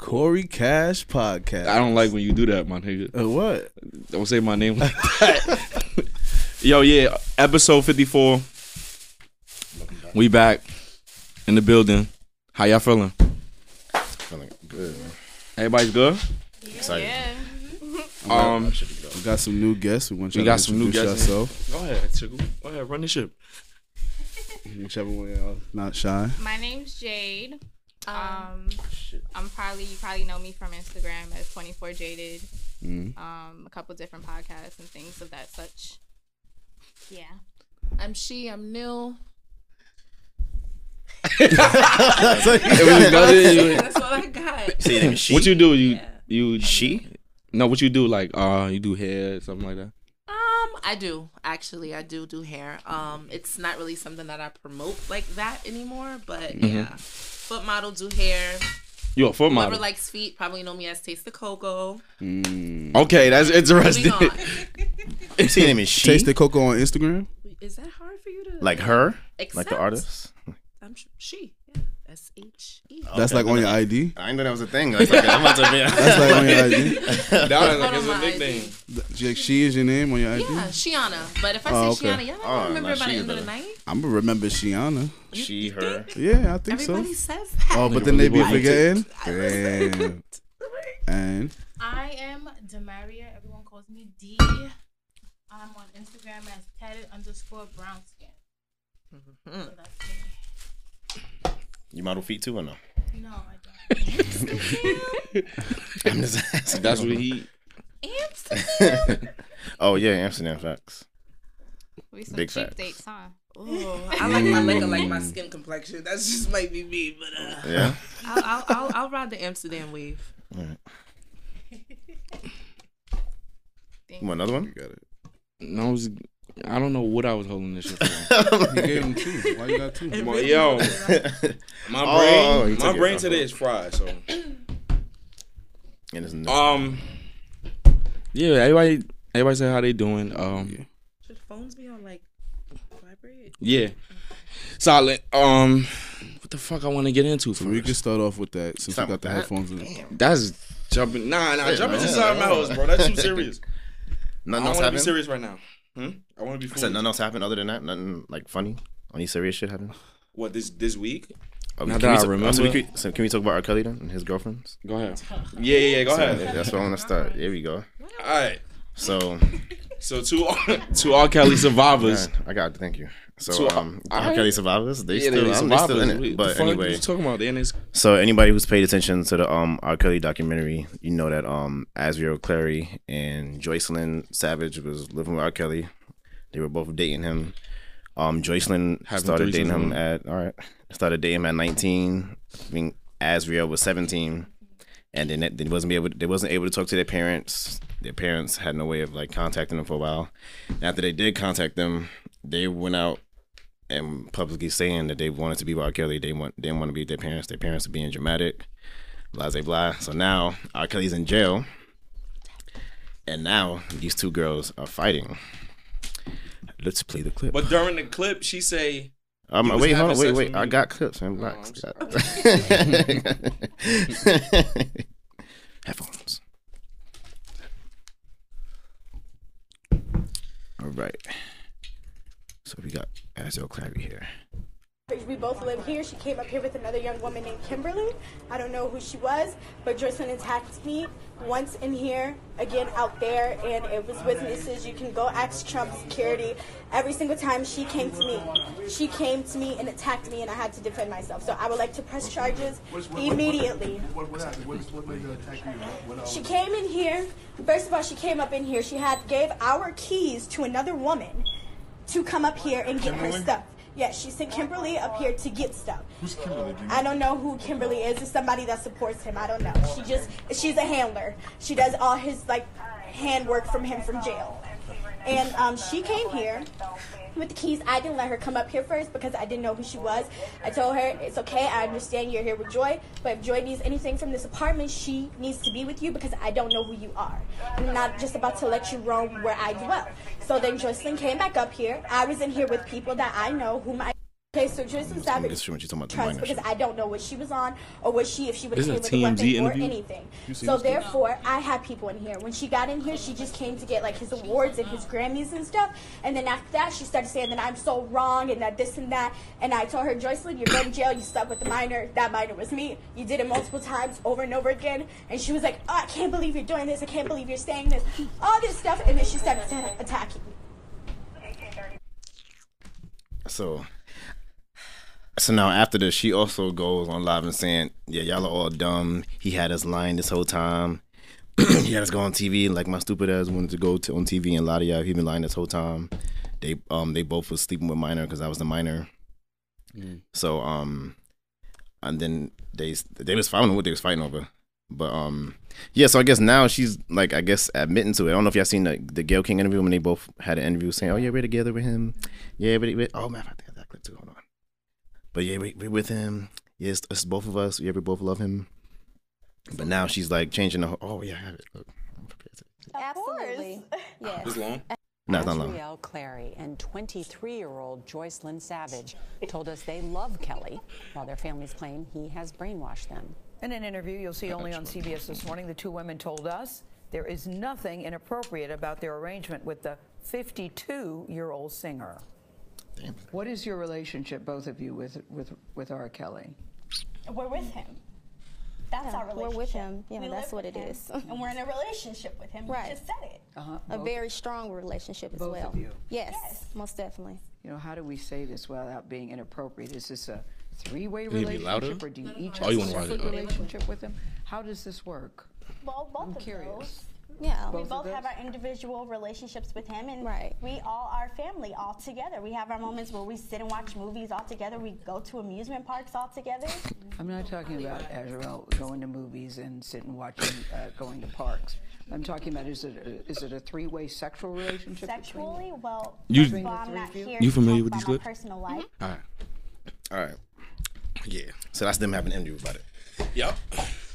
Corey Cash podcast. I don't like when you do that, my nigga. Uh, what? Don't say my name like that. Yo, yeah, episode 54. We back in the building. How y'all feeling? Feeling good, man. Everybody's good? Excited. Um, I should be good. We got some new guests. We want you We to got some new introduce guests. Yourself. go ahead, Tickle. Go ahead, run the ship. Whichever one of y'all not shy. My name's Jade. Um, I'm probably you probably know me from Instagram as 24 Jaded. Mm-hmm. Um, a couple different podcasts and things of that such. Yeah. I'm she. I'm new. That's what I got. Say your name is she. What you do? You you She? no? What you do? Like uh, you do hair, something like that. Um, I do actually. I do do hair. Um, it's not really something that I promote like that anymore, but Mm-hmm. yeah. Foot model do hair. You a foot Whoever model? likes feet probably know me as Taste the Coco. okay, that's Moving interesting. on. Say your name is she. Taste the cocoa on Instagram. Is that hard for you to like her, like accept? the artist. I'm sh- she. Yeah. S H E. That's like on your ID. I didn't know that was a thing. Like, okay, I'm about to be. That's like on your ID. That Photo my ID. It's Like she is your name on your ID. Yeah, Shiana. But if I say Oh, okay. Shiana, y'all Oh, don't remember nah, by the she end of better. the night. I'm gonna remember Shiana. she, her. Yeah, I think Everybody so. says that. Oh, but then they be Everybody forgetting. Damn. And I am Demaria. Everyone calls me D. I'm on Instagram as tatted underscore brown skin. So that's me. You model feet too or no? No, I don't. I'm just asking. That's what he. Amsterdam. oh yeah, Amsterdam facts. We some Big cheap facts. Mm. dates, huh? Ooh, I like my liquor like my skin complexion. That's just might be me, but uh, Yeah. I'll, I'll, I'll, I'll ride the Amsterdam wave. You want another one? got it. No, I was. I don't know what I was holding this shit for. You gave him two. Why you got two? But yo, my Oh, brain, you my took it. brain today is fried. So And it's no- um, yeah, everybody, everybody say how they doing. Um, Should phones be on like vibrate? Yeah. Solid. Um what the fuck I wanna get into for We can start off with that since we Something got the like that? headphones in. That's jumping nah nah jumping man. to something else, bro. That's too serious. I nothing don't else wanna be happened. serious right now. Hmm? I wanna be I said serious. nothing else happened other than that. Nothing like funny. Any serious shit happened? What this this week? Oh, Not can that we I talk- oh, so we remember. could- so can we talk about R. Kelly then and his girlfriends? Go ahead. Yeah, yeah, yeah, go ahead. That's where I want to start. There we go. Alright. So So two two R. Kelly survivors. I got it. Thank you. So, So, um, all R. right. Kelly survivors. They Yeah, still, they um, they still in survivors. it. What the But fuck anyway, you talking about They in this- so anybody who's paid attention to the um R. Kelly documentary, you know that um Asriel Clary and Joycelyn Savage was living with R. Kelly. They were both dating him. Um, Joycelyn Having started dating threesomes him with at all right. Started dating him at nineteen. I mean, Asriel was seventeen, and then they wasn't be able. They wasn't able to talk to their parents. Their parents had no way of like contacting them for a while. And after they did contact them, they went out and publicly saying that they wanted to be with R. Kelly. They want didn't want to be with their parents. Their parents were being dramatic, blah blah blah. So now R. Kelly's in jail, and now these two girls are fighting. Let's play the clip. But during the clip she say Um, was wait, hold on, having wait, sex wait. with I me. Oh, got clips, man. I'm Relax. sorry. Headphones. All right. So we got Azil Clary here. We both live here. She came up here with another young woman named Kimberly. I don't know who she was, but Jocelyn attacked me once in here, again out there, and it was witnesses. You can go ask Trump security. Every single time she came to me, she came to me and attacked me, and I had to defend myself. So I would like to press charges immediately. What, what happened? What, what made her attack you? What, what, She came in here. First of all, she came up in here. She had gave our keys to another woman to come up here and get her stuff. Yeah, she sent Kimberly up here to get stuff. who's Kimberly? Do you I don't know who Kimberly is. It's somebody that supports him. I don't know. She just she's a handler. She does all his like handwork from him from jail. And um, she came here with the keys. I didn't let her come up here first because I didn't know who she was. I told her it's okay. I understand you're here with Joy, but if Joy needs anything from this apartment, she needs to be with you because I don't know who you are. I'm not just about to let you roam where I dwell. So then Jocelyn came back up here. I was in here with people that I know whom I Okay, so Tristan I'm Savage just what you talking about. The trust minor because shit. I don't know what she was on or what she if she would have This came with is a a weapon TMZ interview? or anything. So therefore, I had people in here. When she got in here, she just came to get like his awards and his Grammys and stuff. And then after that, she started saying that I'm so wrong and that this and that. And I told her, Joycelyn, you're going to jail. You slept with the minor. That minor was me. You did it multiple times over and over again. And she was like, oh, I can't believe you're doing this. I can't believe you're saying this. All this stuff. And then she started to attack me. So, so now after this, she also goes on live and saying, "Yeah, y'all are all dumb. He had us lying this whole time. he had us go on TV like my stupid ass wanted to go to, on TV, and a lot of y'all he been lying this whole time. They um they both was sleeping with minor because I was the minor. So um, and then they they was fighting what they was fighting over." But um, yeah. So I guess now she's like, I guess admitting to it. I don't know if y'all seen the the Gail King interview when they both had an interview saying, "Oh yeah, we're together with him. Yeah, we, we oh man, I think I got that clip too. Hold on. But yeah, we, we're with him. Yeah, it's, it's both of us. Yeah, we both love him. But now she's like changing the. Whole, oh yeah, I have it. Look, I'm prepared. Absolutely. Yes. It's long. No, it's not long. Gabrielle Clary and 23-year-old Joycelyn Savage told us they love Kelly, while their families claim he has brainwashed them. In an interview you'll see only on CBS this morning, the two women told us there is nothing inappropriate about their arrangement with the 52 year old singer. Damn. What is your relationship, both of you, with, with, with R. Kelly? We're with him. That's our we're relationship. with him. Yeah, We that's live what with it him, is. and we're in a relationship with him. Right. You just said it. Uh-huh. A very strong relationship as both well. of you. Yes, most definitely. You know, how do we say this without being inappropriate? Is this a three way need to be louder? relationship, or do you each Oh, have you a wanna louder separate it up. relationship with him? How does this work? Well, both I'm of curious. Yeah. those. We Both of both have those? our individual relationships with him, and Right. we all are family all together. We have our moments where we sit and watch movies all together. We go to amusement parks all together. I'm not talking about Azrael going to movies and sitting watching, uh, going to parks. I'm talking about is it a, is it a three way sexual relationship? between you? Sexually, well, You- first of all, I'm not here You to familiar talk with these about my clips? Personal life. Mm-hmm. All right. All right. Yeah. So that's them having an interview about it. Yep.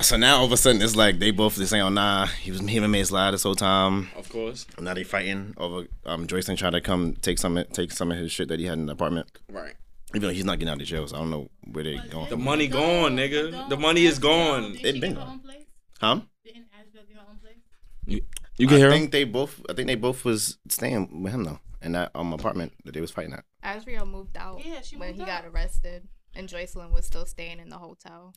So now all of a sudden it's like they both just saying, "Oh nah, he was he and me slide this whole time." Of course. And now they fighting over um Joycelyn trying to come take some take some of his shit that he had in the apartment. Right. Even though he's not getting out of jail, so I don't know where they going. The money gone, nigga. The money is gone. Did she been get her gone. own place? huh? Didn't Asbel get her own place? You, you can hear I him. think they both. I think they both was staying with him though, in that um apartment that they was fighting at. Asriel moved out Yeah, she when moved he out. got arrested, and Joycelyn was still staying in the hotel.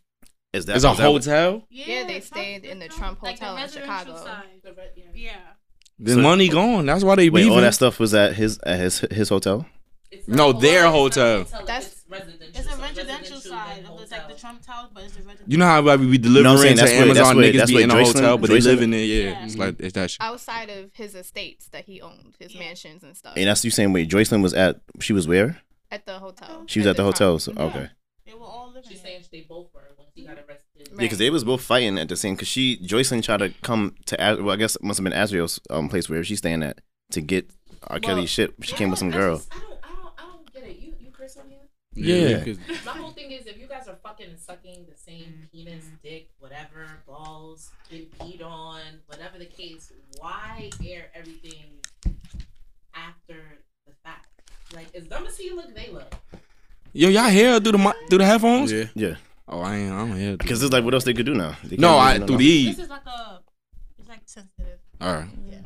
Is that It's a is that what- hotel. Yeah, they some- stayed in the some- Trump like the Hotel in residential Chicago. side. The re- yeah. yeah. The So- money gone. That's why they Wait, leaving. all that stuff was at his at his his hotel. It's No, not a their hotel, it's not hotel. a hotel, That's- it's residential. It's so a residential side then of it's like the hotel. Trump Tower, but it's a residential. You know how like, we be delivering I'm saying? to That's where- that's Amazon where- niggas that's be where in a Joycelyn- hotel, but they Joycelyn- live in there. Yeah, it's like it's that shit. Outside of his estates that he owned, his mansions and stuff, And that's you saying wait, Joycelyn was at she was where? at the hotel. She was at the Trump. hotel. So okay. They were all living She's there. saying they both were once he got arrested. Yeah, because they was both fighting at the same. Because she Joycelyn tried to come to Az- well, I guess it must have been Azriel's um place where she's staying at to get R. Kelly's shit. She came with some I girl. just- I don't, I don't, I don't get it. You, you Chris on here? Yeah. because My whole thing is if you guys are fucking and sucking the same Mm-hmm. penis, dick, whatever, balls, been peed on, whatever the case, why air everything after the fact? Like, as dumb as he look, they look. Yo, y'all hear through the mi- through the headphones? yeah. Yeah, Oh, I ain't. I don't hear. because it's like what else they could do now? They no, I can't do through nothing the. This is like a. It's like sensitive. All right. else.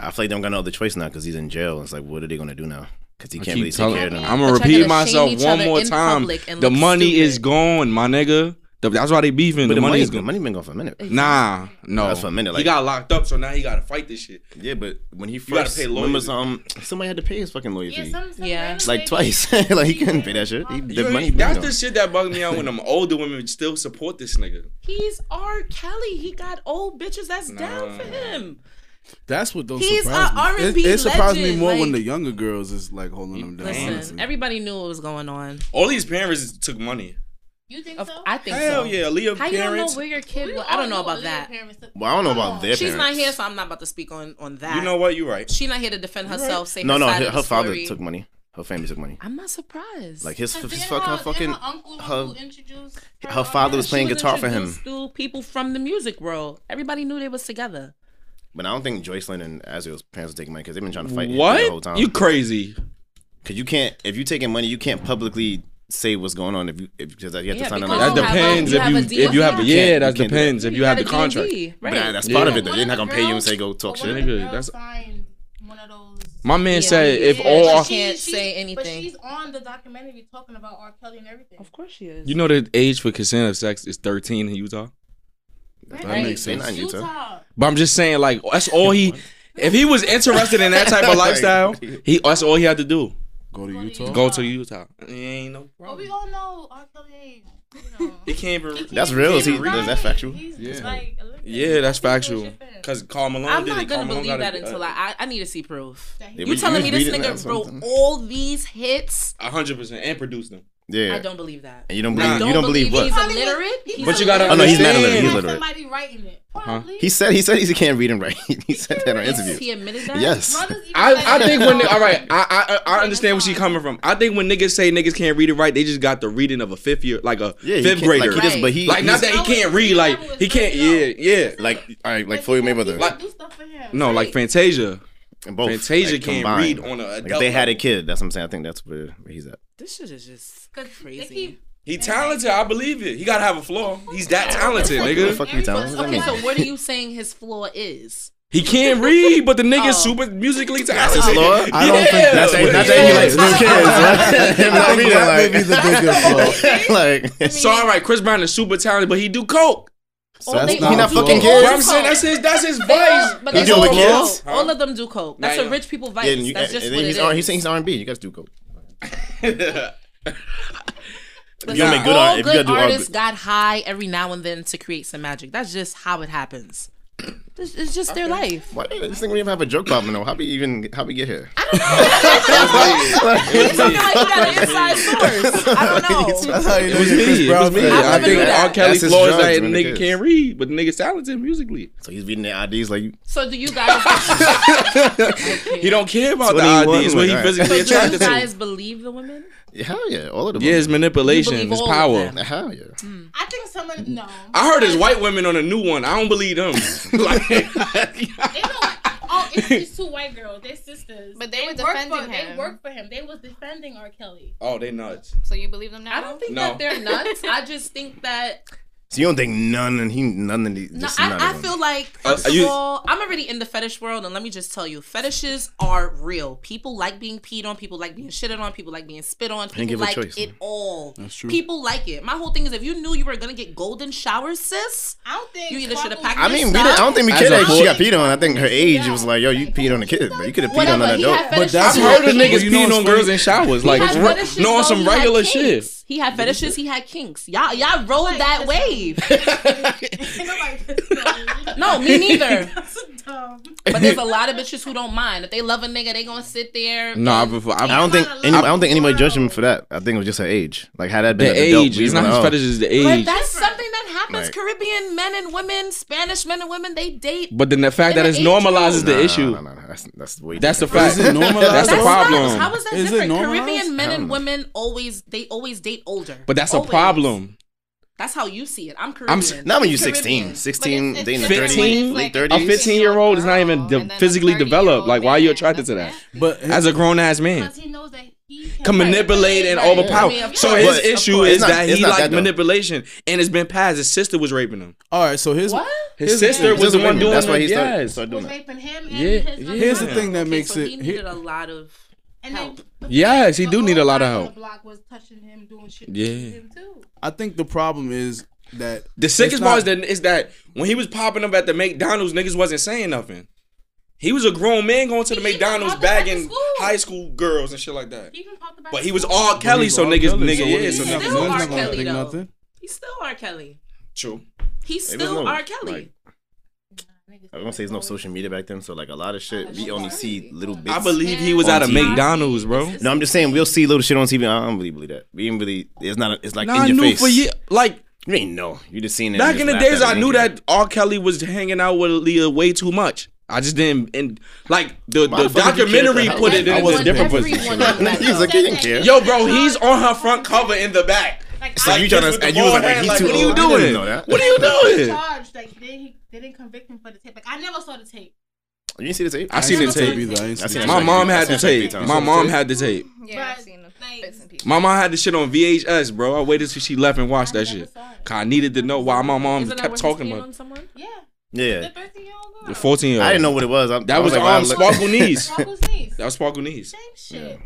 I feel like they don't got no other choice now because he's in jail. It's like what are they gonna do now? Because he I can't keep really take telling- care of them. I'm They're trying gonna to repeat shame myself each one other more in time. public and The look money is stupid. gone, my nigga. The- That's why they beefing. But the, money, is the gone. money been gone for a minute. Nah, no. That's for a minute, he like- got locked up, so now he gotta fight this shit. Yeah, but when he first gotta pay when lawyers. was, um somebody had to pay his fucking lawyer fee. Yeah. like twice. like he couldn't pay that shit. He, the You know, money. that's been the gone. shit that bugged me out when them older women still support this nigga. He's R. Kelly. He got old bitches that's down for him. That's what don't He's surprise a me. R&B It, it surprised me legend, more when like- the younger girls is like holding them down. Listen, honestly. everybody knew what was going on. All these parents took money. You think Of- so? I think Hell so. yeah, Aaliyah How you don't know parents. where your kid We was? I all don't know what about little that. parents- Well, I don't know about their She's not parents. here, so I'm not about to speak on on that. you know what? You're right. She's not here to defend herself. Say No, her no, side her, of her the father story. took money. Her family took money. I'm not surprised. Like his, 'Cause his didn't fuck, her didn't fucking her uncle was her- who introduced her on father that? was playing She guitar for him. introduced to people from the music world. Everybody knew they was together. But I don't think Joycelyn and Azriel's parents are taking money because they've been trying to fight him the whole What? time. You crazy? Because you can't, if you're taking money, you can't publicly say what's going on if you if, because you have to Yeah, sign on. because That you have a- depends you if have you- a deal. if you have a- yeah, that depends if you You have have the a DMV, contract. right. But that- that's part of Yeah. it. though. They're not gonna pay you and say go talk shit. Nigga, that's. My man said if all. say anything. But she's on the documentary talking about R. Kelly and everything. Of course she is. You know the age for consent of sex is 13 in Utah? That Right. makes sense. Not in Utah. But I'm just saying, like, that's all he. If he was interested in that type of lifestyle, he that's all he had to do. Go to Utah. Go to Utah. ain't no But we all know R. Kelly. He can't even. That's real. Is he- is that factual? Yeah. yeah, that's factual. Cause Carl Malone I'm did not it. Karl gonna Malone believe got that it, until uh, I, I I need to see proof. Yeah, you we- telling we me this reading nigga that wrote something. all these hits? A hundred percent and produced them. Yeah. I don't believe that. And you don't I believe. you don't believe what? He's illiterate. He's But you gotta Oh no, he's not understand. illiterate. He's illiterate. Somebody writing it. Huh? He said he said he can't read and write. he said that in an interview. He admitted that. Yes. I, I think when all right, I, I I understand where she's coming from. I think when niggas say niggas can't read it right, they just got the reading of a fifth year, like a Yeah, he fifth can't- like, grader. he doesn't- but he- Like, not that he's- he can't read, like he can't. Yeah, yeah. Like all right, like Floyd Mayweather. Like, no, like Fantasia. Both, Fantasia like, can't combined. read on a Like, adult. if they had a level. kid, that's what I'm saying. I think that's where, where he's at. This shit is just crazy. He talented, I believe it. He gotta have a flaw. He's that talented, Fuck you, nigga. fuck you, talented. Okay, so what are you saying his flaw is? He can't read, but the Oh. nigga's super musically talented. his flaw? I don't think Yeah, that's- but- not that he likes little kids, right? Not reading, That may like- be the biggest flaw. Like- so all right, Chris Brown is super talented, but he do coke. So that's they not- all he not do fucking coke. kids. But I'm saying that's his that's his vice. But He they do all with do kids? coke. All of them do coke. That's Nah, a yeah. rich people vice. Yeah, and you- That's and just then what he's it R- is. He's saying he's R and B. You guys do coke. But You gotta make good all art- if you good gotta do art, artists good- got high every now and then to create some magic. That's just how it happens. It's, it's just their life. Why do this thing we even have a joke problem though? How we even how we get here? It's like you got an inside source. I don't know. That's how you It was me. It was me. I think R. Kelly flaw is that nigga can't can't read, but the nigga's talented musically. So he's reading their IDs like you. So do you guys? He don't care about the 21, ideas. What he like, so do physically you attracted to. guys believe the women? Hell yeah, all of them. Yeah, it's manipulation. You believe It's all of power. them? Hell yeah. I think someone no. I heard it's white women on a new one. I don't believe them. like, Oh, it's these two white girls. They're sisters. But they were work defending for, him. They worked for him. They was defending R. Kelly. oh, they nuts. So you believe them now? I don't think No. that they're nuts. I just think that So you don't think none and he none of these. no. just none I, of I them. feel like Uh, first of you- all, I'm already in the fetish world, and let me just tell you, fetishes are real. People like being peed on. People like being shitted on. People like being spit on. People give a like choice, it man. all. That's true. People like it. My whole thing is, if you knew you were gonna get golden showers, sis, I don't think you either should have packed. I your mean, we stuff- didn't, I don't think we As cared a that she boy- got peed on. I think her age it was like, yo, you peed on a kid, but you could have peed on Whatever, an he adult. had But fetishes that's too. I've heard of But niggas you know peeing what's on girls in showers. He Like, had re- fetishes, no, on bro. some He had regular kinks. shit. He had fetishes. He had kinks. Y'all, y'all rolled that wave. no, me neither. But there's a lot of bitches who don't mind. If they love a nigga, they gonna sit there. No, I, don't think any, I don't think anybody judged him for that. I think it was just her age. Like had that been The an adult, age. we was It's not like, his oh. fetish, it's the But age. that's something that happens. Like- Caribbean men and women, Spanish men and women, they date. But then the fact that it's normalized is the issue. That's, that's, the different. fact. Is it normalized, That's the though? problem. How is that Is it different? normalized? Caribbean men I don't and know. women always they always date older. But that's a Always. problem. That's how you see it. I'm Caribbean. I'm I'm s- Not when you're He's Caribbean. 16. 16, they in the 15 30s, late a 30s. 15 year old is not even de- physically developed like why are you attracted to that but as a grown-ass man can manipulate and Right. overpower Yeah. so But- his of issue course. is It's not- that it's he not that liked though. manipulation and it's been passed his sister was raping him All right, so his His sister was the one doing That's it, why he started, yes. started doing that. yeah Here's the thing that makes so it. he needed a lot of help. yes he do need a lot of help yeah I think the problem is that the it's sickest not- part is that, is that when he was popping up at the mcdonald's niggas wasn't saying nothing he was a grown man going to the mcdonald's bagging high school girls and shit like that but he was all kelly so R. niggas Kelly, nigga so what yeah is so he? niggas He's still R. not gonna Kelly, think though. nothing. He's still R. Kelly. True. He's It was still no, R. Kelly. I was gonna say there's no social media back then, so like a lot of shit, we only see little bits. I believe he was on at a TV. McDonald's, bro. No, I'm just saying we'll see little shit on TV. I don't really believe that. We didn't really. It's not. A, it's like Nah, I in your knew face. for ye- like you ain't know. You just seen it. Back You in the just laughed days, at it. I knew that R. Kelly was hanging out with Leah way too much. I just didn't, and like the, Why the the fuck would you care documentary about put that? it in I a wasn't different paying position. attention. Nah, he was like, he didn't care. Yo, bro, he's on her front cover in the back. So you Like tryna- this with the and you was bald like, head, he like, too what are you old. I didn't doing? know that. What are you He was doing? Charged. Like they, didn't- they didn't convict him for the tape. Like I never saw the tape. You didn't see the tape? I seen the tape. I seen it My like- mom I had seen it the like three tape. times. My mom had the tape. Yeah, I've seen the bits and pieces. My mom had the shit on VHS, bro. I waited till she left and watched that shit. 'Cause I needed to know why my mom Isn't that kept what talking he's peeing about on someone? Yeah. Yeah. The 14 14 year year old. I didn't know what it was. I- that I was was, like, um, why I look- Sparkle Knees. Sparkle's Knees. That was Sparkle Knees. Shit.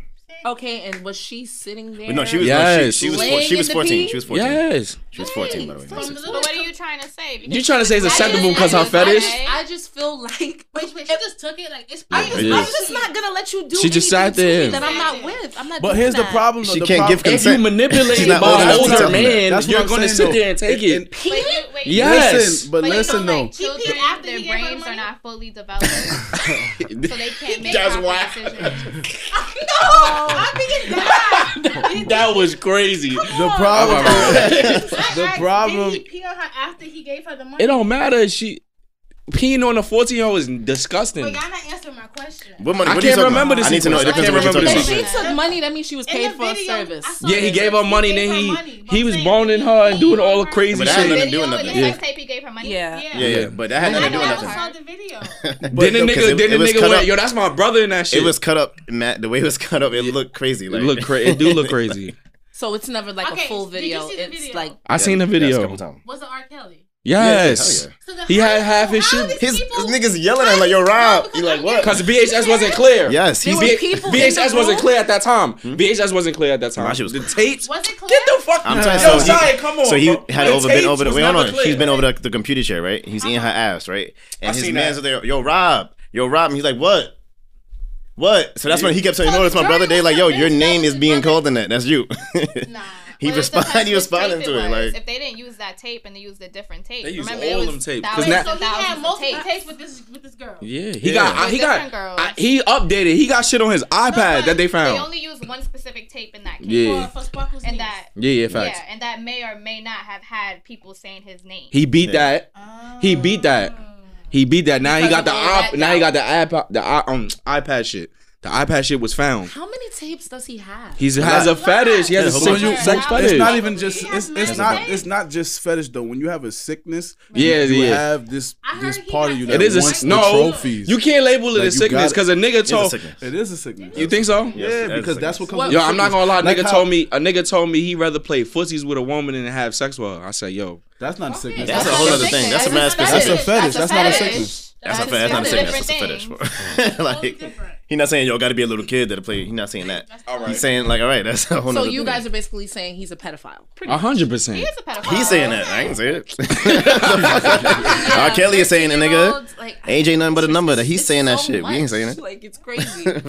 Okay, and was she sitting there? But no, she was no, she, Yes. she was Laying four, she in was the fourteen. pee? She was fourteen. Yes. She was fourteen, by the way. not 16. But what are you trying to say? You trying to say it's I just- acceptable because I her just- I fetish? just- I just feel like wait, wait, she just took it like it's. Yeah, I'm just, it I'm is. just not gonna let you do. She just anything to sat me there. That I'm not with. I'm not. But doing here's the that. problem, She can't give If you consent. manipulate She's not old by an enough to older tell me that. man, That's what you're I'm going to saying, sit though. there and take If- it. But you- wait, Yes. Listen, you but feel listen, like though. He Children, after their he gave her brains are money? not fully developed, so they can't make That's proper why- decisions. Oh, That was crazy. The problem- the Did he pee on her after he gave her the money? It don't matter. She peeing on a fourteen year old is disgusting. But y'all not answering my question. What money- I what are you can't talking remember about? I this. need to know. It sequence. depends I on can't what you're remember this. talking She sequence. took money. That means she was paid for a service. Yeah, he gave her money, then he he was boning her and doing all the crazy But that had shit. nothing to do with When the nothing. sex tape he gave her money. Yeah. Yeah, yeah, but that had nothing to do with I nothing. saw the video. Then the no, 'cause nigga, it- then it the was nigga cut went, up. "Yo, that's my brother in that shit." It was cut up, Matt. The way it was cut up, it looked crazy. Like it look crazy. It do look crazy. So it's never like a full video. It's like I seen the Yes, video. couple times. Was it R. Kelly? Yes, he had half his shit. His niggas yelling at him like, "Yo, Rob." You like what? Because VHS wasn't clear. Yes, Hmm? V- he's- VHS wasn't clear at that time. VHS wasn't clear at that time. the tapes. Get the fuck. I'm trying to so Yo, Zion, he, come on. So he bro. had The over been tapes over the was wait, hold never on. clear. Uh-huh. He's been over the, the computer chair, right? He's eating her ass, right? And I his seen man's that. are there, yo, Rob, yo, Rob. And he's like, what? What? So that's when he kept saying, no, it's my brother. They like, yo, your name is being called in that. That's you. nah. He responded. He responded to it like. if they didn't use that tape and they used a different tape, They used remember all it was them tapes, 'cause thousands and now- So he thousands had of multiple tapes. tapes with this with this girl. Yeah, Yeah. he got I, he Different got girls. I, he updated. He got shit on his iPad that they They found. only used one specific tape in that case. Yeah. For- for Sparkle's and that Yeah, yeah, facts. Yeah, and that may or may not have had people saying his name. He beat that. He beat that. Oh. He beat that. Now he Because got the of all op, that now he got the iPad the i- um iPad shit. The iPad shit was found. how many tapes does he have? He has a fetish. He has a So when sexual you- sex fetish. It's not even just. It's, it's not. It's not just fetish though. When you have a sickness, Yeah, you yeah. have this this part of you that It is a wants s- the no. trophies. You can't label it Like, a you sickness because gotta- a nigga It's a told. sickness. It is a sickness. You think so? Yeah, that is because a that's sickness. what comes with Yo, I'm not sickness. gonna lie. Like nigga how- told me a nigga told me he rather play footsies with a woman and have sex with her. I said, yo, that's Oh, not sickness. That's a whole other thing. That's a mad That's a specific. fetish. That's not a sickness. That's not fetish. That's not a sickness. That's a fetish. like he's not saying yo got to be a little kid that'll play. He's not saying that. He's saying like all right, that's a whole. So nother you thing. guys are basically saying he's a pedophile. a hundred percent. He's saying that. I ain't say it. R. Kelly is saying it, nigga. like, AJ nothing but a number that he's it's saying that so shit. We ain't much. saying it. Like it's crazy.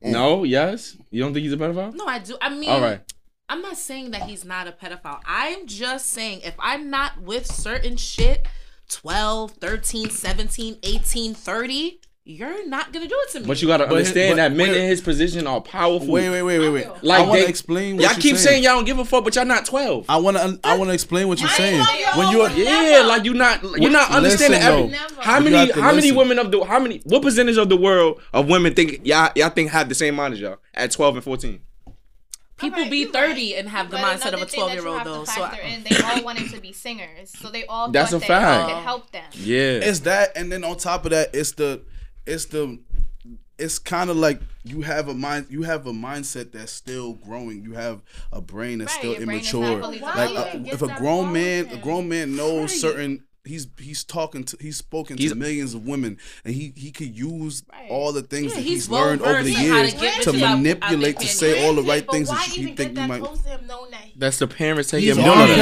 No, yes. You don't think he's a pedophile? No, I do. I mean, All right. I'm not saying that he's not a pedophile. I'm just saying if I'm not with certain shit, 12, 13, 17, 18, 30, you're not going to do it to me. But you gotta But his- understand but that men in his position are powerful. Wait, wait, wait, wait, wait. Like I want they- to explain. What y'all you're keep saying y'all don't give a fuck, but y'all not twelve. I want to. I want to explain what you're saying. When you're yeah, like you not you're not Listen, understanding every, though. how You many have to how many listen. women of the how many what percentage of the world of women think y'all y'all think have the same mind as y'all at twelve and fourteen. People be 30 and have the But mindset of another a thing that 12 you year old, have to though. So factor I- in, they all wanted to be singers, so they all That's thought that a fact. it could help them. Yeah. It's that, and then on top of that, it's the, it's the, it's kind of like you have a mind, you have a mindset that's still growing. You have a brain that's still your brain is immature. not fully Like developed. uh, if a grown man, a grown man knows certain. He's he's talking to he's spoken to millions of women and he he could use all the things Yeah, that he's he's, learned over the well-versed in how to years get to bitches out- out their manipulate to panties. say all the right But things why that you, you even think get that you might. close to him knowing that That's the parents taking- taking. He's R. Kelly.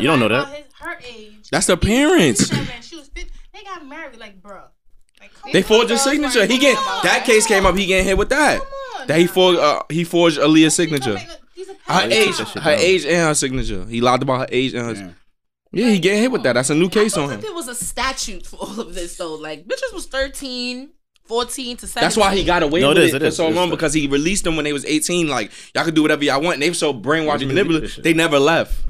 You don't know that. her age? That's the parents. Man, she was fit. They got married like, bruh. They forged his signature. He get that case came up. He getting hit with that. That he forged. Uh, he forged Aaliyah's signature. Her age, her age, and her signature. He lied about her age and her. Yeah, he getting hit with that. That's a new case on him. there was a statute for all of this, though. Like, bitches was 13, 14 to 17. That's why he got away No, it with is, it, it for is, so it is. long because he released them when they was 18. Like y'all could do whatever y'all want. And they were so brainwashed, and manipulative. They never left.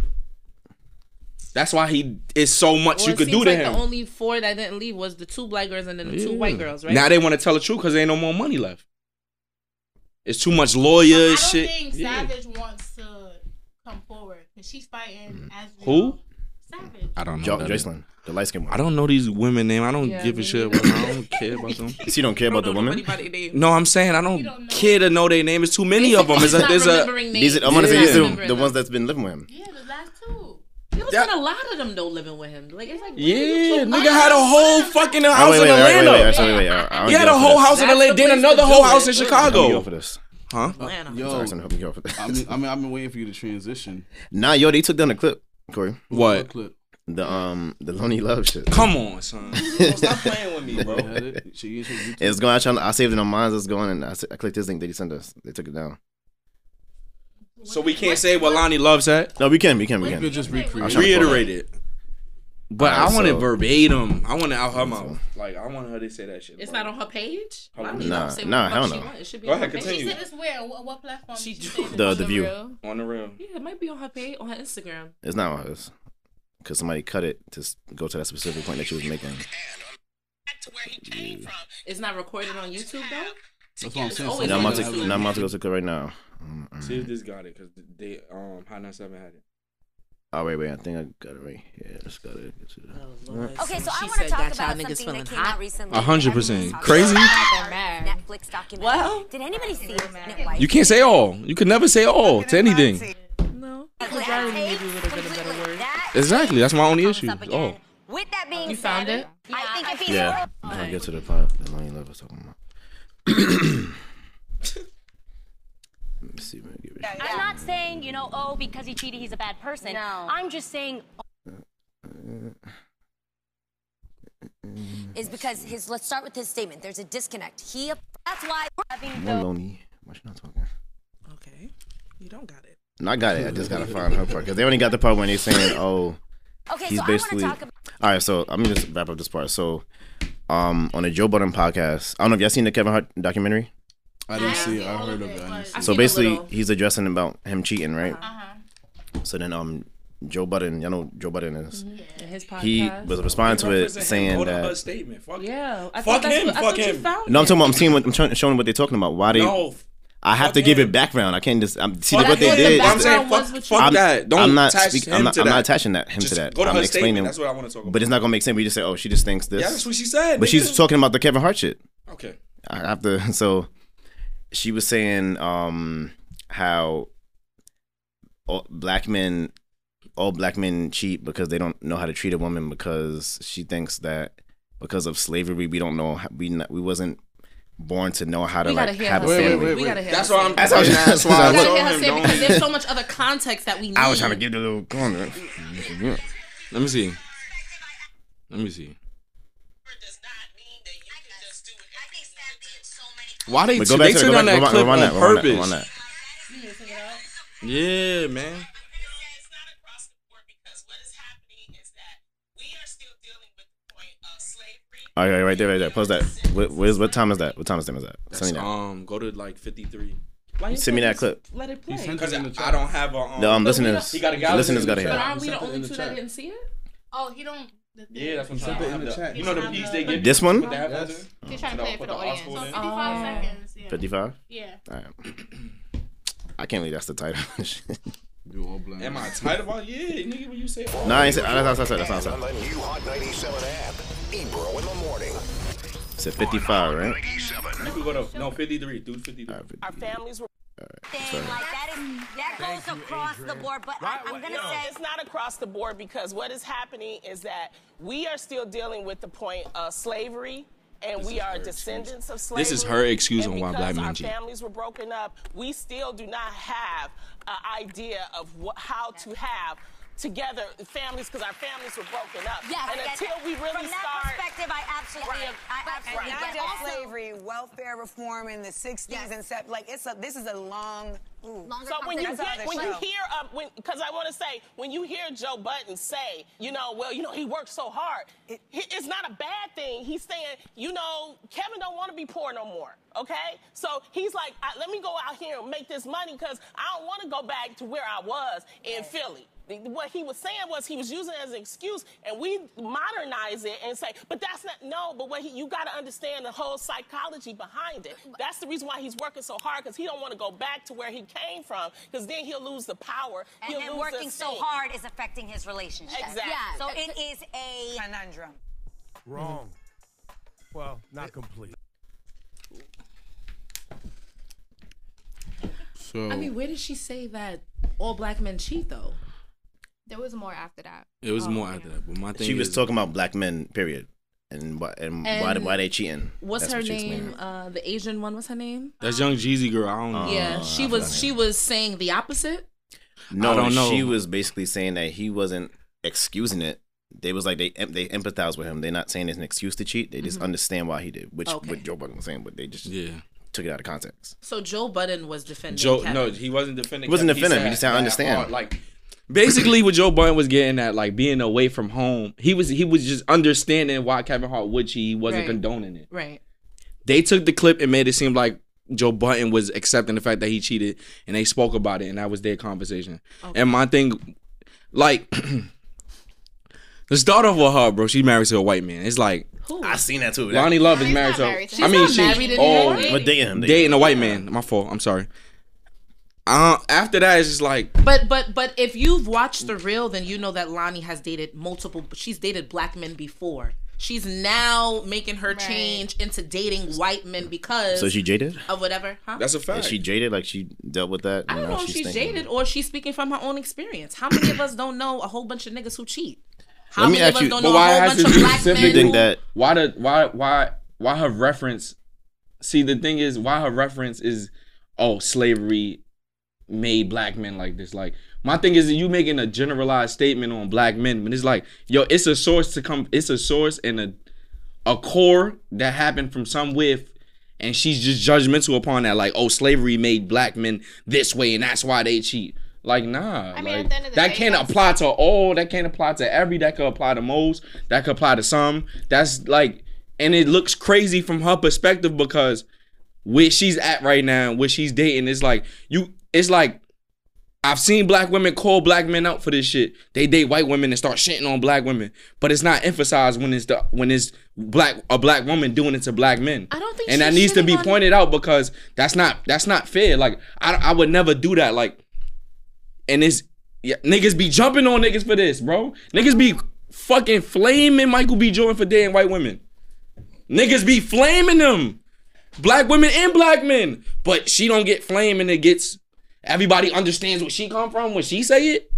That's why he is so much Well, you it could do seems to like him. The only four that didn't leave was the two black girls and then the two Yeah. white girls, right? Now they want to tell the truth because there ain't no more money left. It's too much lawyer I don't shit. think Yeah. Mm-hmm. Savage wants to come forward because she's fighting as Who? Savage. I don't know. Jo- who that is. Jocelyn, the light skin one. I don't know these women name. I don't Yeah, give a me shit. neither. About them. I don't care about them. So you don't care about the woman? No, I'm saying I don't, care to know their name. It's too many of them. It's a, there's a. These are, I'm gonna say these are the, the ones that's been living with him. There was been a lot of them though living with him. Like it's like Yeah, nigga had a whole fucking house wait, wait, in wait, wait, Atlanta. wait, wait, wait, wait, I- I don't He had get a off whole this. house in That's Atlanta, the then place another to whole do house it. in Ugh. Chicago. Help me go for this. Huh? Atlanta. Yo, Sorry, son, help me go for this. I mean, I mean, I've been waiting for you to transition. Nah, yo, they took down the clip, Corey. What? clip? The um the Lonely Love shit. Come on, son. Stop playing with me, bro. It's going. I, trying, I saved it on mine. It's going, and I, s- I clicked this link that he sent us. They took it down. So we can't say what Lonnie loves that. No, we can. We can. We You can. could just I'm trying recreate to pull Reiterate it. But Alright, I want so- it verbatim. I want it out her mouth. Like I want her to say that shit. It's not on her page. How Why would would you- you Nah, say what nah, the fuck hell she no. want? It should be Go on ahead, her continue. page. She said it's where? What, what platform? She The the view. On the real. Yeah, it might be on her page on her Instagram. It's not on hers. Because somebody cut it to s- go to that specific point that she was making. It's not recorded on YouTube though. That's what I'm saying. Oh, so Now I'm about I to, was- now I'm about to go to cut right now. See if this got it because they um Hot 97 had it. Oh, wait, wait. I think I got it right here. Let's go to get to the. Oh, Okay, so She I want to said talk that y'all about niggas something feeling that came out hot. recently. A hundred Everyone's percent. talking Crazy? about the Netflix documentary. Well, did anybody see it? Netflix. You can't say all. You can never say all to anything. That tape completely- that- Exactly. That's my only issue. Oh. With that being You found said, it? I think if he's Yeah. Now I get to the part that Lonnie Love was talking about. Let me see if I can give it. I'm not saying, you know, oh, because he cheated, he's a bad person. I'm just saying, is because his. Let's start with his statement. There's a disconnect. He. That's why we're having More those. Lonnie. Why she not talking? Okay, you don't got it. No, I got it. I just gotta find her part because they only got the part when they saying, "Oh, Okay, he's so I wanna basically." talk about- All right, so I'm gonna just wrap up this part. So, um, on the Joe Budden podcast, I don't know if y'all seen the Kevin Hart documentary. I didn't see it. I heard of it. I didn't see it. So basically, he's addressing about him cheating, right? So then, um, Joe Budden, y'all know Joe Budden is. His He podcast. was responding to it Represent him. saying Hold on, her that. statement. Fuck Yeah, I Fuck thought that's him, what- I fuck thought you him. found No, I'm it. talking about. I'm seeing what I'm trying, showing what they're talking about. Why they? No, I have to give it background. I can't just. I'm, see Fuck what they him. did. The I'm saying, background fuck- was what you- fuck that. Don't I'm not attach speaking. him I'm not, to I'm not that. attaching that him Just to that. go to I'm her statement. explaining. That's what I wanna talk about. But it's not gonna make sense. We just say, oh, she just thinks this. Yeah, that's what she said, But nigga. she's talking about the Kevin Hart shit. Okay. I have to. So she was saying um how all, black men, all black men cheat because they don't know how to treat a woman because she thinks that because of slavery we don't know how, we not, we wasn't born to know how to We gotta like hear have a her say it. family. Wait, wait, We wait. gotta hear That's her why say I'm. it. That's how. That's We why. I gotta look. hear her say it because there's so much other context that we need. I was trying to give the little corner. Let me see. Let me see. Why they, But t- go back they to- took go down back- that go back- clip go back on that, go back that, go purpose? back Yeah, man. All right, all right, right there, right there. Post that. What, where's, what time is that? What time is that? Is that? Send me that. Um, go to like 53. Why you Send me that clip. Let it play. Because I don't have a. Um, The, um, listeners- He got a gallery listeners in gotta the hear. chat. But aren't we the Something in only two chat. that didn't see it? Oh, he don't. Yeah, that's what I'm Something saying. I in the have chat. the- You know the He's piece not they the- give This one? with the headphones Yes. in? He's trying to Put play it for the article in. audience. 55 seconds. Yeah. 55? Yeah. All right. I can't believe that's the title. you all blind. Am I tight about yeah, nigga? When you say all No, I ain't say- that's outside. That's And outside. on the new Hot 97 app, Ebro in the morning. It's at 55, right? You can go to no 53, dude 53. Our families were. Thing like that is that goes across the board, but I, I'm gonna No, say it's not across the board because what is happening is that we are still dealing with the point of slavery. And This we is are her descendants of slavery. This is her excuse and on why because black men our cheat. families were broken up. We still do not have an idea of what, how to have together families because our families were broken up. yes. and yes. until we From really that start, perspective, I absolutely, I And absolutely not get just that. slavery, welfare reform in the 60s and stuff. Like, it's a, this is a long, ooh. So when you That's get, another when you show. hear um when because I want to say when you hear Joe Button say you know well you know he worked so hard he- it's not a bad thing he's saying you know Kevin don't want to be poor no more okay so he's like I, let me go out here and make this money because I don't want to go back to where I was in Philly What he was saying was he was using it as an excuse, and we modernize it and say, but that's not no. But what he, you got to understand the whole psychology behind it. That's the reason why he's working so hard because he don't want to go back to where he came from because then he'll lose the power. And he'll then lose the working so esteem. hard is affecting his relationship. Exactly. Yeah. So it is a conundrum. Wrong. Well, not complete. So I mean, where did she say that all black men cheat though? There was more after that. It was more after that, but my thing. She was talking about black men, period, and why and, why And why they cheating. What's That's her what she explained. name? Uh, the Asian one. What's her name? That's Young Jeezy girl. I don't Uh, know. yeah, she was. She was saying the opposite. No, I don't know. she was basically saying that he wasn't excusing it. They was like they em- they empathize with him. They're not saying it's an excuse to cheat. They just Mhm. understand why he did, which Okay. what Joe Budden was saying, but they just yeah took it out of context. So Joe Budden was defending. Joe, Kevin. no, he wasn't defending. He wasn't Kevin. defending him. said He just said, "I that understand." hard, Like basically, what Joe Budden was getting at, like being away from home, he was he was just understanding why Kevin Hart would cheat. He wasn't Right. condoning it. Right. They took the clip and made it seem like Joe Button was accepting the fact that he cheated, and they spoke about it, and that was their conversation. Okay. And my thing, like, to start off with her, bro, she married to a white man. It's like I seen that too. Lonnie Love is married to. married. I She's mean, not she's married oh, anymore. But dating him, dating a white man. My fault. I'm sorry. Uh, after that, it's just like But but but if you've watched the real, then you know that Lonnie has dated multiple. She's dated black men before. She's now making her change into dating white men because So she jaded? of whatever. oh, Huh? Is she jaded? Like she dealt with that? I don't know if she's jaded or she's speaking from her own experience. How many of us don't know a whole bunch of niggas who cheat? How Let me many ask of us you- don't But know a why it whole has bunch to of be black specific? men who- that why the why why why her reference? See, the thing is, why her reference is, oh, slavery made black men like this. Like my thing is, that you making a generalized statement on black men, but it's like, yo, it's a source to come. It's a source and a a core that happened from some whiff. And she's just judgmental upon that, like, oh, slavery made black men this way, and that's why they cheat. Like, nah, I mean, at like, the end of the that day, can't that's- apply to all. That can't apply to every. That could apply to most. That could apply to some. That's like, and it looks crazy from her perspective because where she's at right now, where she's dating, it's like you. It's like I've seen black women call black men out for this shit. They date white women and start shitting on black women, but it's not emphasized when it's the when it's black a black woman doing it to black men. I don't think and that she's needs to be shitting on- pointed out because that's not that's not fair. Like I I would never do that. Like and it's yeah, niggas be jumping on niggas for this, bro. Niggas be fucking flaming Michael B. Jordan for dating white women. Niggas be flaming them. Black women and black men. But she don't get flamed and it gets everybody understands where she come from when she say it.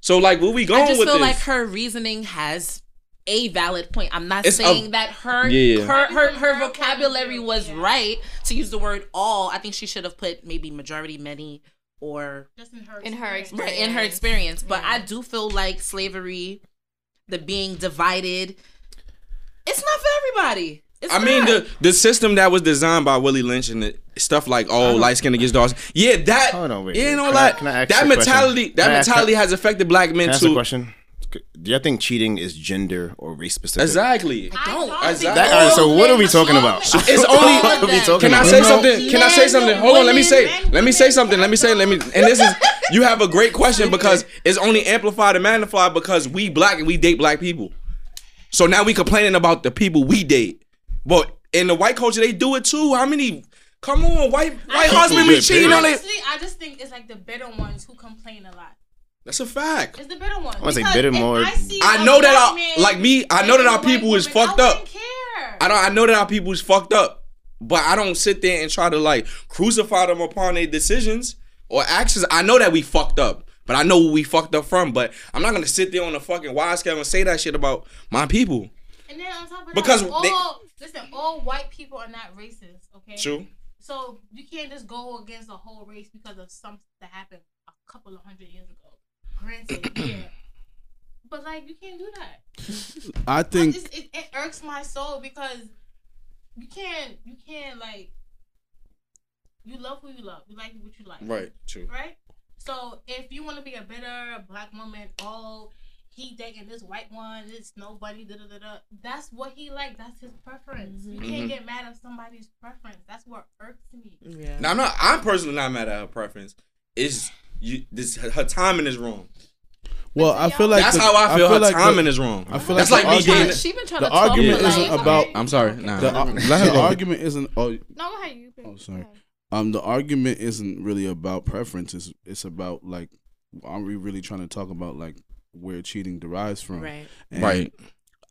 So like where we going I just with feel this? like her reasoning has a valid point. I'm not It's a- saying that her, Yeah. her her her vocabulary was right to use the word all. I think she should have put maybe majority, many, or Just in her In her right, in her experience. But I do feel like slavery, the being divided, it's not for everybody. It's I mean the the system that was designed by Willie Lynch and the stuff like oh light skin against dark skin. Yeah, that yeah, you know Can I- that can I ask that you a question? mentality that Can I ask- mentality has affected black men Can I ask a too. question? Do you think cheating is gender or race specific? Exactly. I don't. Exactly. That, all right, so what are we talking about? It's What are we only. talking Can I about? say something? Can I say something? Hold on. Let me say. Let me say something. Let me say. Let me. And this is. You have a great question because it's only amplified and magnified because we black and we date black people. So now we complaining about the people we date, but in the white culture they do it too. How many? Come on, white white husband be cheating on it. Honestly, I just think it's like the bitter ones who complain a lot. That's a fact. It's the bitter ones. I wanna say Because bitter if more- I, see I a know that black our- man like me, I know dating that our a white people is woman, I fucked up. wouldn't Care. I don't. I know that our people is fucked up, but I don't sit there and try to like crucify them upon their decisions or actions. I know that we fucked up, but I know where we fucked up from. But I'm not gonna sit there on the fucking wise guy and say that shit about my people. And then on top of Because that, they- all listen, all white people are not racist, okay? True. So you can't just go against a whole race because of something that happened a couple of hundred years ago. Granted, yeah. But like you can't do that. I think just, it, it irks my soul because you can't you can't like you love who you love. You like what you like. Right, true. Right? So if you wanna be a bitter black woman, oh he dating this white one, this nobody, da da da da. That's what he like. That's his preference. You can't Mhm. get mad at somebody's preference. That's what irks me. Yeah. Now I'm not. I'm personally not mad at her preference. It's you. This her timing is wrong. Well, I feel like That's how I feel. Her the- timing is wrong. I feel That's like, the like me being- argument- She been trying the to talk, argument but isn't like- about. I'm sorry, nah. the, ar- Let her the go. argument isn't. Oh, No, go ahead. You. oh, sorry. Um, the argument isn't really about preference. It's it's about like, are we really trying to talk about like where cheating derives from? Right. And Right.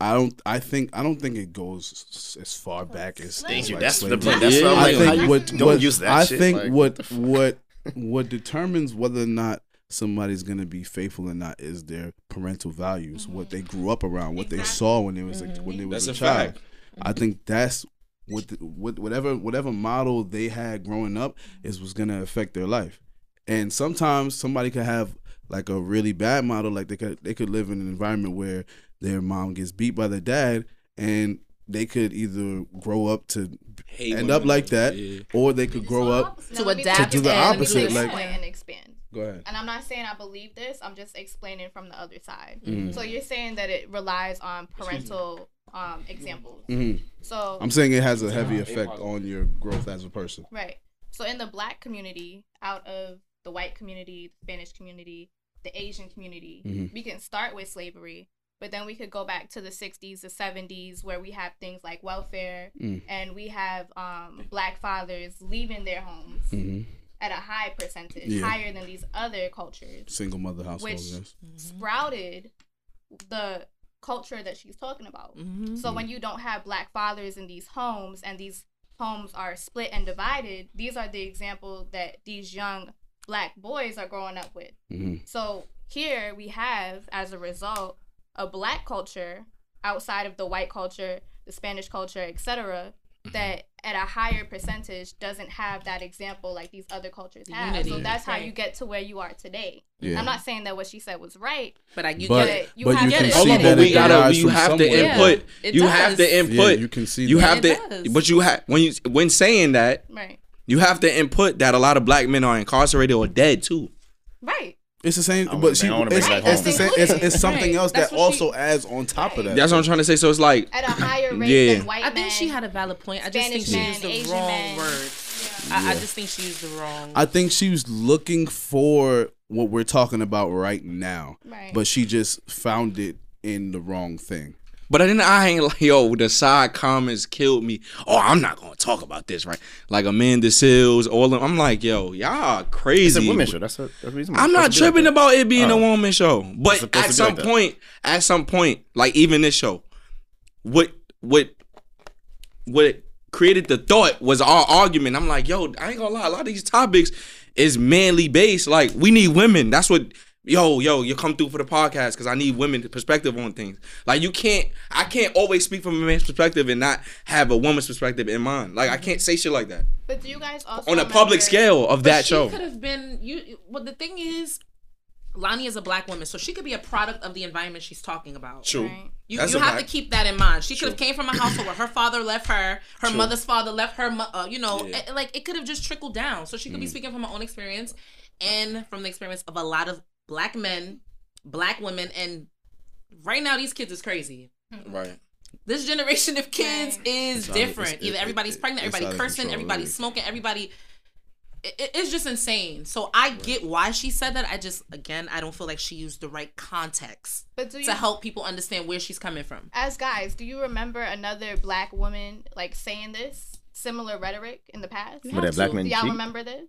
I don't. I think. I don't think it goes s- as far back as Thank things you. like That's the slavery. point. That's what I'm I like, how think you what, don't what- use that I shit, think like- what what what determines whether or not somebody's gonna be faithful or not is their parental values, what they grew up around, what they saw when they was a, when they was That's a a child. fact. I think that's what the, what whatever whatever model they had growing up is was gonna affect their life. And sometimes somebody could have like a really bad model, like they could they could live in an environment where their mom gets beat by their dad, and they could either grow up to Hate end women. up like that, or they could grow up Now, let me to make- do the let me make opposite. this point Like, and expand. Um, go ahead. And I'm not saying I believe this. I'm just explaining from the other side. Mhm. So you're saying that it relies on parental um, examples. Mhm. So I'm saying it has a heavy effect on your growth as a person. Right. So in the black community, out of the white community, the Spanish community, the Asian community, Mhm. we can start with slavery, but then we could go back to the 60s, the 70s, where we have things like welfare Mm. and we have um, black fathers leaving their homes Mhm. at a high percentage, Yeah. higher than these other cultures. Single mother household, Which yes. sprouted the culture that she's talking about. Mhm. So when you don't have black fathers in these homes and these homes are split and divided, these are the example that these young black boys are growing up with. Mhm. So here we have, as a result, a black culture outside of the white culture, the Spanish culture, etc., Mm-hmm. that at a higher percentage doesn't have that example like these other cultures The have. So unity. that's how Right. you get to where you are today. Yeah. I'm not saying that what she said was right, but I you But- get it. you but have you to can get see it. that But we it gotta. derives You from have somewhere. to input. Yeah, it you does. have to input. Yeah, you can see You that. have It to. But you have when you when saying that Right. you have to input that a lot of black men are incarcerated or dead too. Oh. Right. It's the same, wanna but she, bring- I wanna it's, bring it back it's the home. same. It's, it's something Right. else That's that what also adds on top of that. That's what I'm trying to say. So it's like at a higher rate yeah. than white I think she had a valid point. I just Spanish think she men, used the Asian wrong men. words. I, I Yeah. just think she used the wrong. I think she was looking for what we're talking about right now, Right. but she just found it in the wrong thing. But then I ain't like, yo, the side comments killed me. Oh, I'm not gonna talk about this, right? Like Amanda Seals, all them. I'm like, yo, y'all crazy. Oh. It's a women's show. That's a, a reason. I'm not tripping about it Oh. being a woman show, It's but supposed to at be some like that. point, at some point, like even this show, what what what created the thought was our argument. I'm like, yo, I ain't gonna lie, a lot of these topics is manly based. Like we need women. That's what. Yo, yo, you come through for the podcast because I need women perspective on things. Like you can't, I can't always speak from a man's perspective and not have a woman's perspective in mind. Like I can't say shit like that But do you guys also on a public scale of But that she show. could have been you. Well, the thing is, Lonnie is a black woman, so she could be a product of the environment she's talking about. True. You, That's you a have fact. to keep that in mind. She could have True. came from a household where her father left her, her True. mother's father left her. mo- Uh, you know, Yeah. eh, like it could have just trickled down. So she could be Mm. speaking from her own experience and from the experience of a lot of black men, black women, and right now these kids is crazy. Right. This generation of kids is It's out of- different. it's- Either it- everybody's it- pregnant, it's out everybody of cursing, control, everybody yeah. smoking, everybody. It, it- it's just insane. So I get why she said that. I just again I don't feel like she used the right context But do you- to help people understand where she's coming from. As guys, do you remember another black woman like saying this similar rhetoric in the past? But that black man Do y'all cheat? remember this?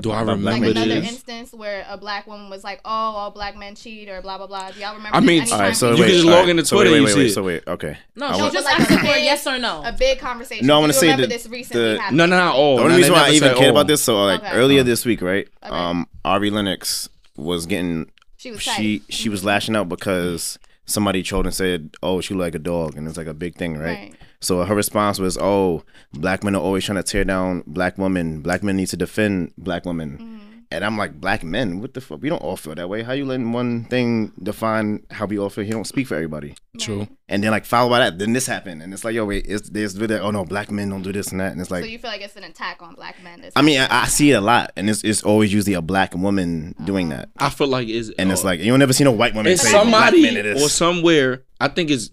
Do I remember Like another this? instance where a black woman was like, "Oh, all black men cheat" or blah blah blah. Do y'all remember? I this? mean, Anytime All right, so You can wait, just all log right, into so Twitter, wait, you wait, see wait, it. So wait, okay. No, I she want- just like asked a for a big- yes or no. A big conversation. No, I Do want you to say remember the, this recently the happened? No, no, oh. not all. The only No, oh. they reason why I never even said cared all. about this, so like Okay. earlier this week, right? Um, Ari Lennox was getting She was she she was lashing out because somebody trolled and said, "Oh, she like a dog," and it's like a big thing, right? Right. So her response was, "Oh, black men are always trying to tear down black women. Black men need to defend black women." And I'm like, black men, what the fuck? We don't all feel that way. How you letting one thing define how we all feel? He don't speak for everybody. True. And then like follow by that, then this happened, and it's like, yo, wait, it's there's really oh no, black men don't do this and that, and it's like, so you feel like it's an attack on black men? This I mean, I, I see it a lot, and it's it's always usually a black woman doing Uh-huh. that. I feel like it's and it's like you don't never see no white woman It's say black somebody men it or is. somewhere. I think it's.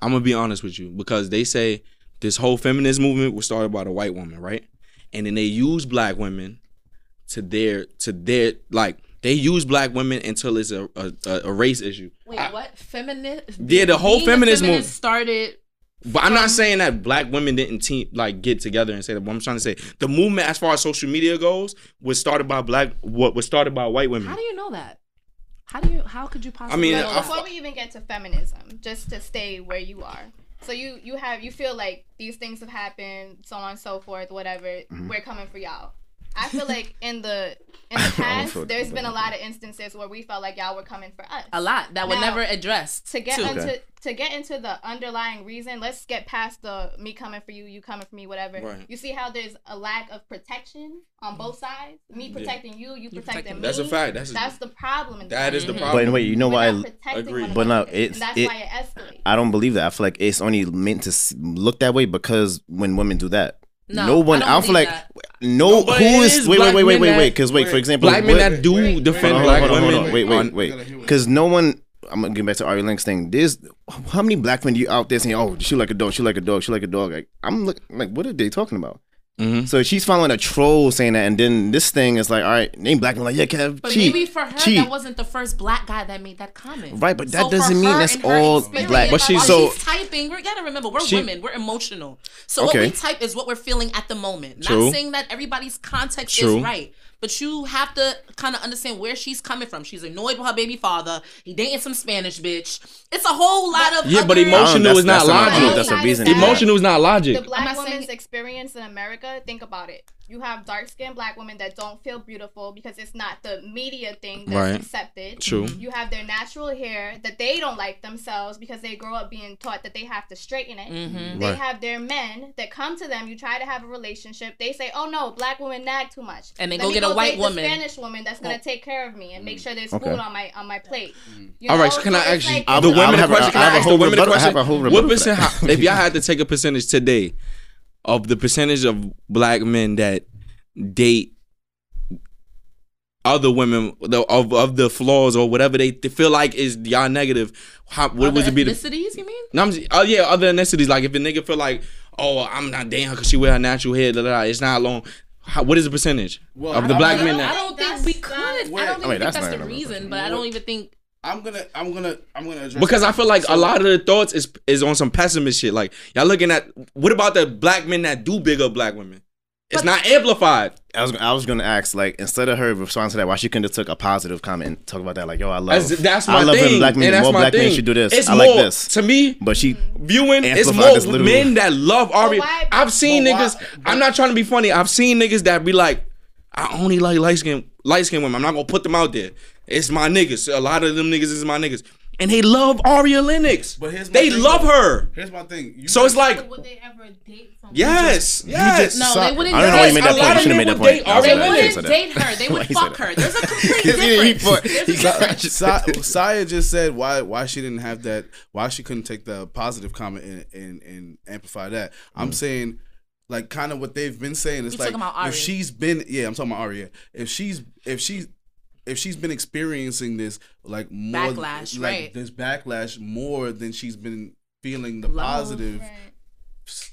I'm gonna be honest with you because they say this whole feminist movement was started by the white woman, right? And then they use black women to their to their like They use black women until it's a a, a a race issue. Wait, what? Feminist? Yeah, the whole Being a feminist feminist movement. started. But I'm not saying that black women didn't team like get together and say that. What I'm trying to say, the movement as far as social media goes, was started by black. What was started by white women. How do you know that? How do you? How could you possibly? mean, know Mm-hmm. I- that? before we even get to feminism, just to stay where you are. So you you have you feel like these things have happened, so on and so forth, whatever. Mm-hmm. Mhm. We're coming for y'all. I feel like in the I in the don't feel past, there's that been a lot of instances where we felt like y'all were coming for us. a lot that were Now, never addressed. To get too. into to get into the underlying reason, let's get past the me coming for you, you coming for me, whatever. Right. You see how there's a lack of protection Mm. on both sides. Me Yeah. protecting you, you protecting me. me. That's a fact. That's a- the problem. in That this. is the problem. But wait, you know Mm-hmm. We're why? not protecting one But no, another, and it's that's it, why it escalates. I don't believe that. I feel like it's only meant to s- look that way because when women do that, No, no, one. I, I don't don't feel believe like no. but who it is? is Wait, black wait, wait, wait, men wait, that- wait. Because wait, for example, black men what- that do Hold defend on, black hold on, hold women. on. Wait, on- wait, wait. Because no one. I'm gonna get back to Ari Link's thing. There's how many black men you out there saying, "Oh, she like a dog, she like a dog, she like a dog." Like I'm look, like, what are they talking about? Mm-hmm. So she's following a troll saying that, and then this thing is like, all right, name black man like, yeah, Kev, But cheat, maybe for her, cheat. that wasn't the first black guy that made that comment. Right, but that for doesn't mean her that's and her all experience, black. But she's- so- while she's typing. We gotta remember, we're She- women. We're emotional. So what Okay. we type is what we're feeling at the moment. True. Not saying that everybody's context True. is right, but you have to kind of understand where she's coming from. She's annoyed with her baby father. He dating some Spanish bitch. It's a whole lot of Yeah, but other- emotional that's- is not that's another- logic. that's a reason. Emotional is not logic. The black woman's experience in America, think about it. You have dark skinned black women that don't feel beautiful because it's not the media thing that's Right. accepted. True. Mm-hmm. You have their natural hair that they don't like themselves because they grow up being taught that they have to straighten it. Mm-hmm. Mm-hmm. Mhm. They Right. have their men that come to them. You try to have a relationship. They say, oh no, black women nag too much. And they Let go me get a white date the woman. Mm. Spanish woman that's Oh. going to take care of me and make sure there's Okay. food on my on my plate. You All right, know? so can I So it's ask you like- I the would- I would women a have a- question? Can I have I a ask the whole women a rebuttal- I have question? a whole What rebuttal for percent? how- If y'all had to take a percentage today of the percentage of black men that date other women the, of of the flaws or whatever they, they feel like is y'all negative, how, what would it be? The, ethnicities? You mean? no, I'm just- oh yeah, other ethnicities. Like if a nigga feel like, oh, I'm not dating her because she wear her natural hair. Da, da, da, it's not long. How, what is the percentage of the black men I that? don't think we could. I don't even Wait, think that's that's, not the another reason. But I don't even think. I'm gonna. I'm gonna. I'm gonna address Because I that. feel like So- a lot of the thoughts is is on some pessimist shit. Like y'all looking at what about the black men that do big up black women? It's not amplified. I was I was gonna ask like instead of her responding to that, why she couldn't have took a positive comment and talk about that like yo I love That's- that's I my love when thing, black men and that's more my black men thing. should do this It's I like more- this to me but she viewing it's amplified this more little- men that love Ari. I've seen but why- niggas. I'm not trying to be funny. I've seen niggas that be like, I only like light skin light skin women. I'm not gonna put them out there. It's my niggas. A lot of them niggas is my niggas, and they love Aria Lennox. But here's my they thing, love though. her. Here's my thing. You So it's like Would they ever date someone? Yes, You yes. just No, suck. they wouldn't I don't know why you date- made that A point. lot You of shouldn't have men made that would date point. I was Ari gonna say Lennox. that. They date her. They Why would he said fuck her. There's a complete difference. Sa- Saya just said why why she didn't have that why she couldn't take the positive comment and and, and amplify that. I'm saying like kind of what they've been saying. It's You like talking about Ari. if she's been yeah, I'm talking about Aria. If she's if she's if she's been experiencing this like more Backlash, like right. this backlash more than she's been feeling the Love, positive.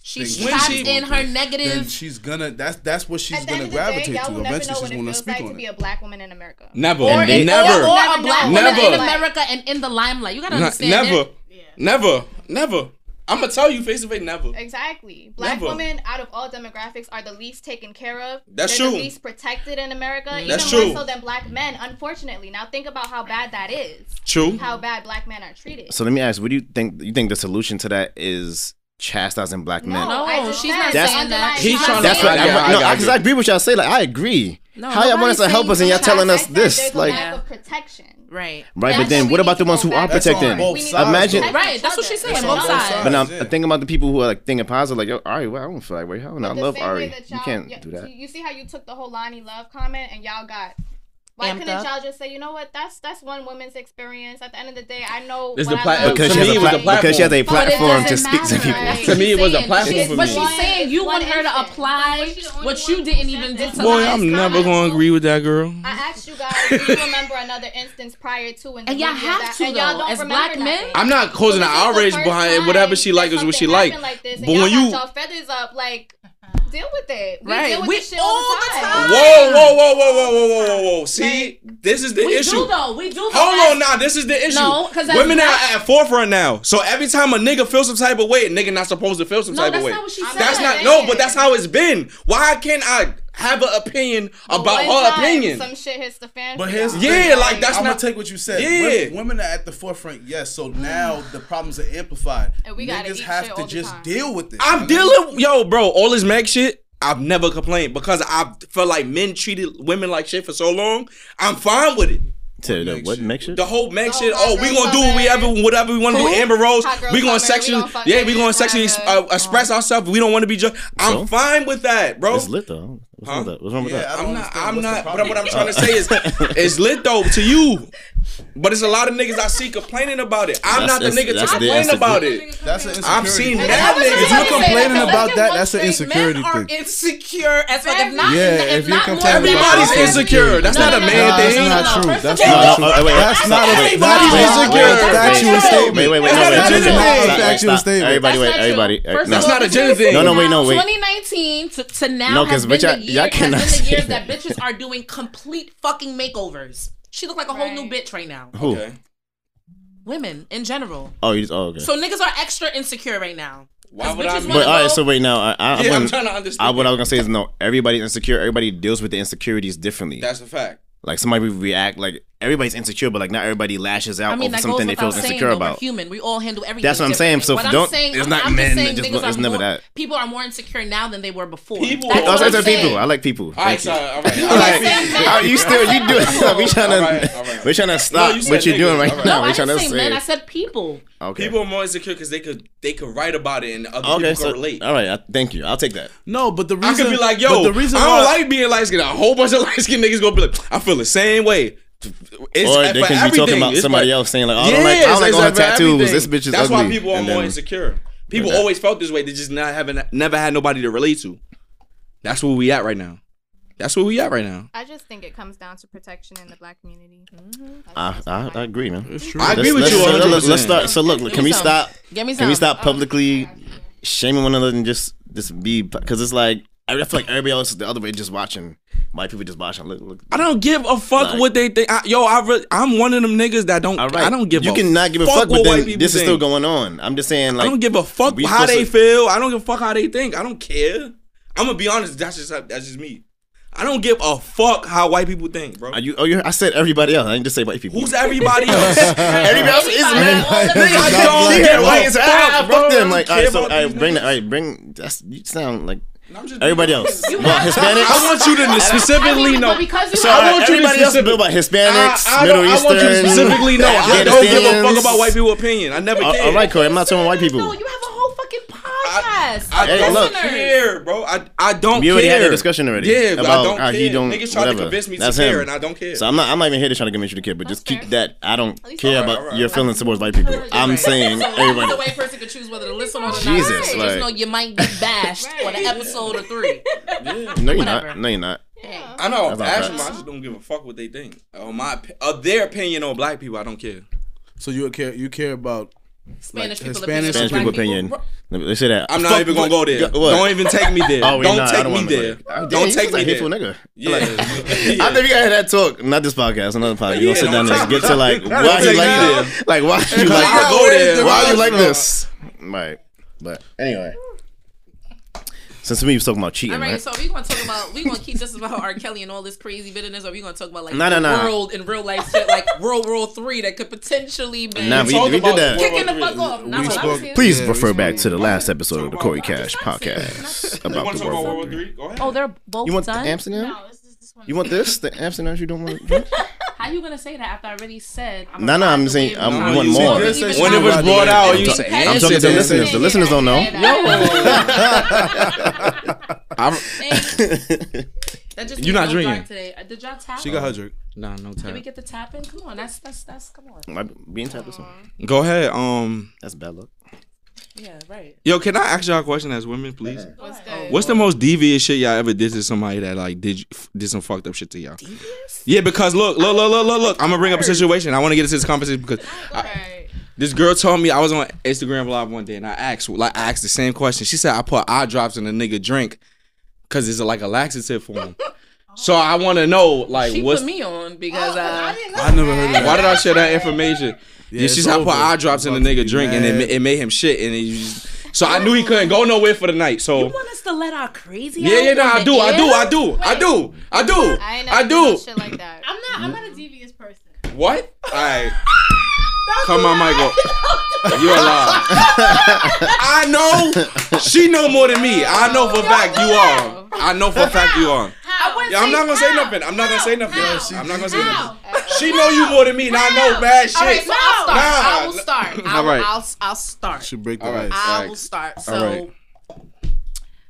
She's thing trapped going in through, her then negative- She's gonna. That's that's what she's At the end gonna of the day, gravitate y'all to. will never know Eventually, what she's it gonna feels speak like to on be it. a black woman in America. Never, Or They- in- never, or Or a black woman in never. America and in the limelight. You gotta Nah, understand. never, that- never, never. I'm gonna tell you face to face, never. Exactly. Black Never. women, out of all demographics, are the least taken care of. That's They're true. The least protected in America. Mm, That's even true. More so than black men, unfortunately. Now think about how bad that is. True. How bad black men are treated. so let me ask what do you think you think the solution to that is chastising black men No, I just she's said not the saying that. underlying He's causes. trying to that's what I got- I I, no got because you. I agree with y'all say like I agree No, how y'all want us nobody's to help saying us and y'all you telling us There's this a like lack of protection. Right. right but then what about the ones who are protected imagine Right. That's what she's saying. Both sides. but now I'm thinking about the people who are like thinking positive like yo Ari well, I don't feel like way hell no I The love same way Ari that you y'all- can't y- do that You, you see how you took the whole Lonnie Love comment and y'all got. Why Amped couldn't up. y'all just say, you know what? That's that's one woman's experience. At the end of the day, I know This what the I plat- love. because To she me, has a it was a pla- because she has a platform. But it platform to doesn't speak to people matter. To me, it was a platform for But me. she's saying you want her to apply what you didn't even do to Boy, her. I'm never gonna agree with that girl. I asked you guys, do you remember another instance prior to? And, And y'all have to, and y'all though, don't as remember black men. I'm not causing an outrage behind whatever she like is what she like. Like this, But and y'all when got you y'all feathers up, like deal with it. We Right. deal with We- this shit all the time. Whoa, whoa, whoa, whoa, whoa, whoa, whoa, whoa, whoa. See, this is the we do, issue. though. We do, though, as- Hold on now. This is the issue. No, 'cause as women black- are at forefront now. So every time a nigga feels some type of way, a nigga not supposed to feel some No, type that's of way. not what she That's said. not no, but that's how it's been. Why can't I have an opinion about One her time, opinion? Some shit hits the fan. But for here's y'all. the thing, Yeah, like, that's I'm not- gonna take what you said. Yeah. Women, women are at the forefront, yes. So now the problems are amplified. And we gotta Niggas eat have shit all to the just time. deal with it. I'm dealing, yo, bro. All this Meg shit, I've never complained because I felt like men treated women like shit for so long. I'm fine with it. To the what make sure? The whole Meg shit. Oh, we gonna do whatever, whatever we want to do. Amber Rose. Hot girl We gonna summer, sexually, we gonna fuck yeah, we gonna sexually uh, express ourselves. We don't want to be judged. I'm So? fine with that, bro. It's lit though. What's wrong with that? What's wrong with that? I'm not. I'm not. But what I'm trying to say is, it's lit though to you. But it's a lot of niggas I see complaining about it. I'm That's- not the that's- nigga to that's the complain insecure- about it. That's an I've seen insecurity. mad If niggas. you complaining about that, that's an insecurity men are thing. insecure as fuck. If not, Yeah, if, if you're not more complaining than about men. Everybody's insecure. That's No, not a no, no, man no, thing. that's not true. That's of not all- true. no, wait, wait, That's that's not not- a everybody's that's not- insecure. that's That's factual not true. statement. Wait, wait, wait, That's no, not wait, a no, gender no, no, thing. stop, Factual stop. statement. Everybody, wait, everybody. uh, First no. of all, between No, no, wait, no, wait. 2019 to, to now No, has 'cause been bitch, the y'all- years, y'all has cannot been the say years that bitches are doing complete fucking makeovers. She look like a whole new bitch right now. Who? Women in general. Oh, you just oh okay. So niggas are extra insecure right now. Why Cause would I bitches be? But all right, so wait now. I, I, Yeah, I'm wouldn't- trying to understand I, what I was gonna say is no. Everybody's insecure. Everybody deals with the insecurities differently. That's a fact. like somebody would react like everybody's insecure, but like not everybody lashes out I mean, over that something goes they feel without saying. insecure Though, we're about. human. We all handle everything. That's what I'm saying. So differently. don't- What I'm saying, it's I'm- not I'm men, Just saying it just niggas wa- it's are never more- that. People are more insecure now than they were before. People. I was like people. I like people. All right, Thank you. sorry. All right. All right. All right, you still you do it. We trying to we trying to stop you said what you're doing niggas. right All right. now. No, we I trying didn't to say say men, I said people. okay. People are more insecure because they could they could write about it and other okay, people so could relate. all right, I, thank you. I'll take that. No, but the I reason could be like, but yo, the reason I don't why- like being light skinned. A whole bunch of light skinned niggas gonna be like, I feel the same way. It's or for they can be talking everything. about It's somebody like- else saying like, oh, I don't like, I Yes, don't like it's all her for tattoos. This everything. bitch is That's ugly. why people are And more then- insecure. People that- always felt this way. They just not having never had nobody to relate to. That's where we at right now. That's where we at right now. I just think it comes down to protection in the black community. Mm-hmm. I, I, I agree, man. It's true. I agree with let's, you Let's, let's, 100%. start. So look, Give can me we some. stop? Give me Can we some. stop publicly shaming one another and just just be? Because it's like I feel like everybody else is the other way, just watching white people just watching. Look, look. I don't give a fuck Like- what they think. I, yo, I really, I'm one of them niggas that don't. I don't give. You a cannot give a fuck, what but white then people this is think. still going on. I'm just saying, like, I don't give a fuck we how they supposed feel. I don't give a fuck how they think. I don't care. I'm gonna be honest. That's just how- that's just me. I don't give a fuck how white people think, bro. Are you? Oh, you? I said everybody else. I didn't just say white people. Who's everybody else? everybody else is man. Nigga, I don't Nigga, give a white is fuck, ah, bro. fuck them. Like, I all right, don't care so all about right, these bring niggas. that. All right, bring. That's you sound like just everybody else. Well, Hispanics. I want you to specifically know. but because you So have- I want everybody else know about Hispanics, I, I Middle don't, Eastern. I want you to specifically know. I don't give a fuck Afghanistans. about white people opinion. I never All- care. all right, Corey, I'm not talking white people. You have a whole fucking podcast. I Hey, don't look. care, bro. I, I don't We care. already had that discussion already. Yeah, but I about don't how care. he don't Niggas trying whatever. to convince me That's to him. care, and I don't care. So I'm not. I'm not even here to try to convince you to care, but just keep that. I don't care about your feelings towards white people. I'm saying The everybody. white person could choose whether to listen or not. Jesus, So like- just know you might get bashed on an episode or three. No, you're Whatever. not. No, you're not. I know. That's not Actually, facts. I just don't give a fuck what they think. Uh, my op- uh, their opinion on black people, I don't care. So you care you care about Spanish like, people Hispanic Spanish people opinion. They say that. I'm not Fuck even gonna go what- there. what? Don't even take me there. Oh, wait, don't nah, I take don't me wanna go there. Ah, damn, Don't you take just a me hateful there. nigga. Yeah. Like, I think we gotta have that talk, not this podcast, another podcast. You Yeah, gonna sit don't down and take- get to like don't why take you me like there. this, like why you Cause like I'll go there. why you like Restaurant. this, right? But anyway, since we was talking about All cheating, right, right? so we gonna talk about we gonna keep just about R. Kelly and all this crazy bitterness, or we gonna talk about like Nah, nah, the nah. world and real life shit, like World War Three that could potentially be Nah, we- we did that. kicking the fuck off. Nah, nah, Please refer back to the last episode of the Corey Cash podcast about the World War Three. Oh, they're both You want the done. Amsterdam? You want this? The Amsterdam you don't want? No, How you gonna say that after I already said? I'm no, I'm saying I No, want you more. did say When it was something brought about out, the you Amsterdam. said I'm talking to the Amsterdam. listeners. The listeners don't know. I'm- That just You're made not no drinking. drink Today. Uh, Did y'all tap? drink. Nah, no Did we time. get the tapping? Come on, that's that's that's come on. My being tapped or something. Go ahead. Um, that's bad luck. Yeah, right. Yo, can I ask y'all a question as women, please? What's What's the most devious shit y'all ever did to somebody that like did you- f- did some fucked up shit to y'all? Yeah, because look, look, look, look, look, look. I'm gonna bring up a situation. I want to get into this conversation because I, this girl told me I was on Instagram Live one day and I asked like I asked the same question. She said I put eye drops in a nigga drink, because it's like a laxative for him. So I want to know like she what's put me on because uh, I never heard of that. Why did I share that information? Yeah, it's she's I over. put eye drops in the nigga drink and it, mad. ma- it made him shit and he just, so I knew he couldn't go nowhere for the night. So want us to let our crazy. yeah, out yeah, no, on I the do, I air? do, I do, I do, I do, I ain't never I do do. that shit like that. I'm not. I'm not a devious person. What? All right. Come on, Michael. You are lying. I know. She know more than me. I know for a fact you are. I know for a fact you are. Yeah, I'm not gonna say nothing. I'm not gonna say nothing. I'm not gonna say nothing. She know you more than me, and I know bad shit. All right, so I'll start. I will Nah. start. I All will, right. I'll, I'll start. Should break the All right. ice. I will start. So All right.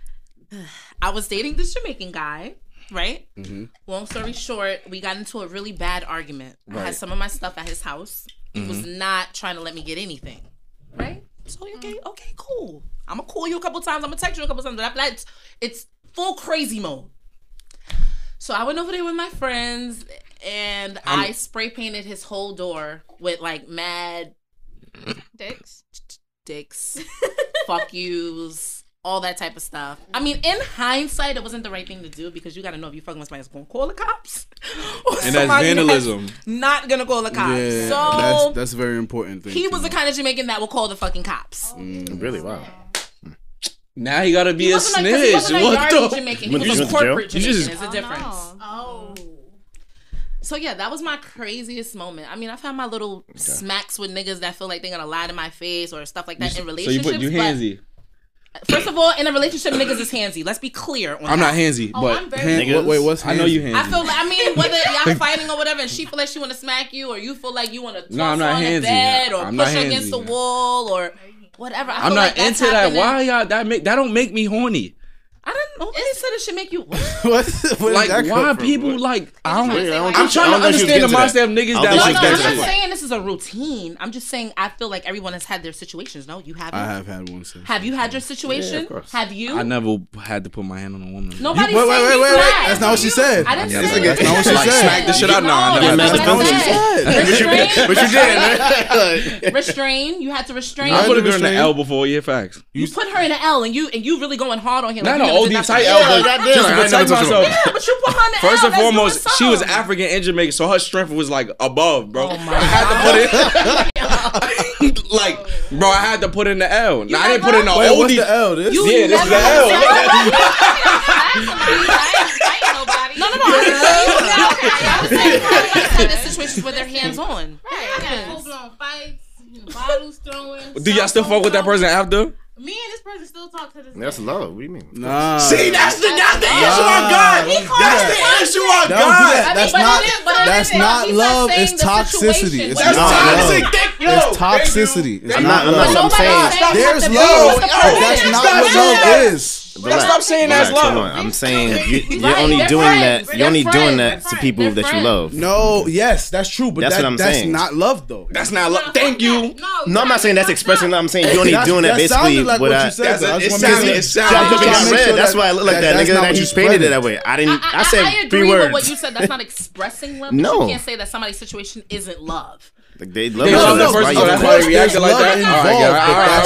I was dating this Jamaican guy, right? Mm-hmm. Mhm. Long story short, we got into a really bad argument. I Right. had some of my stuff at his house. He was Mm-hmm. Mhm. not trying to let me get anything, right? So okay, Mm. okay, cool. I'm gonna call you a couple times. I'm gonna text you a couple times. But after that, it's, it's full crazy mode. So I went over there with my friends, and I'm- I spray painted his whole door with like mad dicks, dicks, fuck yous, all that type of stuff. I mean, in hindsight, it wasn't the right thing to do because you got to know if you fucking with somebody that's gonna call the cops. or And that's somebody vandalism. Not gonna call the cops. Yeah, so that's that's a very important thing. Mm. he was the kind of Jamaican that will call the fucking cops. Mm, Really? Wow. Now he gotta be He a wasn't like- 'cause he snitch. wasn't like What Yardley the? Jamaican. He was a corporate Jamaican. There's a difference. Oh. So yeah, that was my craziest moment. I mean, I've had my little smacks with niggas that feel like they're gonna lie to my face or stuff like that in So you relationships. put you but- handsy. First of all, in a relationship, niggas is handsy. Let's be clear. On I'm that. Oh, not handsy, but hand- what- wait, what's I know you I feel like I mean whether y'all fighting or whatever, and she feel like she want to smack you, or you feel like you want to toss No, I'm not her on handsy. the bed, or I'm not push her against handsy. the wall, or whatever. I I'm feel not like that's into that. happening. Why y'all that make that don't make me horny? I don't know. Nobody said it should make you. what? like why people like I don't. Wait, I don't I'm think she- I trying don't think she was to understand the getting to mindset that. of niggas No, that no, like I'm not that shit. saying this is a routine. I'm just saying I feel like everyone has had their situations. No, you haven't. I have had one since. Have you had your situation? Have you? I never had to put my hand on a woman. Nobody You- wait, said wait, wait, he's wait, wait. not. That's not what she said. I didn't This say nigga- that's not what she Like, said. smack the shit out? Nah, I never that's had not what she that. said. Restrain. But you Restrain. Restrain. You had to restrain. I put a girl in the L before. Yeah, facts. You put her in an L, and you and you really going hard on him. like Not you an never did old deep nothing. tight L, but just to protect myself. Yeah, but you put her in the First L. and foremost, she was African and Jamaican, so her strength was like above, bro. Oh like, bro, I had to put in the L. Now, I didn't put in the Wait, oldie. what's the L? This- You yeah, this is the never- L. No, no, no. I was saying probably like some of the situations where they're hands on. Right. Yeah. Full blown fights. Bottles throwing. Do y'all still fuck with that person after? Me and this person still talk to this. That's love. What do you mean? Nah. See, that's the that's the Nah. issue I got. He called That's it the issue I Oh Don't do that. got. That's not. That's not love. It's toxicity. It's That's not toxic. love. Thank you. It's toxicity. It's I'm not- not I'm not- I'm love. Nobody saying- else doesn't there's have to love, be with but the that's person. not Stop what saying love that. is. Relax. Stop saying that's Relax, hold love. on. I'm saying you, you're Right, only they're doing that. friends. They're You're only doing friends. that to people that you love. No, yes, that's true, but That's that- what I'm that's saying. not love though. That's not love. Thank you. No, I'm not saying that's expressing. love. I'm saying you're only That's- doing that that basically. sounded like what what I- you said, though. I It just wanna make sounded. sure- It sounded. I'm just trying to make sure That's that- why I look like that- that, that's nigga. not That what you he's painted it spreading. that way. I didn't. I, I, said I agree three words. with what you said. That's not expressing love. No. No. But you can't say that somebody's situation isn't love. Like, they They love each other. love That's that why person, you so love that's them. why they reacted like that. All right, yeah, all right, all right, all right, all Some, right.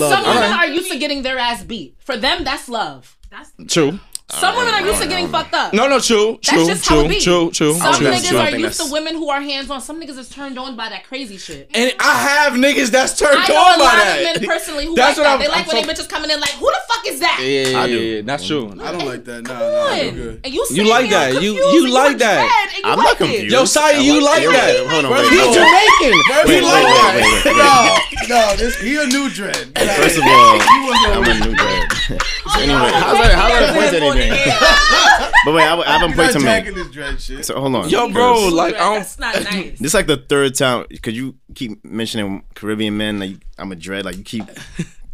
some All women right. are used to getting their ass beat. For them, that's love. That's True. some women are used to getting fucked up. No, no, true, That's true, just how it true, be. true, true. Some true, niggas true. are used to women who are hands on. Some niggas is turned on by that crazy shit. And I have niggas that's turned I know on a by lot that. of men personally who That's like what that. I'm- they like when I'm so- they bitches coming in like, who the fuck is that? Yeah, yeah, yeah, I do. yeah, that's true. I don't like that. Nah, on. nah, you're good. And you You sitting like there that? You confused you and like upset that? and you I'm not like it. confused. Yo, Saya, you I'm like like- that? Hold on, First wait, of hold all- on. Wait, First he wait, like wait, that? wait, wait, No, no, this he a new dread. First of all, I'm a new dad. So anyway, how's that? How's that a point to anything? But wait, I, have- I have a point to make. this dread shit. So hold on, Yo, bro, Because like I don't. That's not nice. this is like the third time because you keep mentioning Caribbean men. Like I'm a dread. Like you keep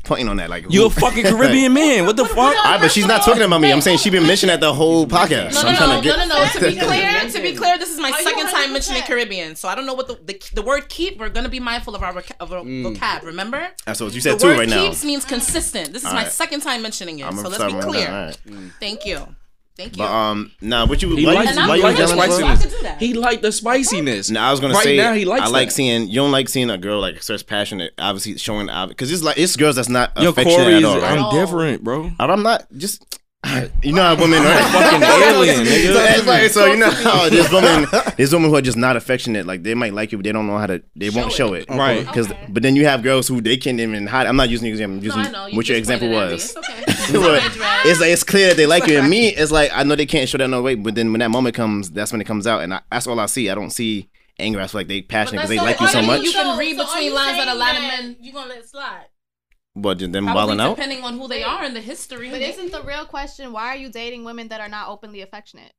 pointing on that. Like You a fucking Caribbean man? What the fuck? I, but she's not talking about me. I'm saying she's been mentioning that the whole podcast. No, So no, I'm no, trying no, to get. no, no, To be clear, to be clear, this is my second time mentioning Caribbean, so I don't know what the, the the word keep. We're gonna be mindful of our voc- of our Mm. vocab. Remember, That's what you the said too word right now. keeps means consistent. This is All my right. second time mentioning it, I'm so gonna let's be stop right clear. Mm. now, all right. Thank you, thank you. But um, nah, what you He why, likes- you- he why you likes was the yelling at us? spiciness. He liked the spiciness. Now I was gonna right say now he likes. I like that. seeing you don't like seeing a girl like such passionate, obviously showing because it's like it's girls that's not Yo, affectionate Corey at is. all. Right? I'm different, bro. I'm not just You know how women are Fucking alien, nigga. So, it's like, so you know Talk to me. how this woman, this woman who are just not affectionate, like they might like you, but they don't know how to, they won't show it, Right. Because, but then you have girls who they can't even hide. I'm not using the example. I'm using I know, you what your just example pointed at me. was. It's okay. But it's like it's clear that they like you, and me, it's like I know they can't show that no way. But then when that moment comes, that's when it comes out, and I, that's all I see. I don't see anger. I feel like they passionate because they like you so much. You can read So are between you lines that a saying lot of that men. You gonna let it slide? But then them Probably balling out. depending on who they are in the history. But isn't the real question why are you dating women that are not openly affectionate?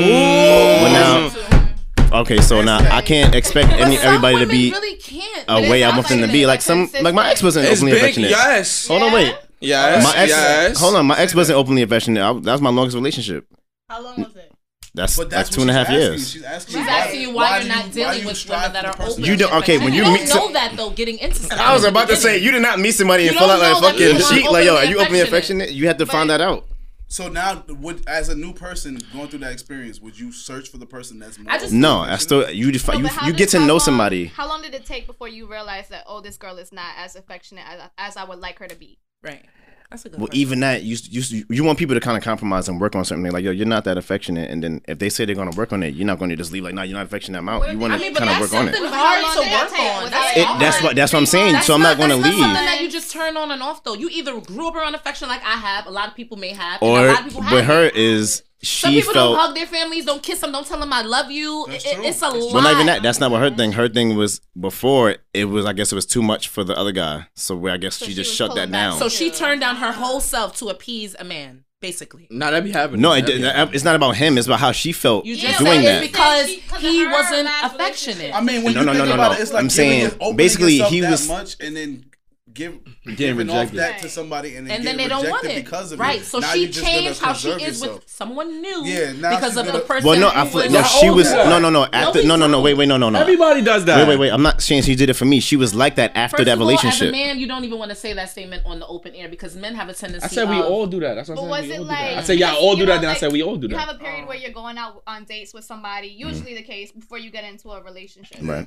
Mm. Well, now, okay, so now I can't expect any But some everybody to women be really can't. a But way it's I not want them to like be. that. Like some, like my ex wasn't It's openly big, affectionate. yes. Hold on, wait. Yes, My ex, yes. Hold on, my ex wasn't openly affectionate. I, that was my longest relationship. How long was it? That's But that's, that's two and a what half she's asking years. you. She's asking She's you asking you why, why you're do not you- why do dealing you with women that are open. You don't- okay, when you don't meet know some- that though. Getting into something. I was about to say you did not meet somebody and You fall out like don't know that fucking people are sheet. Like yo, are openly you openly affectionate? You have to find that out. So now, would as a new person going through that experience, would you search for the person that's more? I just- No, I still you defi- No, you but how you did- get to how know long- somebody. How long did it take before you realized that oh, this girl is not as affectionate as, as I would like her to be? Right. That's a good. Well, even that you you you want people to kind of compromise and work on something. Like yo, you're not that affectionate, and then if they say they're gonna work on it, you're not going to just leave. Like no, you're not affectionate. I'm out. You want to kind of work on it. something How long hard to did that work take? on. Was That's It- hard. that's what that's what I'm saying. so I'm not going to That's not something leave. that you just turn on and off though. You either grew up around affection like I have, a lot of people may have, and a Or lot of people have. but her is Some she people don't felt hug their families, don't kiss them, don't tell them I love you. It- it- it's a lot. well not even that. That's not what her thing. Her thing was before it was I guess it was too much for the other guy. So where I guess she just shut that down. So she turned down her whole self to appease a man, basically. Nah, that be happening. no, it, That be happening. it's not about him. It's about how she felt You just doing said that. it's because he wasn't affectionate. I mean, No, no, no, no, no. I'm giving saying, your- opening basically, yourself he that was- much, and then give Getting giving off rejected. that to somebody, and then, and then they getting don't want rejected it, because of it. right? So Now she you're just gonna changed how she preserve is yourself. with someone new, Yeah, now because she's of the gonna- person. Well, no, who I feel, was- no. She was no, no, no. After no, no, no. Wait, wait, no, no, no. Everybody does that. Wait, wait, wait. I'm not saying she did it for me. She was like that after First that of all, relationship. as a man, you don't even want to say that statement on the open air because men have a tendency. I said we of- all do that. That's what But I'm was saying. it we all do that. like I said y'all all do you that. know, Then I like, said we all do You have that. a period Oh. where you're going out on dates with somebody, Mm. usually the case before you get into a relationship. Right.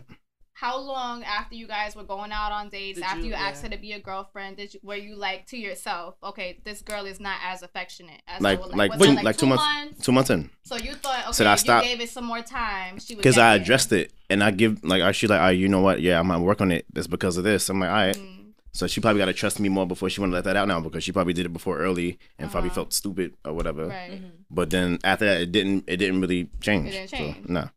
How long after you guys were going out on dates, Did after you- you, yeah. asked her to be a girlfriend, did you, were you like to yourself, okay, this girl is not as affectionate as I like, would like, Was two, it like, two months, two months in. So you thought, okay, Should I if stop? you gave it some more time, she would because get I it. addressed it and I give like I she like, all right, you know what? Yeah, I'm gonna work on it. That's because of this. I'm like, all right. So she probably got to trust me more before she want to let that out now because she probably did it before early and probably felt stupid or whatever. Right. Mhm. But then after that, it didn't. It didn't really change. It didn't So, change. no.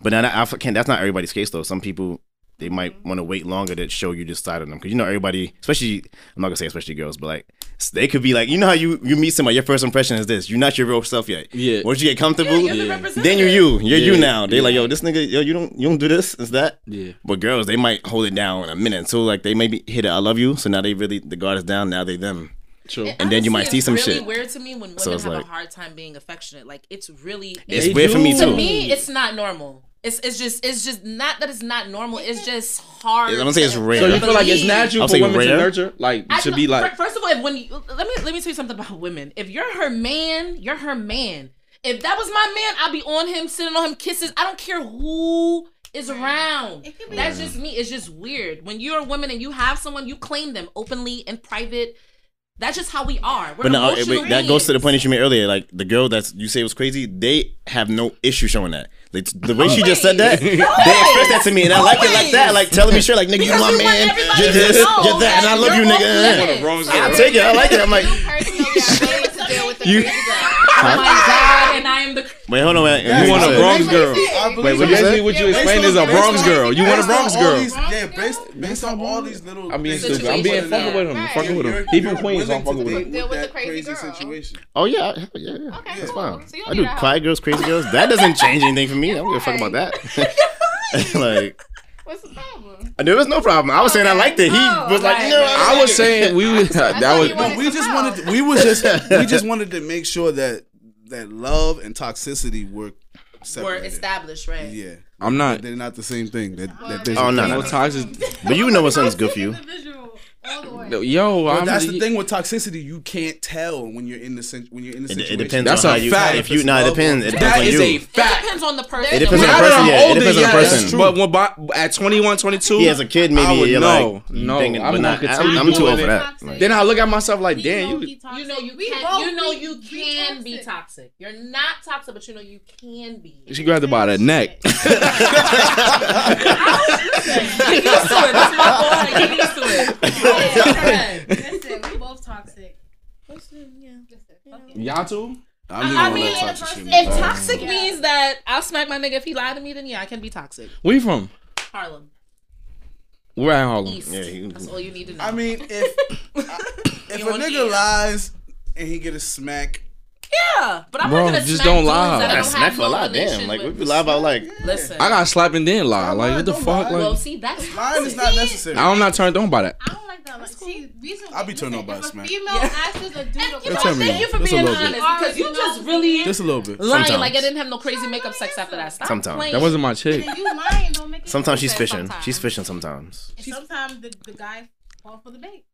But now that, I can't. That's not everybody's case though. Some people they might Mm-hmm. want to wait longer to show you this side of them because you know everybody, especially I'm not gonna say especially girls, but like s- they could be like, you know how you you meet somebody, your first impression is this. You're not your real self yet. Yeah. Once you get comfortable, you're the Yeah. then you you. You're you Yeah, now. They're like, yeah. yo, this nigga, yo, you don't you don't do this, is that? Yeah. But girls, they might hold it down in a minute. So like they maybe hit it, I love you. So now they really the guard is down, now they them. True. And, then you might Honestly, see it's some really shit. Weird to me when women So it's have like- a hard time being affectionate. Like it's really It's They weird for me, do. too. To me, it's not normal. It's it's just it's just not that it's not normal. It's just hard. I'm gonna say it's to rare. So you feel like it's believe. natural I'm for saying women rare? to nurture, like I to know- be like. fir- First of all, if when you, let me let me tell you something about women. If you're her man, you're her man. If that was my man, I'd be on him, sitting on him, kisses. I don't care who is around. That's just me. It's just weird. When you're a woman and you have someone, you claim them openly and private. That's just how we are. We're But no, it- emotional wait, that goes to the beings. point that you made earlier. Like the girl that you say was crazy, they have no issue showing that. Like, the way she just said that, they expressed that to me, and I like it like that. Like telling me straight, like nigga, you Because my you want man, everybody you're to this, know you're that, and I that love you, you're nigga. off limits. One of the wrong I take it, I like it. I'm like, you. Oh Huh? my god! And I am the Wait, hold on. Wait, You want a Bronx girl. Wait, what you basically what you explained is a Bronx girl. You want a Based on Bronx all girl. these- Yeah, based based on all these little. I'm being things stupid. I'm being that fucking are- with him. I'm fucking with him. You're- He from you're Queens. so I'm willing fucking to with him. deal with that crazy situation. Oh yeah, hell yeah, yeah. Okay, that's cool. fine. So you don't I need do a house. quiet girls, crazy girls. That doesn't change anything for me. I don't give a fuck about that. like, uh, What's the problem? there was no problem. I was saying I liked it. He was like, you know, I was saying we was that was no, we just wanted we was just we just wanted to make sure that that love and toxicity were were separated. established, right? yeah, I'm not. They're not the same thing. That, that there's Oh a no, no, difference. no. But you know what something's good for you. No, yo, But I'm that's the- the thing with toxicity. You can't tell when you're in the sin- when you're in the It- it situation. depends That's on a how you- fact. if you- nah, it depends. It depends That on is you. a It fact. depends on the person. It depends on the Now that person, I'm yeah. It older, depends on the yeah, that's person. true. But when by, at 21, 22, Yeah, as a kid, maybe I would you're know. like, you no, thinking, I'm but not. nah, continue I'm- I'm too doing old for it. that. Like- then I look at myself like, damn, you. You know you both can. You know be- you can be toxic. You're not toxic, but you know you can be. She grabbed her by the neck. Get used to it. That's my boy. Get used to Listen, it. listen, we both toxic. Listen, yeah. Y'all too? I'm I not mean, mean, that toxic shit. if man. toxic means that I'll smack my nigga if he lied to me, then yeah, I can be toxic. Where you from? Harlem. We're at Harlem. East. That's all you need to know. I mean, if if a wanna nigga eat. lies and he get a smack, Yeah, but I'm Bro, not gonna just smack don't dudes that I lie. I don't got have smacked for a no lot, damn. relation Like, with. we lie about, like- Listen. I got slapped and then lie. Like, what the fuck? Well, Like, see, that's lying is not necessary. I'm not turned on by that. I don't like that. Like, see, reason I'll be turned on by a smack. female asses a dude you know, tell me. Thank you for Just a being little honest bit. because you just really Just a little bit. lying. Sometimes. Like I didn't have no crazy makeup sex after that. Stop Sometimes. playing. That wasn't my shit. chick. you lying, don't make it. Sometimes she's fishing. She's fishing sometimes. And sometimes the, the guy fall for the bait.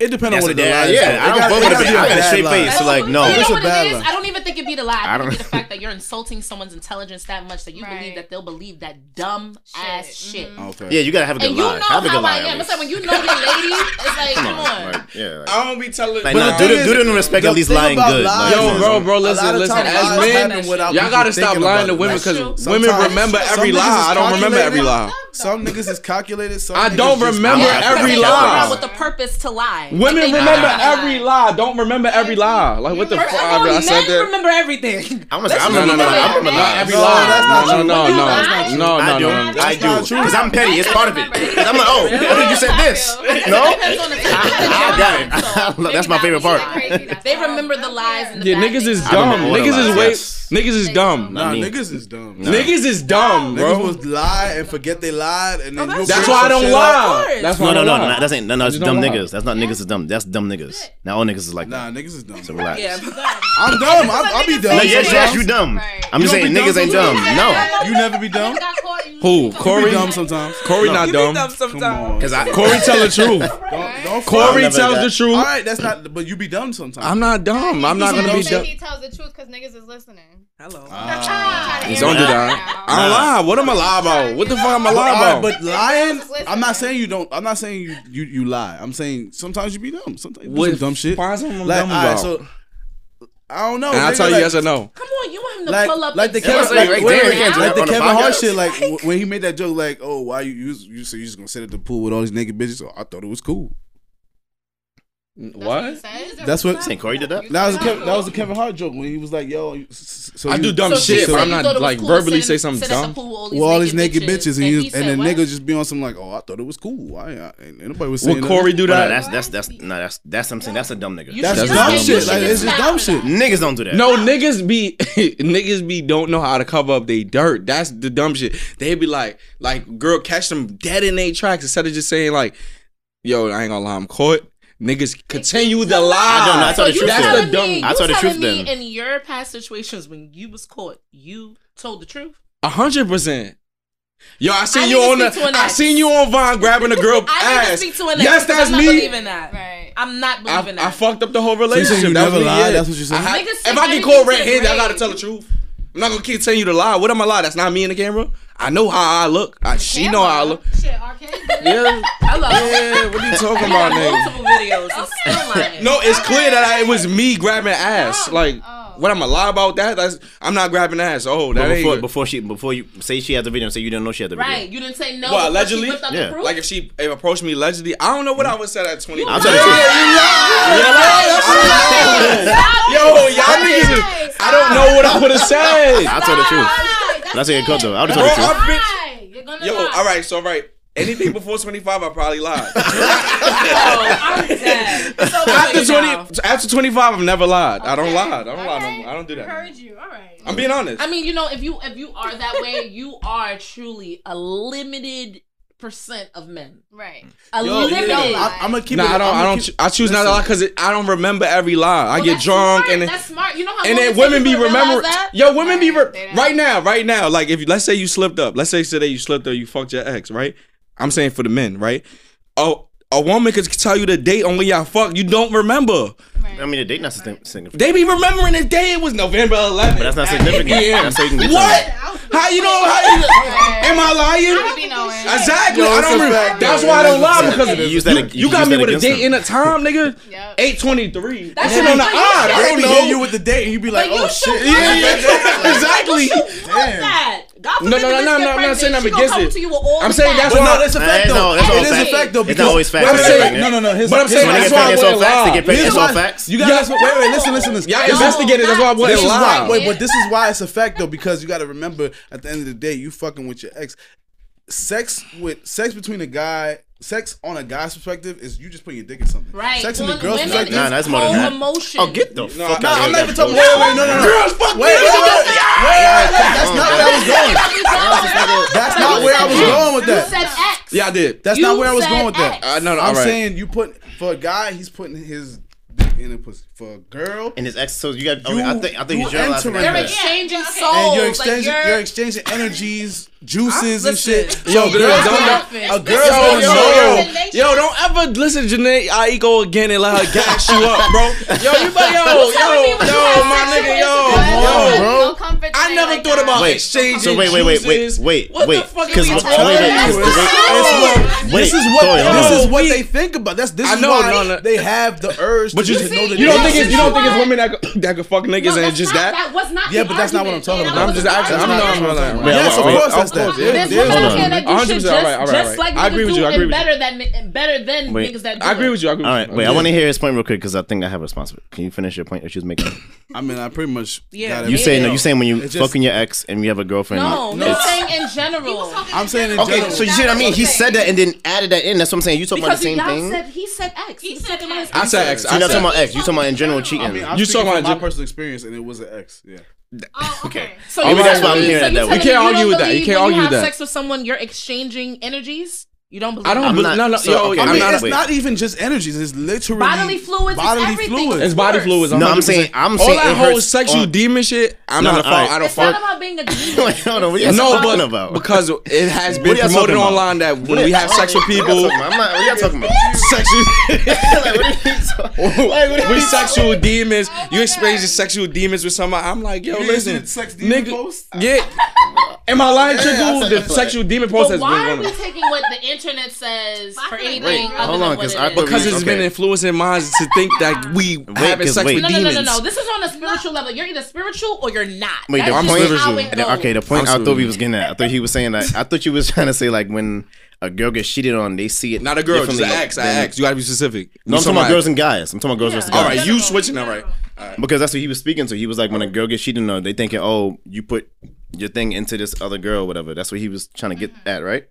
It depends That's on what a the dad- lie is. yeah, though. I It don't fuck gotta- with it a gotta be bitch. I got a bad straight lie. face, so, like, no. You know It's a what bad it is? lie. I don't even think it'd be the lie. I I think it'd be don't- the fact that your insulting's someone's intelligence that much that you believe that they'll believe that dumb ass shit. Okay. Yeah, you gotta have a good And you lie. know Have a how good lie. I am. at It's least. like when you know the lady, it's like, come on. Like, yeah. like- I don't be telling. Like, nah, do the- do the respect at least lying good. Like, Yo, bro, bro, a lot listen, of listen. times As lies men, happen without y'all people gotta stop thinking lying about to it. women That's because true. women Sometimes- remember some every niggas lie. is I don't remember every lie. calculated. Some niggas is calculated. Some I niggas don't just- remember Yeah, every because they lie. go Around around with the purpose to lie. Women Like, they remember know how to every lie. Don't remember every lie. Like what the fuck? First of all, I men said that. remember everything. I'm gonna Let's say, I'm just no, no, be no, clear. I remember Men lying. Every lie. No, no, no, no, no, I no, do. no, no. I do. Because I'm petty. It's part of it. Because I'm like, oh, you said this. No? I got it. That's my favorite part. They remember the lies and the Yeah, bad niggas is things. dumb. remember all Niggas the is lies. way. Yes. Niggas is dumb. Nah, niggas is dumb. Nah. Niggas is dumb, Niggas bro. will lie and forget they lied, and then you'll That's bring why I some don't shit up. lie. That's why No, I no, don't no, lie. no. That's ain't, no, no. It's You don't dumb lie. niggas. That's not niggas is dumb. That's dumb niggas. Now all niggas is like Nah, that. niggas is dumb. So relax. Yeah, but I'm dumb. I, I'll be dumb. Like, yes, yes, you sometimes. dumb. I'm just You don't saying be niggas ain't dumb. sometimes? No. You never be dumb. Who? Corey. dumb sometimes. Corey not dumb. sometimes. Because I. Corey tell the truth. Don't, don't Corey front. tells the All truth. right, that's not. But you be dumb sometimes. I'm not dumb. I'm not gonna be He's a dumb dumb. shit. He tells the truth because niggas is listening. Hello. Ah. He's on the die. I don't lie. What am I lie about? What the fuck am I All lie right, about? but lying, I'm not saying you don't. I'm not saying you you, you lie. I'm saying sometimes you be dumb. Sometimes you do What- some dumb shit. find something I'm dumb all about. so I don't know. and I nigga, tell you like- yes or no. Come on, you want him to Like, pull up like the and Kevin, say like, right wait, there, wait, now? like the on the Kevin Hart podcast. shit, like w- when he made that joke, like, oh, why you you, you so you just gonna sit at the pool with all these naked bitches? Oh, I thought it was cool. What? That's what Saying Corey did that? That was a Kevin, that was a Kevin Hart joke when he was like, "Yo, you- s- so I you- do dumb So she shit, but said I'm you not thought it was like cool verbally sitting- say something sitting at the dumb. pool with all these With all naked these naked bitches, and, he you- said and the what? niggas just be on some like, "Oh, I thought it was cool. I, I ain't nobody was saying." Would Corey that. do Well, no, that? that's that's that's no, that's that's something. That's a dumb nigga. You That's should dumb just- shit. you Like, should it's just stop dumb for shit. that. Niggas don't do that. No, niggas be niggas be don't know how to cover up they dirt. That's the dumb shit. They be like, like girl, catch them dead in their tracks instead of just saying like, yo, I ain't gonna lie, I'm caught. Niggas continue the lie. I don't know. I told the you truth That's telling the me- dumb. I you told the telling truth me then. In your past situations, when you was caught, you told the truth. A hundred percent. Yo, I seen I you need to on the. speak to an I ex. seen you on Vine grabbing a girl I need to ass. speak to an yes, ex, 'cause that's I'm not me. believing that. Right. I'm not I, believing I that. fucked up the whole you relationship. That's never really lied? it. That's what you said? I had- Niggas if say I get everything caught to the red-handed, I grave. gotta tell the truth. I'm not gonna keep telling you to lie. What am I lie? That's not me in the camera. I know how I look. I, she know how I look. Shit, arcade. Yeah. Hello. Yeah. What are you talking about, nigga? Multiple videos. It's still lying. No, it's clear that I, it was me grabbing ass. Like, what am I lie about that? That's I'm not grabbing ass. Oh, that But ain't. before good. before she before you say she had the video, say you didn't know she had the video. Right. You didn't say no. What, because allegedly? She whipped out Yeah. The proof. Like if she if approached me allegedly, I don't know Mm. what I would said at 20. I'll tell you the truth. Yo, y'all niggas, is- I don't know what I would have said. I'll tell the truth. That's a good though. I'll just Bro, tell the truth. I've been, yo, all right, so all right. Anything before 25, I probably lied. after 20, after 25, I've never lied. I don't lie. I don't lie no more. I don't do that. Heard you. All right. I'm being honest. I mean, you know, if you if you are that way, you are truly a limited percent of men. Right. A Yo, limited. I, am gonna keep nah, it. I don't. I'ma I don't. choo- keep- I choose not to lie because I don't remember every lie. I get that's drunk smart, and that's smart. You know how long and it then takes women you be to realize remembering. that? Yo, women be re- right now, right now. Like if you- let's say you slipped up. Let's say today you slipped up. You fucked your ex, right? I'm saying for the men, right? Oh, a woman could tell you the date on when y'all fucked. You don't remember. I mean, the date not sig- significant. They be remembering the day it was November 11th. But that's not significant. Yeah. That's how you can get what? How you know? How you? Am I lying? Exactly. Yo, I it's don't a remember. fact, that's though. why I don't You lie use because that- you, you use that ag- you got use me that with a against date and a time, nigga. Eight twenty three. That That's shit what on the I'm odd. I saying. They don't be know. hitting you with the date and you be like, oh shit. Yeah, yeah, exactly. That. God No, no, forbid the bitch no, no, get no, I'm not pregnant, saying I'm she gonna against come it. to you with all I'm the saying facts. that's But not. no, that's a Nah, fact it's though. all- it's all It is a fact. fact though. It's not because- always facts. Wait, wait, It's wait. like- No, no, no. His, But I'm his saying wife- that's his why I wife- wouldn't lie. It's all why- facts. You guys, wait, wait, listen, listen, listen. Y'all This is- investigators, that's why I wouldn't this is lie. why- Wait, but this is why it's a fact though, because you got to remember, at the end of the day, you fucking with your ex. Sex with sex between a guy, sex on a guy's perspective is you just putting your dick in something. Right. Sex in the On girl's women, perspective. it's Nah, that's more than that. co-emotion. Oh, get the no, fuck no, out of here I'm not even with talking. that Wait, wait, no, no, no. Girls, fuck Wait, wait, niggas. wait. Wait, wait, wait. That's not where I was going. That's not where I was going with that. Yeah, I did. That's not where I was going with that. Uh, no, no, I'm all right. saying you put for a guy, he's putting his dick in a pussy. For a girl, And his ex, so you got. oh, I think I think you he's generalizing entering that. that. Changing and souls. you're like, exchanging, you're- you're, exchanging energies, juices, I'm- and shit. listen. Yo, girl, don't- a girl's Yo, gonna yo, know. yo, don't ever listen to Janae Aiko again and let her gas you up, bro. Yo, you but yo, yo, yo, my nigga, yo, yo, bro. I never thought about Wait, exchanging. so wait, wait, wait, wait, wait, wait. Because wait, wait, It's wait, what- wait. This is what Sorry, hold on. this is what they think about. That's this I is know, why no, no. they have the urge. But to you just just know the you don't difference. think it's you don't think it's women that could, that could fuck niggas and it's just not- that. that was not Yeah, the but that's not what I'm argument. talking Yeah, about. I'm just asking. I'm not. I'm not. I'm not- Yes, of I'm not- course that's of course, that. yeah, There's yeah. women out there Hold on. that do shit 100%, just, all right, all right, just all right. like I agree niggas with do you, I and agree with you. better than and better than Wait. niggas that do I agree with you. I agree All with right, you. wait. I want to hear his point real quick because I think I have a response. Can you finish your point that she was making? I mean, I pretty much. got it. You saying no? You saying when you It's just- fucking your ex and you have a girlfriend? No, you- no. He's saying in general. I'm saying in Okay, general. so you see what I mean? He said that and then added that in. That's what I'm saying. You talking about because the same y'all thing? said he said X. He, said him as I said ex. You not talking about ex. You talking about in general cheating? I mean, I'm You speaking talking from about my ju- personal experience, and it was an ex. Yeah. okay. So Maybe you that's why telling I'm me- hearing so it that way. you telling me don't believe when argue You that. have sex with someone, you're exchanging energies. You don't believe. I don't. that? bel- no, no. so, yo, okay, I I'm mean, not. it's not even just energies. It's literally Bodily fluids is everything, of It's body fluids. No, I'm 100%. saying- I'm all saying that it whole hurts sexual on- demon shit. I'm No, not a all right. fault. I don't It's not fuck. about being a demon. Wait, hold on. What are you No, talking but about? because it has been What are y'all promoted talking about? online that What when we y'all have sex with talking about? people, What y'all talking about? I'm not- what y'all talking about? sexual, what are we you sexual demons. You explain your sexual demons with somebody. I'm like, yo, You listen, did sex demon nigga, post? yeah. Am I lying, Yeah, I Chickle? said The that. sexual demon post But has why are been we going. taking what the internet says for anything Wait, other hold than on, what because it I is? thought Because it's been Okay. influencing minds to think that we having 'cause sex wait. with No, no, no, demons. no, no. This is on a spiritual level. You're either spiritual or you're not. Wait, the That's point. just how it goes. Okay, the point I thought Absolutely. we was getting at. I thought he was saying that. I thought you was trying to say like when a girl gets cheated on, they see it. Not a girl, just differently an ex. An than- ex. You gotta be specific. No, I'm With talking about somebody. girls and guys. I'm talking about girls versus guys. All right, you switching that right? Because that's what he was speaking to. He was like, when a girl gets cheated on, they thinking, oh, you put your thing into this other girl, or whatever. That's what he was trying to get at, right?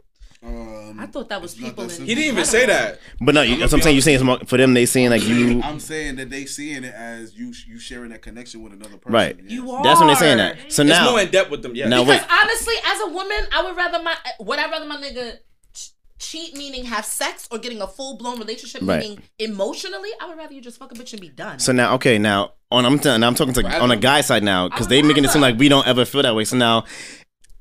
I thought that was people. In He didn't even say that. But no, you, that's what I'm saying. You're saying it's more, for them, they saying like you, I'm saying that they seeing it as you you sharing that connection with another person. right? You That's when they are. saying that. So It's now, more in depth with them, yeah. Now Because wait, honestly, as a woman, I would rather my would I rather my nigga ch- cheat meaning have sex or getting a full blown relationship Right. meaning emotionally. I would rather you just fuck a bitch and be done. So now, okay, now on I'm t- now I'm talking to on a guy side now because they making it seem like we don't ever feel that way. So now,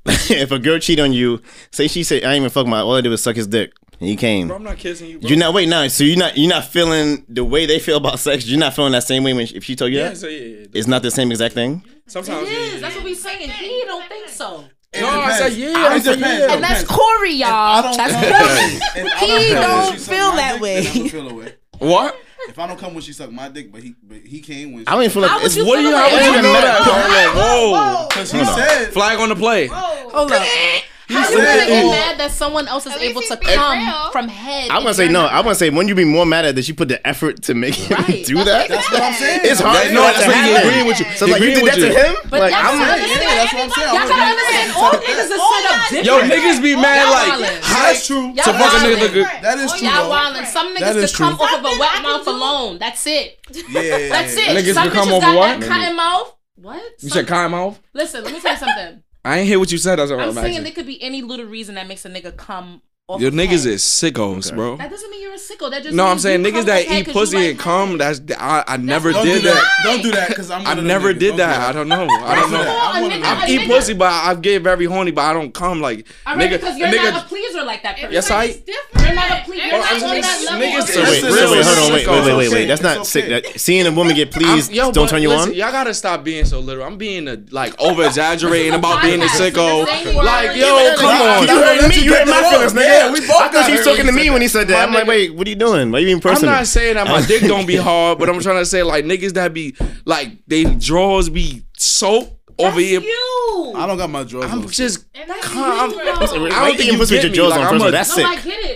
if a girl cheat on you, say she said I ain't even fuck my all I did was suck his dick and he came. Bro, I'm not kissing you. Bro. You're not wait now, so you're not you're not feeling the way they feel about sex. You're not feeling that same way when if she told you Yeah, that. so yeah, yeah, yeah. It's not the same exact thing. Sometimes. yeah, yeah, That's what we saying. He don't think so. No, I said yeah. It I said depends. yeah. And that's Corey, y'all. That's Corey. He don't feel that way. I don't feel that way. What? If I don't come when she sucked my dick, but he but he came when. She I don't even feel like How would it's you What do feel you? about How would it? you know Whoa, that? whoa, Whoa. Because he Hold on. said. Flag on the play. Hold up. How you gonna get mad that someone else is able to come from head? I'm gonna if say you're no. not- I'm gonna say wouldn't you be more mad at that she put the effort to make him do that? That's what I'm saying. It's hard. That- no, that's what he agreeing with you. So He like you agreeing did that to with you. him? But like that's I'm what not. I'm Yeah, saying. that's what I'm saying. Y'all gotta understand, all niggas is set up different. Yo, niggas be mad Y'all like wildin'. That's true. To fuck a nigga look good. That is true. Y'all though. wildin'. Some That niggas is just come true. off of a wet mouth alone. That's it. Yeah. That's it. Niggas Some become bitches over got what? that cotton mouth. What? You Some- said cotton mouth. Listen, let me tell you something. I ain't hear what you said. That's what I'm I'm saying there asking. could be any little reason that makes a nigga come off Your his niggas head. is sickos, bro. That doesn't mean you're a sicko. That just No, means I'm saying you niggas come that ahead eat 'cause you pussy like and cum. That's I, I never Don't did do that. that. Don't do that because I'm. I never did that. I don't know. I don't do know. that. I'm I one of them. I eat pussy, but I I get very horny, but I don't come like All right, nigga. because you're nigga, not a pleaser like that. Person. Yes, I- Everybody's You're not a pleaser. You're Everybody's not on that different. level. Niggas Okay. So wait, wait, wait, wait, real hold on, wait, sicko. wait, wait, wait, Okay, wait. That's it's not sick. That, seeing a woman get pleased I'm- yo, don't but turn you listen, on. Y'all gotta stop being so literal. I'm being a, like over exaggerating about being a podcast. It's sicko. the same word. Like yo, Yeah, come nigga, on. You heard me. You heard my feelings, nigga. Yeah, we I both got thought you was hurt talking to when me you when he said that. I'm My like, wait, what are you doing? Why are you being I'm personal? not saying that my dick don't be hard, but I'm trying to say like niggas that be like they drawers be soaked over here. I don't got my drawers. I'm just calm. Why you eating pussy with your jaws on? First of all, that's sick.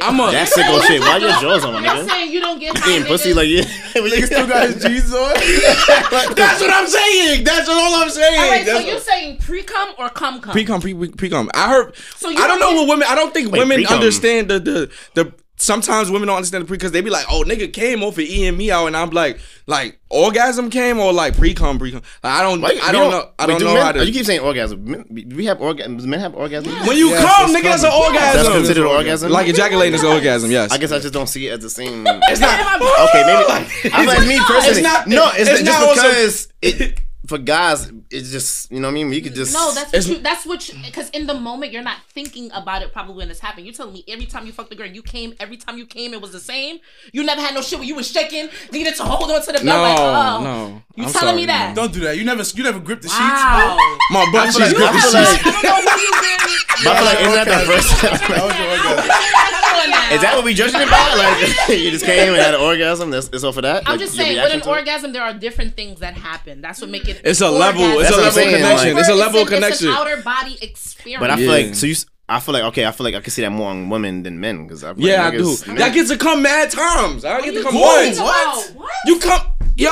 I'm a That's sick old shit. Why your jaws on, my You're nigga? saying you don't get You high, Eating pussy niggas. like yeah. Nigga still got his G's on. That's what I'm saying. That's all I'm saying. All right, so That's- you're saying pre cum or cum cum? Pre-cum, pre pre-cum. I heard. So you I don't know what women. I don't think Wait, women pre-cum. understand the the the. Sometimes women don't understand the pre because they be like, "Oh, nigga came over eating me out," and I'm like, "Like orgasm came or like pre-cum, pre-cum." Like, I don't, Why you- I we don't know, I wait, don't do know men, Oh, how to. You keep saying orgasm. Men, we have orgasms. Men have orgasms. When you Yes, come, that's nigga, that's an coming. orgasm. That's considered an Yes. orgasm. Like ejaculating is an orgasm, yes. I guess I just don't see it as the same. It's not- okay. Maybe I'm like me It's personally. not- no, it's, it's just not also- because it for guys. It's just you know what I mean. You could just No, that's what you, that's what because in the moment you're not thinking about it probably when it's happening. You're telling me every time you fucked the girl, you came every time you came, it was the same. You never had no shit where you was shaking, needed to hold on to the belt. No, like, oh. no. You telling me that? Don't do that. You never, you never grip the sheets. Wow. My butt I feel cheeks like- grip I feel the like- sheets. I don't know who you married. But I feel like isn't that the first? I'm not doing that. Is that what we judging it by? Like you just came and had an orgasm. That's it's all for that. I'm Like, just your saying, with reaction an to it? orgasm, there are different things that happen. That's what make it. It's a level- orgasm. That's it's a what level I'm saying, connection. like- It's a level It's an- it's an connection. outer body experience. But I feel Yeah. like so you. s- I feel like okay. I feel like I can see that more on women than men because I feel Yeah, I like do. niggas- That gets to come mad times. I get to come What? once. oh, What? You come, yo.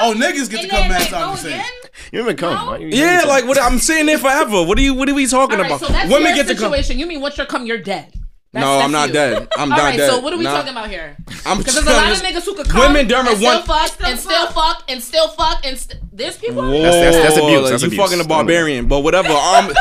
Oh, niggas get to come back time and say. You even come. right? You Yeah, like what? I'm sitting there forever. What are you? What are we talking All right, about? so that's Women your get to come. situation. You mean once you're come, you're dead. That's- No, that's I'm not you. dead. I'm All not right, dead. so what are we Nah. talking about here? I'm Because there's a lot of telling you, niggas who could come women during and one- still fuck and still fuck and still fuck and st- there's people. out Whoa, there- abuse, that's you abuse. fucking a barbarian, but whatever. Um,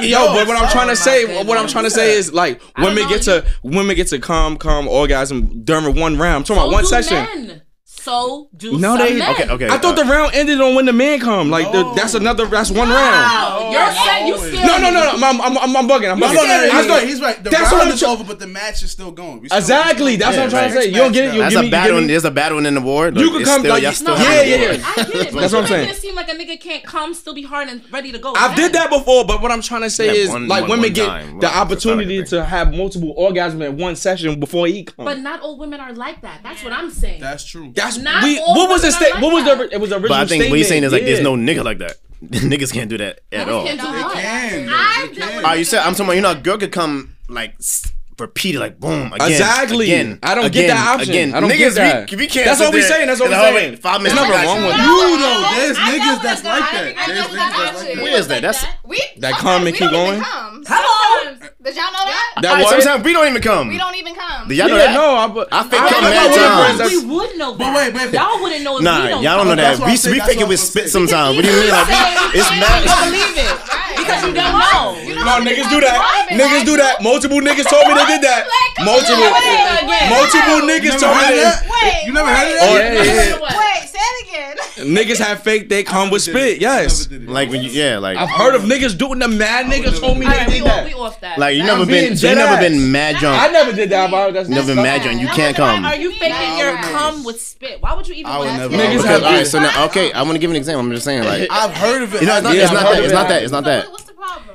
do yo, those. but what I'm trying to say, what I'm trying to say is like Oh I don't women know, get to women get to come, come orgasm during one round. I'm talking about So one do section. men. So do No, some they. men. I thought uh, the round ended on when the man come. Like the, that's another. That's one Wow, round. you're saying you scared. No, no, no, no. I'm, I'm, I'm, I'm bugging. I'm No, bugging. no, no, I no, thought- Oh, he's, he's right. The that's what round I'm is tr- over, but the match is still going. We still- Exactly. That's what I'm trying to right. say. You don't get it. You That's give a me. battle. You give me. there's a battle in the war. You could come, like, y'all still yeah, having a yeah, war. yeah. I get it. That's what I'm You're saying. Making it seem like a nigga can't come, still be hard and ready to go. I did that before, but what I'm trying to say Yeah, is one- like one- women one get time. the One- opportunity to have multiple orgasms in one session before he comes. But not all women are like that. That's what I'm saying. That's true. That's Not we, all what was women the are state? like what was the it was the original But I think what he's saying is like, there's no statement. nigga like that. niggas can't do that at all. Can't do what? Oh, you said I'm talking about you know a girl could come like s- repeated like boom again. Exactly. Again, I don't again, get that option. Again, I don't niggas, get that. We, we can't. That's sit what we there saying. That's what we and hold saying. it, Five There's minutes. nothing I got wrong with You know, there's niggas that's like that. There's niggas that's like that. Where is that? That's We That come we and keep don't even going. come. Hello. Did y'all know that? All right, what? sometimes we don't even come. We don't even come. Do y'all know Yeah, that? no, I, but I think I- come I- I- mad I- times. that's- We would know that. y'all wouldn't know. If we Nah, don't y'all don't know that. That's what I'm We, saying, we that's think it what was spit sometimes. What do you mean? Like, we- it's You mad. don't believe it because you don't know. You No, niggas do that. Niggas do that. Multiple niggas told me they did that. Multiple, Wait, wait. multiple niggas told me that. Wait. You never heard of Oh, that? yeah, yeah, yeah. Wait. Say it again. Niggas have fake. They come with spit. Yes. Like when you, yeah, like I've heard of niggas doing the mad niggas told me All they right, we did off, that. we off that. like you That- never I'm been, being you dead never ass. been mad I drunk. never did that, but that's You never been mad drunk. You can't come. Are you faking your cum with spit? Why would you even? I would ask never. that? I would Because, never- all right, so now, okay, I want to give an example. I'm just saying, like, I've heard of it. you know, it's not, Yeah, it's I've not heard that. of It's it. not that. It's not that. What's the problem?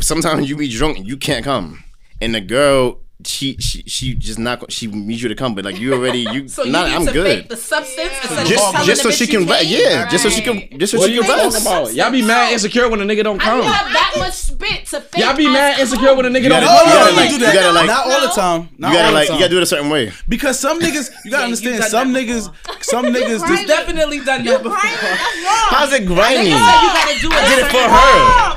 sometimes you be drunk and you can't come, and the girl she she she just not go- she needs you to come, but like you already you So you not need I'm to good. fake the substance instead of Just telling just the so she bitch you can re- hate. yeah, just so she can just so What she you can talking rest. about? Y'all be mad insecure when a nigga don't I don't come. have that much spit to fake. Y'all be as mad insecure when a nigga You don't gotta, you no, no, gotta no, like you you do that. gotta like Not all the time. you Not all gotta the like you time. gotta do it a certain way. Because some niggas, you gotta understand, some niggas, some niggas, You've just definitely done that before. How's it grinding? Nigga said you gotta I did it do it. for her.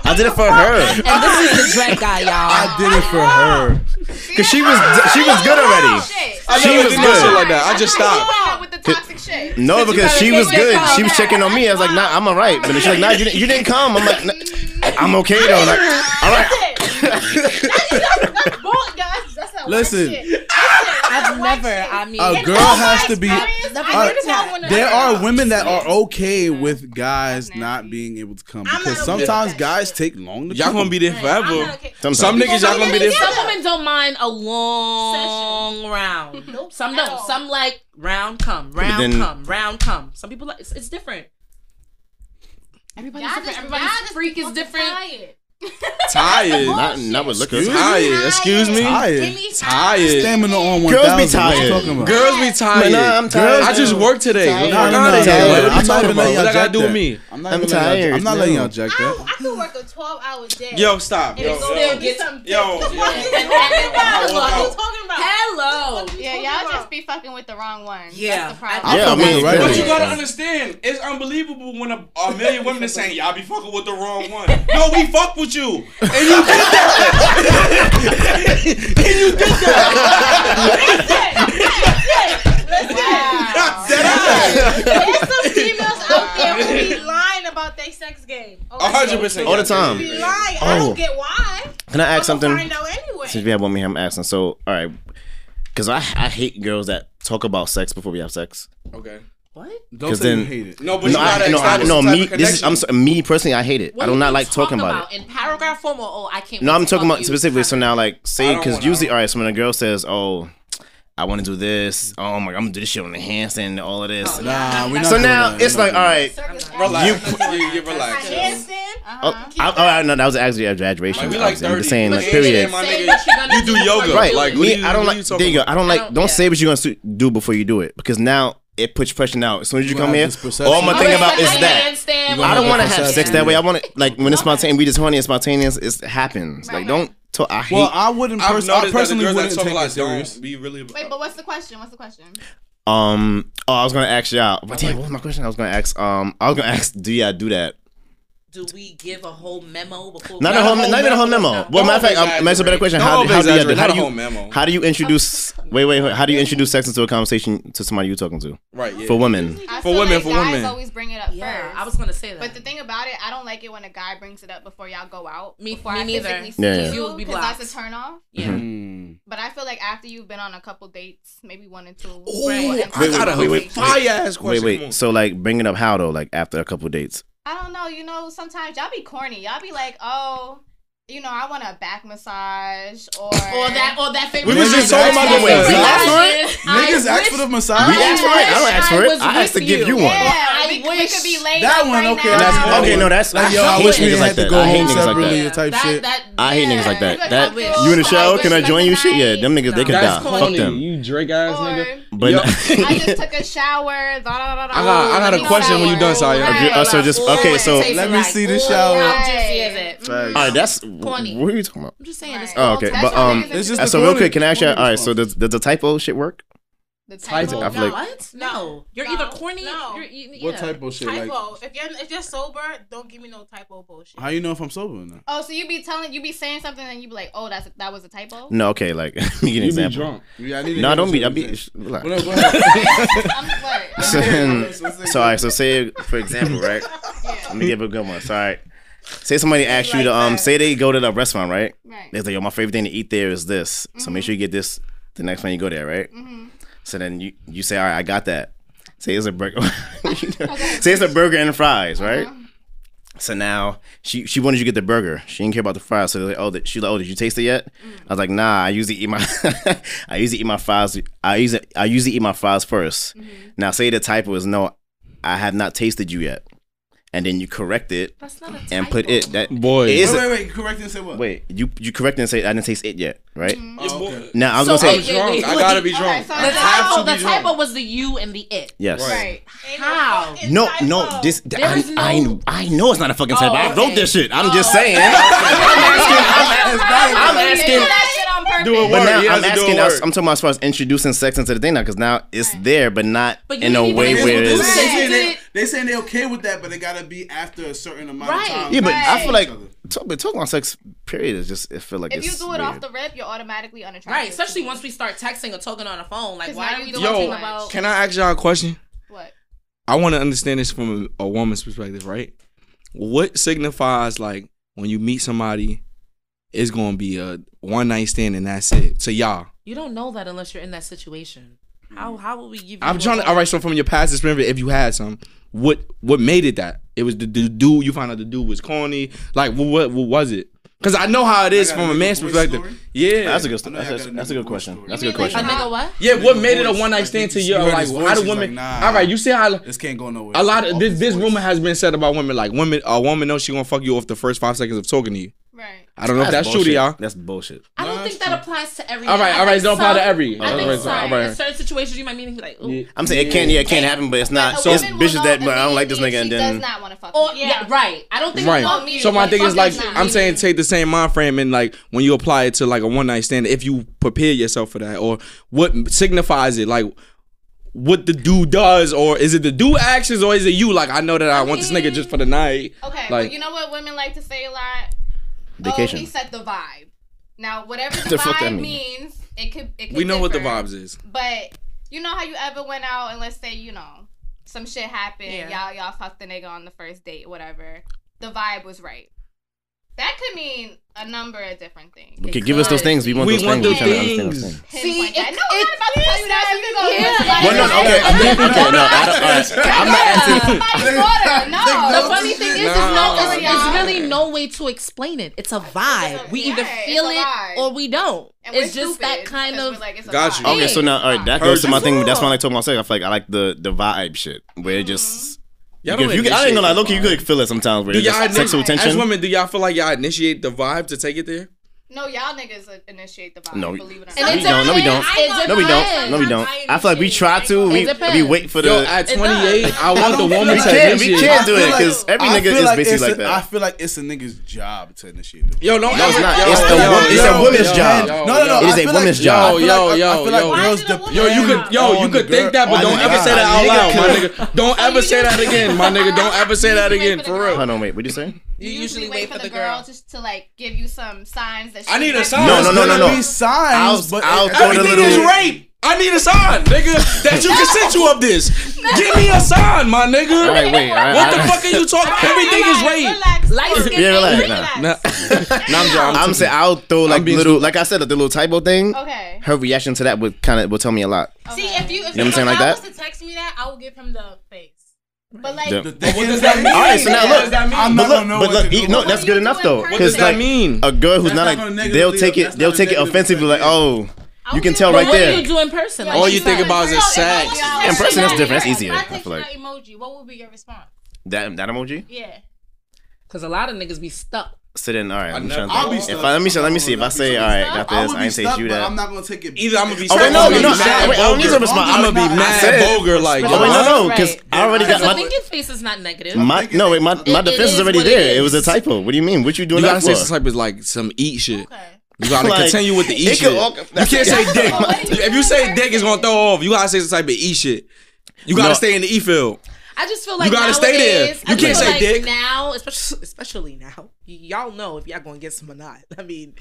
I did it for her And this is the drag guy, y'all. I did it for her. because she was she was good already. I She never was did no shit good. like that. I just stopped. With the toxic shit. No, because gotta she get was what good. they She was checking on me. I was like, nah, I'm alright. But then she's like, nah, you didn't, you didn't come. I'm like, nah, I'm okay though. Like, all right. That's not Listen. I've never. I mean, A girl has to be. I uh, did not wanna- there are women that are okay with guys not being able to come because sometimes guys take long to Y'all come. gonna be there forever. Sometimes. Some niggas y'all gonna be there. Some women don't mind a long round. Some don't. Some like round come, but round then- come, round come. Some people like it's, it's different. Everybody's Y'all different. just- y'all Everybody's just freak be is different. Tired. Not, not with liquor. Tired. Excuse me. Tired. Tired. Stamina on one. Girls be What you tired. talking about? Girls be tired. nah, I'm tired. I just worked today. Tired. Nah, Nah, nah, nah, nah, nah, What I'm you not talking even letting about? What y'all I gotta jack do that. with me? I'm not even letting y'all- I'm not letting y'all jack that. I could work a 12 hour day. Yo, stop. And Yo, it still yo. gets some dick. Yo, What yo. are you talking about? Hello. What are you talking about? Hello. Yeah, y'all just be fucking with the wrong one. Yeah. That's the problem. I Yeah, I fuck with mean, it, right. But you gotta understand, it's unbelievable when a, a million women are saying, "Y'all be fucking with the wrong one." No, we fuck with you, and you did that, and you did that. There's some females out there who be lying about their sex game. Okay? 100%. All the time. Be lying. I Oh. don't get why. Can I ask something? find out anyway. Since we have one here, I'm asking. So, all right, because I I hate girls that talk about sex before we have sex. Okay. What? Don't 'Cause say then, you hate it. No, but you I, gotta no, I, establish no. some type Me, of this is, I'm connection. so- me personally, I hate it. I do not like talking about it. in paragraph form or oh, I can't. No, wait I'm to talking fuck about you. specifically. So now, like, say, don't because wanna- usually, all right, so when a girl says, "Oh, I want to do this," oh my, I'm gonna do this shit on the handstand and all of Oh, this. Nah, we not So doing now that. it's like, all right, Relax. you. You, you relax. Oh, uh-huh. I, all right, no, that was actually exaggeration. Like, we like obviously. I'm just 30. saying, like, Like, yeah, period. my nigga, you do yoga. Right, Like, like what me, do you- I don't what like. do you There talk you go. about? I don't like. Don't say what you're gonna su- do before you do it, because now it puts pressure now. As soon as you You come have here, this perception. all I'm gonna think Right, about like is a that. handstand, You I have don't a want to have sex perception. that way. I want to like when it's spontaneous. We just horny and spontaneous. It's, it happens. Like don't. Talk, I hate. Well, I wouldn't. I've Pers- noticed that I the personally girls that wouldn't talk take a lot it serious. Be really. Wait, but what's the question? What's the question? Um. Oh, I was gonna ask y'all. But damn, what was my question? I was gonna ask. Um. I was gonna ask. Do y'all do that? Do we give a whole memo before? Not a whole. Not even a whole memo. Well, Don't matter of fact, I'm answering a better exaggerate. question. Don't How, do- how do y'all do? over-exaggerate, How not do a you? whole memo. How do you introduce? Wait, wait, wait. How do you introduce sex into a conversation to somebody you're talking to? Right, yeah. For women. I feel like guys always bring it up first. I was gonna say that. But the thing about it, I don't like it when a guy brings it up before y'all go out. Me- before me I neither. physically see Yeah, Mm-hmm. yeah. you, You will be 'cause blocked. That's a turn off. Yeah. But I feel like after you've been on a couple dates, maybe one or two. Ooh, and- I got a fire-ass question. Wait, Come on. wait. So like, bring it up how though? Like after a couple dates. I don't know. You know, sometimes y'all be corny. Y'all be like, oh, you know, I want a back massage or or that or that We was just talking about the way. Niggas Niggas asked for it? Niggas asked for the massage. We asked for it. I don't ask for it. was I asked to with give you you. one. Yeah, we, we could be laid That up one, right okay. now. that's okay, one. no, that's- like, yo, I I hate wish we niggas had like to that. go I hate home niggas like separately that. type shit. I hate niggas like that. That wish. you in the shower? Can I join you? Shit, yeah. Them niggas, they can die. That's Fuck corny. them. You Drake ass nigga. But I just took a shower. Da, da, da, da, I got, I got a question when you done, Saya. If you- uh, so just okay. So Let me see the shower. juicy is it? All right, that's Corny. What are you talking about? I'm just saying. It's Mm-hmm. Oh, okay. But um, It's just uh, the so real corny- quick, can I ask you? All corny right, so does, does the typo shit work? The typo? I feel like- what? No, you're either corny. No. You're, you, What typo shit? Like, Typo. if you're if you're sober, don't give me no typo bullshit. how you know if I'm sober or not? Oh, so you be telling, you be saying something, and you be like, "Oh, that's that was a typo." No, okay. Like, let me give you an You be example. drunk. Yeah, I need to no, hear don't what be. you I be. said. sh- relax. Well, no, go ahead. so, I'm sorry. so, all right. So, say for example, right? Let me give a good one. So, all right. Say somebody asks you to um. Say they go to the restaurant, right? Right. They say, "Yo, my favorite thing to eat there is this." So make sure you get this the next time you go there, right? Mhm. So then you you say, "All right, I got that." Say it's a burger. say it's a burger and fries, right? So now she she wanted you to get the burger. She didn't care about the fries. So they're like, oh, did, she like, oh, did you taste it yet? I was like, nah. I usually eat my I usually eat my fries. I usually I usually eat my fries 1st Now say the typo is no, I have not tasted you yet, and then you correct it That's not a and put it that boy. It is wait, a- wait, wait. Correct and say what? Wait, you you correct and say I didn't taste it yet, right? Oh, okay. Now I was So, gonna wait, say wait, wait, I wait. gotta be Okay, drunk. so The typo, the typo was the you and the it. Yes. Right. Right. How? No, no, this There I, is I I know it's not a fucking Oh, typo. I wrote okay. this shit. I'm just saying. I'm asking- But now I'm asking. us- I'm talking about as far as introducing sex into the thing now, because now it's there, but not in a way Here's where what it's. They saying they, they saying they okay with that, but they gotta be after a certain amount Right. of time. Yeah, but I feel like talk, but talking about sex period is just. I feel like if it's you do it weird. off the rip, you're automatically unattractive. Right, especially once we start texting or talking on the phone. Like, 'Cause why now are we you talking don't Yo, about? can I ask y'all a question? What? I want to understand this from a, a woman's perspective, right? What signifies like when you meet somebody, it's gonna be a one night stand and that's it. To y'all, You don't know that unless you're in that situation. How how will we give? You I'm trying to. All right, so from your past experience, if you had some, what what made it that it was the, the dude you found out the dude was corny? Like what what, what was it? Because I know how it is from a man's perspective. Yeah, That's a good. That's, that's, that's a good question. That's a good question. Yeah, what made it a one night stand to you? Like how do women? All right, you see how this can't go nowhere. a lot of this this rumor has been said about women. Like women, a woman knows she gonna fuck you off the first five seconds of talking to you. Right. I don't know That's if that's true to bullshit. y'all. That's bullshit. I don't think that applies to every. All right, I all right, think don't apply some- to every. I All think right, some, all right. in certain situations you might mean like, ooh. I'm saying it can't. Yeah, it can't happen. But it's not. a it's woman bitches that. But I don't like this nigga. And then not want to fuck. Oh yeah. right. I don't think fuck Right. you, So my like, thing is fuck like not. I'm saying take the same mind frame and like when you apply it to like a one night stand, if you prepare yourself for that or what signifies it, like what the dude does or is it the dude actions or is it you? Like I know that I want this nigga just for the night. Okay, but Like you know what women like to say a lot? Oh, Vacation. he set the vibe. Now, whatever the, The fuck that vibe mean? means, it could it could we know what the differ. vibes is. But you know how you ever went out and let's say you know some shit happened, Yeah. y'all y'all fucked the nigga on the first date, whatever. The vibe was right. That could mean a number of different things. okay, give us those things. We want We those want things. the We tryna understand those things. things. See, no, I'm not about to tell you that. You go Well, no, no, okay, okay, okay, no, I don't, all right, I'm not answering. No, the funny thing is, is no, it's, it's Nah. really no way to explain it. It's a vibe. We either Yeah, it's feel a it vibe. or we don't. And it's we're just that stupid, kind of Got you. Okay, so now, all right, that Heard goes to my you. thing. That's why I like talking about sex. I feel like I like the the vibe shit where it Mm-hmm. just. Y'all Because don't you, can- I ain't gonna lie, initiate look, you could feel it sometimes where Do it's y'all just sexual initiate- as tension. women, do y'all feel like y'all initiate the vibe to take it there? No, y'all niggas uh, initiate the vibe. No, we believe it or no, we don't. No, we don't. It No, we don't. depends. No, we don't. I feel like we try to. We we wait for the. Yo, at 28, I want the woman We to can't. We initiate. can't do I it feel like- because every I nigga feel is like basically it's like a- I that. feel like it's a nigga's job to initiate. The Yo, no, No, it's not. It's the woman. It's a woman's job. No, no, no. It is I a feel woman's like- job. Yo, yo, I yo, feel like girls yo, yo, you could, yo, you could think that, but I don't think- ever say I- that I out think loud, my it nigga. Don't Oh, ever say that again, my nigga. Don't ever say that again, for real. Hold on, wait. What'd you say? You usually wait for the girl just to like give you some signs that. she I need a might- sign. No, no, no, no, no. Be signs, but I'll throw the Everything little- is rape. I need a sign, nigga, that you consent to of this. Give me a sign, my nigga. All right, wait, all right, what the I- fuck are you talking? Everything is rape. Light Yeah, relax. Nah. Nah, I'm joking. I'm saying I'll throw like little, like I said, the little typo thing. Okay. Her reaction to that would kind of would tell me a lot. See, if you if You know what I'm saying, if like I that? was to text me that, I would give him the face. But like, Yeah. what does that mean? All right, so now What look, does that mean? but look, but look, you- no, that's good enough though. What does Because that like mean? a girl who's That's not not like gonna negatively- they'll take it, that's they'll not a take it negative offensively, like oh, you can tell But right what do there. you do in person? All you she think said. about is sex. In person, that's different. That's If easier. I I text feel you like that emoji, what would be your response? that that emoji. Yeah. Because a lot of niggas be stuck. So then, all right, I'm never- trying I'll to be think. If stuck. I let me say, let me see. If I say, all right, after I this, would I be ain't say stuck, you but I'm that. not gonna take it. Either I'm gonna be Oh, wait, sad. no, I'm gonna no, be mad. wait, I don't need to vulgar. respond. I'm gonna be I said- mad, vulgar. Like, Oh, wait, no, no, because I already got Because my I think your face is not negative. My no, wait, my, my It- it defense is is already what it there. It, is. was a typo. What do you mean? What you doing You gotta that say for? some type is like some eat shit. You gotta Like, continue with the eat it could shit. all- you can't say dick. if you say dick, it's gonna throw off. You gotta say some type of eat shit. You gotta No. stay in the e field. I just feel like gotta stay there. nowadays- You I just can't feel say like dick. now, especially especially now. y- y'all know if y'all gonna get some or not. I mean,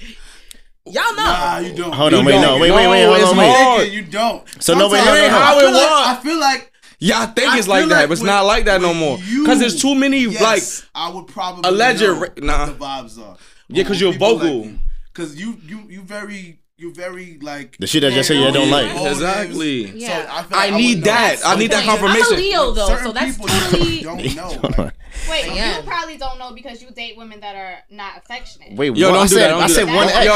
y'all know. Nah, you don't. Hold on, You wait, no, don't. wait, wait, wait, No, hold it's on, wait. hard. Nigga, you don't. So no, wait, Sometimes- no, no, no. I How it feel like- was. I feel like Y'all think I it's like feel that, like but it's with- not like that no more. you- Cause there's too many yes, like I would probably alleged know ra- what nah. the vibes are. yeah, cause you're People like vocal. you. Cause you you you very you very like The shit I just said you don't like. Oh, exactly. So I, feel I like would need know that. I need that something. I'm a confirmation. Leo though, Certain so that's people just totally. don't know. Wait, Yeah. you probably don't know because you date women that are not affectionate. Wait, Yo, what? don't I do said, that. Don't I do said that. one Don't- X. yo,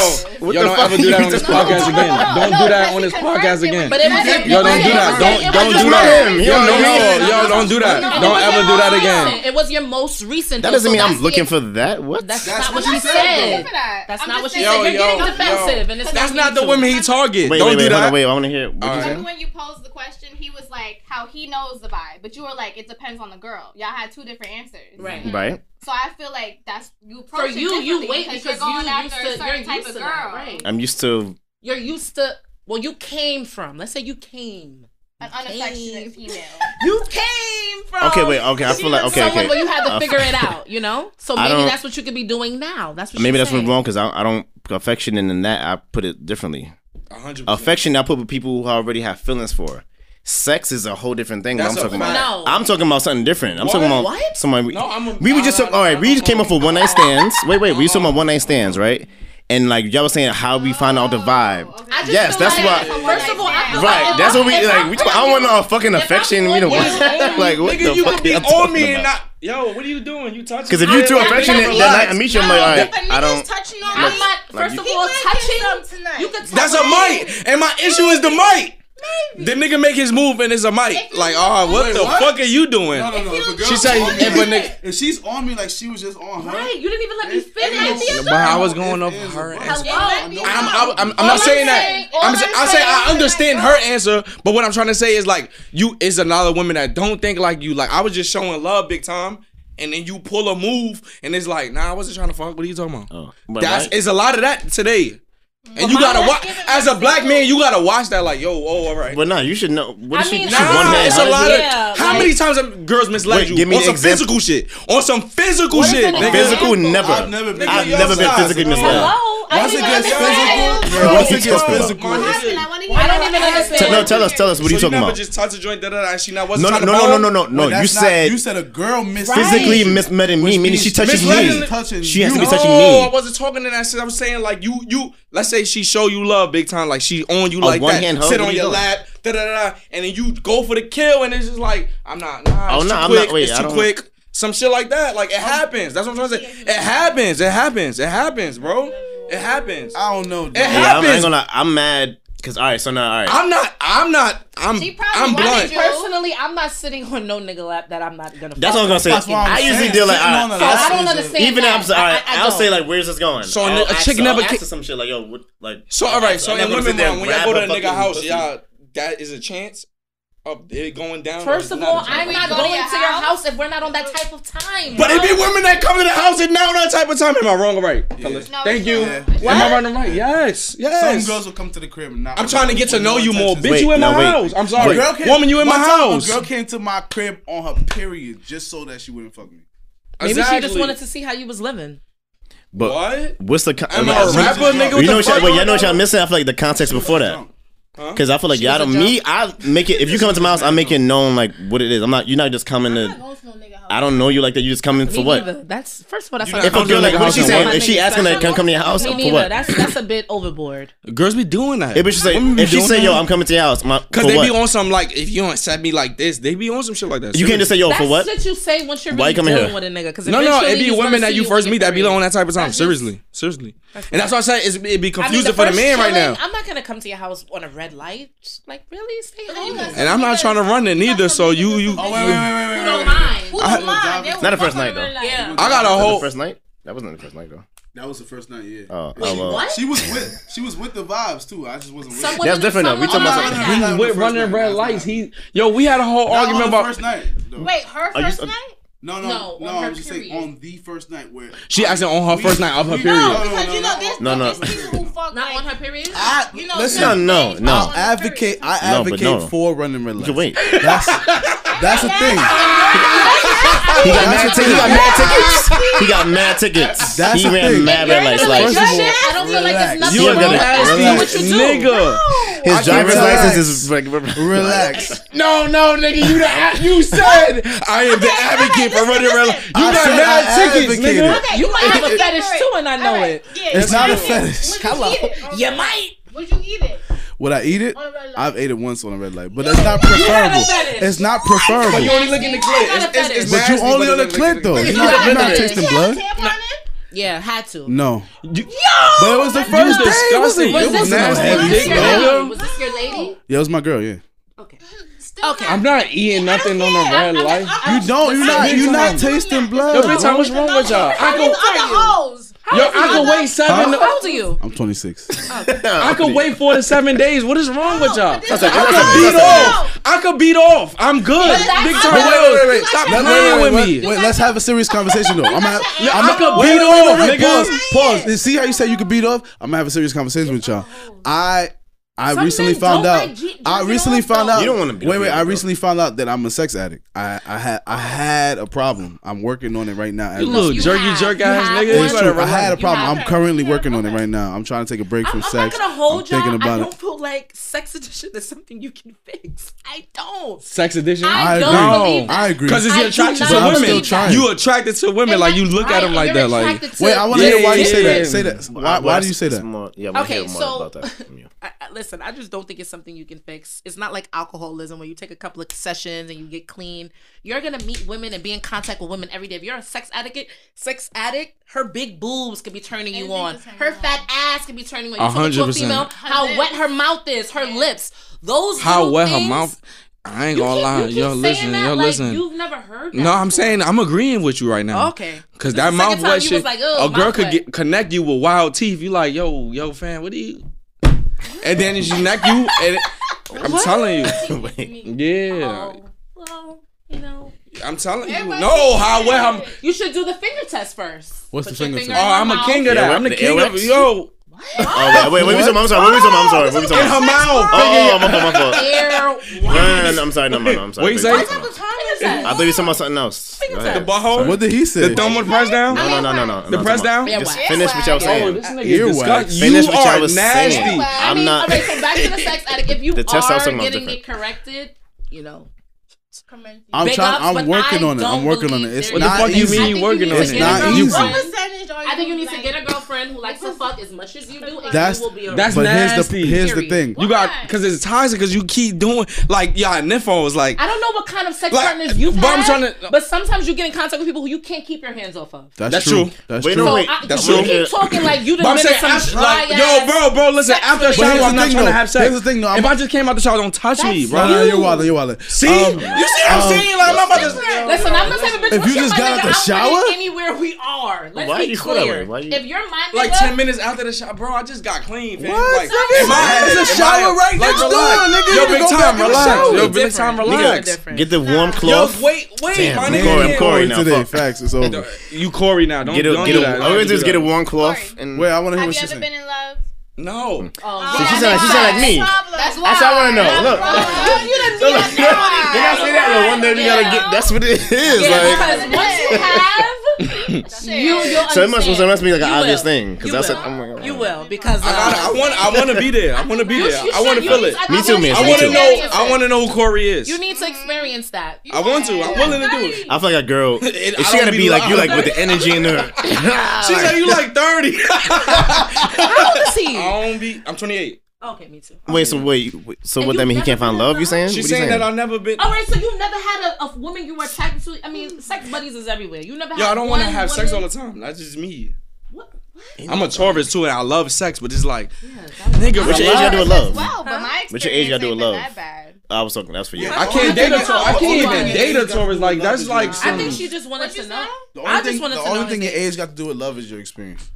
what yo, the don't fuck ever do you that on this talking about? podcast again. Don't do that on this podcast again. But if if Yo, you don't do said- if that. Don't you said- don't if do you that. said- him. Yo, He don't know no, me. yo, don't do that. No, it Don't was ever your do that most again. recent. It was your most recent. That though, doesn't so mean I'm that's looking it. for that. What? That's, That's not what you not looking said. for that. That's I'm not just what she saying- said. You're Yo, yo, getting defensive, yo. and it's Oh. That's not the mutual. women he target. Wait, wait, Don't do wait, hold on, that. wait. I want to hear. What you Alright. say? Remember when you posed the question, he was like, how he knows the vibe, but you were like, it depends on the girl. Y'all had two different answers. Mm-hmm. Right. Right. So I feel like that's you approach you, it you differently wait because, because you're going you after used a to- certain you're type used of to girl. that, right. I'm used to. You're used to. Well, you came from. Let's say you came. An unaffectionate female. You came from. Okay, wait. Okay, I feel like okay, someone okay. where you had to I- figure it out, you know. So I maybe don't- that's what you could be doing now. That's what Maybe that's saying. what's wrong because I I don't affection and in that I put it differently. 100%. Affection I put with people who I already have feelings for. Sex is a whole different thing. That's what a I'm talking fact. about. No. I'm talking about something different. I'm What? talking about What? somebody. No, I'm a- we were just talking. All right, we just came up with one night stands. Wait, wait. We were talking about one night stands, right? And like y'all was saying, how we find out the vibe? I just Yes, feel that's like- why. First of all, I feel Right, like that's what we if like. I'm We talk, I don't want no fucking affection. We don't want like what Nigga, the you fuck could be y'all on me talking and about? not. Yo, what are you doing? You touching? Because if me. you too Yeah, affectionate, nigga, then I, I relax. meet you. I'm like, all right, I don't. touching on I'm me- not. like First you- of all, touching. You could touch That's a mic, and my issue is the mic. The nigga make his move and it's a mic. Like, ah, what Wait, the what? fuck are you doing? No, no, no. If a girl She said, on me, if a nigga, if she's on me like she was just on her. Right, you didn't even let me but I was going off her. answer. Hello. I'm, I'm, I'm, I'm All not saying- saying that. all I'm, I'm saying, I'm saying I understand her answer, but what I'm trying to say is like you is another woman that don't think like you. Like I was just showing love big time, and then you pull a move, and it's like, nah, I wasn't trying to fuck. What are you talking about? Oh, but That's like- it's a lot of that today, and you But gotta why- watch as a black man. You gotta watch that like, yo, oh, all right. But nah, you should know. What I if she, mean, she nah, one hand? it's a lot of. Yeah, how like- many times have girls misled Wait, you give me on an some example. physical shit? On some physical What's shit, an nigga. Physical, example? never. I've never been, I've never been physically misled. Hello? I Once it didn't gets even physical- understand. Yeah, once it gets physical, I don't even understand. Te- no, tell us, tell us, what are you so talking never about? Just touch a joint, da da da. And she not wasn't No, no, trying no, to no, bone? no, no, no, Wait, no. You that's not- said you said a girl missed physically mismeting me, meaning she touches me. She has to be touching No, I me. wasn't talking in that sense. I'm saying like you, you. Let's say she show you love big time, like she on you A like that, one-hand hug? sit What on are you your doing? lap, da da da, da, and then you go for the kill, and it's just like I'm not. Nah, Oh, it's no, too I'm quick. not- wait, it's I too don't- quick. Some shit like that. Like it happens. That's what I'm trying to say. It happens. It happens. It happens, bro. It happens. I don't know. It Yeah, I'm, I ain't happens. gonna. lie, I'm mad because all right, so now all right. I'm not. I'm not. I'm. I'm blunt. Personally, I'm not sitting on no nigga lap that I'm not gonna. That's what I was gonna say. fucking- I usually deal like Sitting all on right, the lap. I don't understand Even that. I'm sorry, all I- right, I- I I'll say don't. like, where's this going? So I'll a ask- chick never I'll ask ca- her some shit like, yo, what, like. So all right, so I'm not in gonna sit women there round, and when y'all go grab to a fucking nigga house, pussy. y'all that is a chance of it going down. or First it's of not a all, chance? I'm not Go to going your to your house if we're not on that type of time. But it be bro. women that come to the house and now that type of time. Am I wrong or right? fellas? No, Thank it's you. not. Am I right or right? Yes. Yes. Some girls will come to the crib and not. I'm trying to get to know you more. Bitch, Wait, you in no, my wait. house. I'm sorry. A girl came- Woman, you in my one time house. A girl came to my crib on her period just so that she wouldn't fuck me. Maybe she just wanted to see how you was living. But what? What's the? Con- Am I a rapper, nigga? What You the know what y'all, fuck? wait, y'all know what y'all missing? I feel like the context before that. Cause I feel like She y'all was a don't me. I make it. If you come to my house, I make it known like what it is. I'm not. You're not just coming to. I don't know you like that. You just coming for Me what? neither. That's first of all, that's You not If a girl like, what is she saying? If she asking to come come to your house, Me for neither. what? That's that's a bit overboard. Girls be doing that. If she say, Women be if she doing say, yo, that. I'm coming to your house, my, for Cause they what? be on some like if you don't accept me like this, they be on some shit like that. You can't just say, yo, for that's what? shit you say once you're Why really you coming dealing here? with a nigga. 'cause No, no, eventually it be he's women gonna that see you on first your meet that be period. on that type of time. That's just- Seriously, seriously, and that's why I say it's, it'd be I mean, confusing the for the first man right now. chilling, I'm not gonna come to your house on a red light. Just, Like really, stay home. And I'm not trying to run it neither. So you, you. Oh, Who don't mind? Who I- don't mind? They Not the will first fuck on night a red though. light. Yeah. I got a That the whole- first night. That wasn't the first night though. That was the first night, yeah. Oh, oh, well. She was with she was with the vibes too. I just wasn't with Some it. women- That's different, though. We some talking about women- something- He was with running red lights. He, yo, we had a whole Not argument on the about. first night. though. Wait, her Are you- first uh, night? No, no, No, no. on no I'm her just saying period. on the first night where She asked on her first night of her we- period. No, because you know there's- No, no. Not on her period. I, Ah, you know, No, no, no. I'll advocate. I No, but advocate no. for running red lights. wait. That's that's a thing. He got mad tickets. He got mad tickets. He got mad tickets. That's he the ran thing. mad red lights. Like First of all, I don't feel like there's nothing You wrong are gonna with relax. what you do. nigga. His I driver's can't license is like relax. No, no, nigga, you the ad- you said I am the advocate for running around. You I got said I mad tickets, advocated. nigga. Okay, You might It- have a it- fetish too, and I know it. It's not a fetish. Hello. You might. Would you eat it? Would I eat it? On a red light. I've ate it once on a red light, but that's not You had a preferable. fetish. It's not preferable. But you only looking the I got a clip. It's, it's, it's But you nasty, only on the it clit though. look- You're not, you're not tasting blood. Yeah, had to. No. You, but it was the first day. It was, disgusting. it was, Was this nasty. your lady? Dick, Yeah. though. Was this your lady? Yeah, it was my girl. Yeah. Okay. I'm not eating nothing on the red light. You don't. You not. You not tasting blood. Yo, bitch, bro. what's wrong with y'all? Uh, I These go. other hoes. Yo, I can wait seven. How old are you? I'm 26. I could wait four to seven days. What is wrong with y'all? I That's a- that's could a- beat that's a- off. I could beat off. I'm good. that's- Big But time. wait, wait, wait, wait. Stop Let- playing with me. Wait, wait, let's have a serious conversation though. I'm gonna Yo, I'm I could wait, beat wait, wait, off, wait, nigga. Pause. Pause. See how you said you could beat off? I'm gonna have a serious conversation with y'all. I I Some recently men found don't out. like G- I Jersey recently Roll, found though. out. You don't wanna be Wait, a wait. I weirdo. recently found out that I'm a sex addict. I, I had I had a problem. I'm working on it right now. You little You jerky have- jerk you ass have nigga. one? It's You better true. I had a relax. problem. I'm currently working on it right now. I'm trying to take a break from I'm not sex. gonna hold I'm y'all. thinking I about don't it. feel like sex addiction is something you can fix. I don't. Sex addiction. I I don't agree. believe that. I agree. Because it's I your do attraction not to believe women. that. trying. You attracted to women. Like you look at them like that. Like Wait, I want to hear why you say yeah. that. Say that. Why, why do you say it's that? more- yeah, okay, so I, I, listen, I just don't think it's something you can fix. It's not like alcoholism where you take a couple of sessions and you get clean. You're gonna meet women and be in contact with women every day. If you're a sex addict, sex addict, her big boobs could be turning you on. Her fat ass could be turning you on. A You talking to hundred a percent. female, Her how wet her mouth is, her lips, those. how little wet her things- mouth. I ain't gonna lie. keep Yo, saying listen. that Yo, like listen. You've never heard that. No, I'm saying I'm agreeing with you right now. Okay. Cause that the mouth second time wet you was shit. like, "Ugh, a girl mouth could wet." get, connect you with wild teeth. You like, yo, yo, fam, what do you? And then she neck you. And I'm What? telling you. yeah. Well, you know. I'm telling you. No, how wet her You should do the finger test first. What's the finger finger? in Oh, her I'm a mouth. king of that. I'm the The king of earwax? yo. Oh, wait, wait, wait, wait, I'm sorry, wait, wait, I'm sorry, wait, wait, In her I'm mouth. Oh, my fault, my fault. No, no, no, no, I'm sorry, no, no, no, I'm sorry. What you say? I thought What type you were talking about something else. Go ahead. butthole? What did he say? The thumb with press down? No, no, no, no, no. The no, press come on. down? Just finish what y'all saying. Oh, this nigga is disgusting. Finish You what y'all are was saying. nasty. I'm not. Okay, so back to the sex addict. If you The test I was are talking about was getting it corrected, you know. I'm Big trying. ups, I'm but working I on it. I'm don't working on believe it. It's there- not What the fuck you easy. mean you working on It's it? not You- easy. I think you need to get a girlfriend who likes to fuck as much as you do, and That's you will be a that's But here's the- nasty. here's the thing. You got because it's toxic because you keep doing like y'all nympho was like I don't know what kind of sex Like, partners you've but I'm had, trying to- but sometimes you get in contact with people who you can't keep your hands off of. That's true. That's true. So I- That's you true. keep talking like you done But I'm been in saying, some after, dry like, yo, ass- bro, bro, listen. sex After a relationship. shower, Here's I'm the not thing, trying to though. have sex. Here's the thing, though. If I just came out the shower, don't touch me, Nah, bro. nah, you're wilding. You're wilding. See, you see what I'm saying? Like, I'm not about to. Um, Listen, I'm not saying bitch. If once you just my got out nigga, the I'm shower? ready anywhere we are, let's Why be you feel that way? clear. Why you- If you're my nigga, Like ten minutes after the shower, bro, I just got clean. Fam. What? Like, Nigga, am I- there's a am I- shower right next relax. door, nigga. Yo, You big go back time, in the relax. shower. Yo, big Different. time, Nigga, relax. Get the warm cloth. Yo, wait, wait, my Damn, I'm nigga. Corey, I'm Corey Going now. today. Fuck. Facts. It's over. You Corey now. Don't Get a, don't get do a, that. I Don't would do just that. get a warm cloth. And Wait, I want to hear Have what you she ever said. been in love? No. Oh, See, she sound like she sound like me. That's why. That's all I want to know. Look, You look, look. Then I say that, yo, one day we gotta get. That's what it is. Yeah, like, because once you have, you you'll so it must, so it understand. must be like an You obvious will. thing, because You that's will. like, oh my god. You will because uh, I gotta- I want. I want to be there. I want to be You- there. you I want should- to you feel need- it. I- I want I you want to to know. experience I it. want to know who Corey is. You need to experience that. I want to. I'm willing to do it. I feel like a girl. I If she don't gotta be be like you, lying. like with the energy in her. She said you like thirty. How old is he? I don't be. I'm 28. Okay, me too. Wait, so wait, wait, so what that mean? He can't find love? You saying? She's What you saying that I've never been. All right, so you never had a, a woman you were attracted to. I mean, sex buddies is everywhere. You never. Yo, had I don't want to one have sex all woman- the time. That's just me. I'm a Taurus too, and I love sex, but it's like, nigga, What's your age relax. gotta do with love? Well, but my What's your age gotta do with love? that bad. I was talking. That's for you. I Oh, can't date a Taurus. I can't even date a Taurus. Like that's like. I think some- she just wanted to know. The I only just thing, wanted the to only know. thing your age got to do with love is your experience.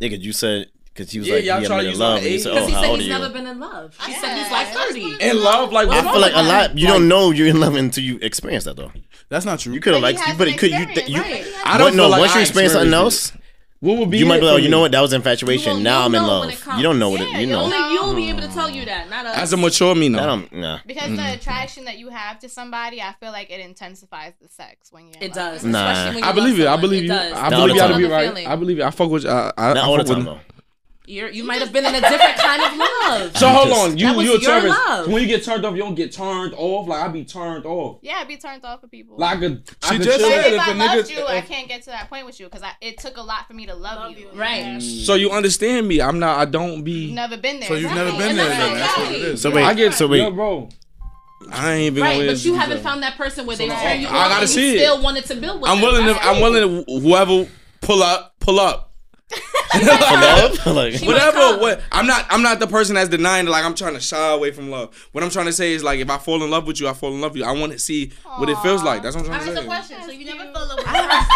Nigga, you said because he was Yeah, like, y'all yeah, try I'm to in use love. my And you age. said, Because oh, he how said old are he's never you? been in love. She said he's like 30. In love, I like what's feel wrong like a with that? lot. You don't know you're in love until you experience that though. That's not true. You could have liked. You, but it could. You. experience, you right. I I don't don't know. feel like once I you experience something experienced else, what would be You might it be like, for oh, you me? know what? That was infatuation. Now I'm in love. You don't know what it. You know. Only you'll be able to tell you that, not us. As a mature me, no. That don't- nah. Because Mm-hmm. the attraction that you have to somebody, I feel like it intensifies the sex when you're. in It love. does. Nah. Especially when I you love believe you. I someone. believe It you. does. I Not all believe the you. I time. be right. Feeling. I believe you. I fuck with. I, I, Not I all fuck the time with- though. You're, you might have been in a different kind of love. So hold on, you That was you your a Taurus. love. When you get turned off, you don't get turned off. Like I be turned off. Yeah, I'd be turned off of people. Like I could. I She could just chill. said if, I a loved nigga- you, I if- can't get to that point with you because it took a lot for me to love, you. Right. Mm. So you understand me? I'm not. I don't You've be. never been there. So you've Right. never been And there. that's Then not that's what right. it is. So wait. I get. So wait. Yo, bro. I ain't been. Right, with but you this haven't girl. found that person where they So turn you I on gotta and you see it. still wanted to build with I'm them. willing to. That's I'm willing to. Whoever pull up, pull up. For love? Like, Whatever. What I'm not. I'm not the person that's denying. Like I'm trying to shy away from love. What I'm trying to say is like, if I fall in love with you, I fall in love with you. I want to see what it feels like. That's what I'm I trying have a to say. question. So you never fell in love with a person.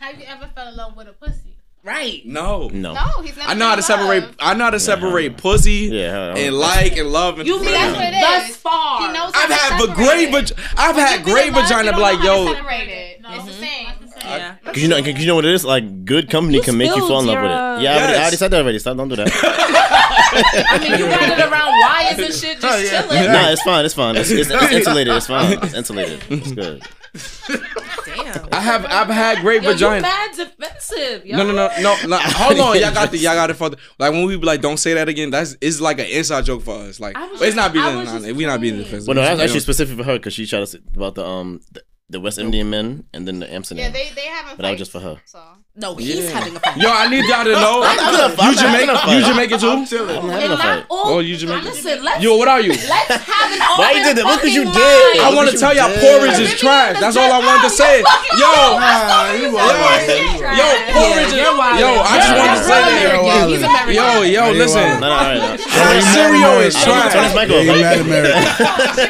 Have you ever fell in love with a pussy? Right. No. No. No, he's never. I know how to separate. I know how to separate pussy and like and love and. You mean That's what it is. thus far. He knows how I've to had but separate great, it. vag- I've had great vagina, but like yo, Separate it. It's mm-hmm. the same. Yeah. Cause you know, cause you know what it is. Like good company can make you fall in love with it. Yeah, I, already, I Yes. already said that already. Stop, don't do that. I mean, you got it around wires and shit, just chilling. No, it's fine. It's fine. It's, it's, it's insulated. It's fine. It's insulated. It's good. I have I've had great Yo, you vagina. mad defensive. Yo. No, no, no, no, no. Hold on, y'all got the y'all got it for the, like when we be like, don't say that again. That's it's like an inside joke for us. Like I was it's just- not being I was nah, just we not being defensive. Well, no, that's You actually know? specific for her because she tried to say about the um the, the West Indian men and then the Amsterdam. Yeah, they- they having But that was just for her. No, he's Yeah. having a fight. Yo, I need y'all to know. I'm having a fight. you Jamaican? I'm You having a Jamaican too? I'm having a fight. Oh, you Jamaican? Listen, let's, Yo, what are you? Let's have an Why open you did that? Look what you fucking did. mind. I want to tell y'all porridge is trash. That's all I wanted to say. Yo, yo, yo, porridge is You're wild. yo. I just You're wanted to say wild. You're that. wild. He's American. Yo, yo, listen. Cereal is trash.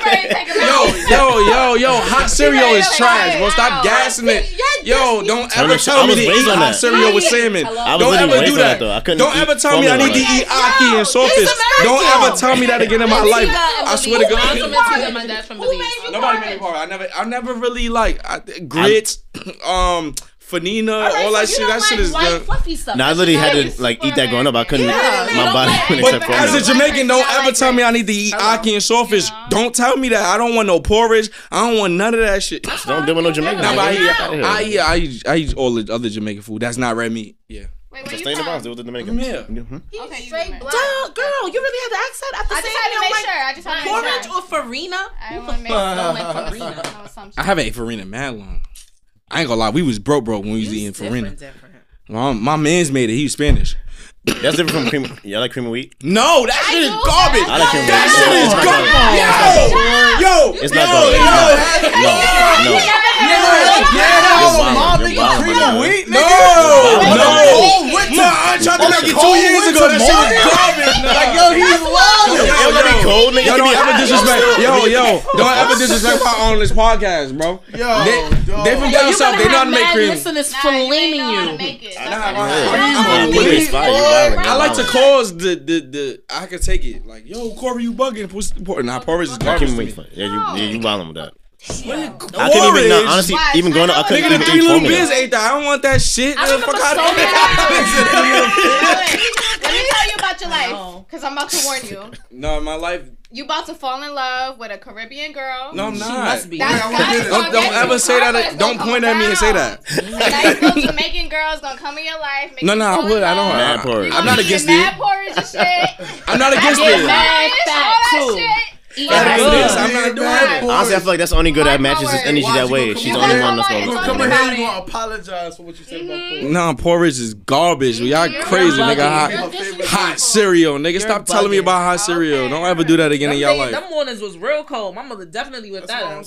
Yo, yo, yo, hot cereal is trash. Bro, stop gassing it. Yo, don't Turn ever it- tell I me was to raised eat on hot that. cereal with salmon. I was Don't literally ever raised do on that. that, though. I couldn't Don't eat ever tell me I formula need to like that. eat aki and sawfish. Don't ever tell me that again in my life. I swear to God. My dad's from Belize. Nobody made me porridge. I never, I never really like I, grits, um, fanina, all, that shit. That shit is Light, good. fluffy stuff. No, I literally had to like eat that growing up. I couldn't. Yeah. my body couldn't But accept as a formula. Jamaican, don't ever tell me I need to eat aki and sawfish. Don't tell me that. I don't want no porridge. I don't want none of that shit. Don't do it no Jamaican. Nah, but I, eat, Yeah. I, eat, I, eat, I eat all the other Jamaican food. That's not red meat. Yeah. Just stay in the box. Do it with the Mm-hmm. Dominican. Yeah. He's okay, straight black. Duh, girl, you really had the accent at the I same just had to time. make like, sure. I just wanted to make porridge sure. or farina? I don't want to make fuck? no assumption. No assumption. I haven't ate farina in mad long. I ain't gonna lie, we was broke, broke when we was eating farina. My, my man's made it. He was Spanish. That's different from cream. Y'all like cream of wheat? No, that shit is garbage. I like cream of wheat. That shit is garbage. Yo, yo, It's not yo, garbage. yo. No, no. Yeah, You're wildin', my brother. No, no. Whole winter. My aunt tried to make it two years ago. That shit was garbage. nah. Like, yo, he was wildin'. Yo, Yo, let me yo. cold, nigga. Yo, Give me don't a ever hot. disrespect. I'm Yo, still- yo, don't ever disrespect my own on this podcast, bro. Yo, they, they from down south. They know how to make cream. Listeners flaming you. I'm Cream with is it. fire. You're wildin'. I You're like to wildin'. cause the the the. I could take it. Like, yo, Corey, you bugging? What's the point? Nah, porridge is I garbage. can't to wait me. for it. Yeah, you, yeah, you wildin' with that. I I couldn't even, no, honestly, even growing up, I couldn't Nigga, the even three eat little biz formula. ate that. I don't want that shit. I The remember fuck out so of many here. Let me tell you about your life, because I'm about to warn you. No, my life. You about to fall in love with a Caribbean girl. No, She I'm not. must be. That's God's Don't, don't gonna ever get say you. that. Karma's Don't gonna point come at me and say that. Nice little Jamaican girls gonna come in your life. Make No, you no, I fall in would. I love. Mad don't. porridge. I, I'm not You get against mad it. porridge and shit. I'm not against get it. mad fat too. That ain't this. I'm not doing it. Honestly, I feel like that's the only girl that matches this energy that way. She's the only one that's gonna look Come like in that. here, you gonna apologize for what you said about porridge. Nah, porridge is garbage. Y'all crazy, nigga. Hot, hot cereal, nigga. Stop telling me about hot cereal. Don't ever do that again in your life. Them mornings was real cold. My mother definitely with that.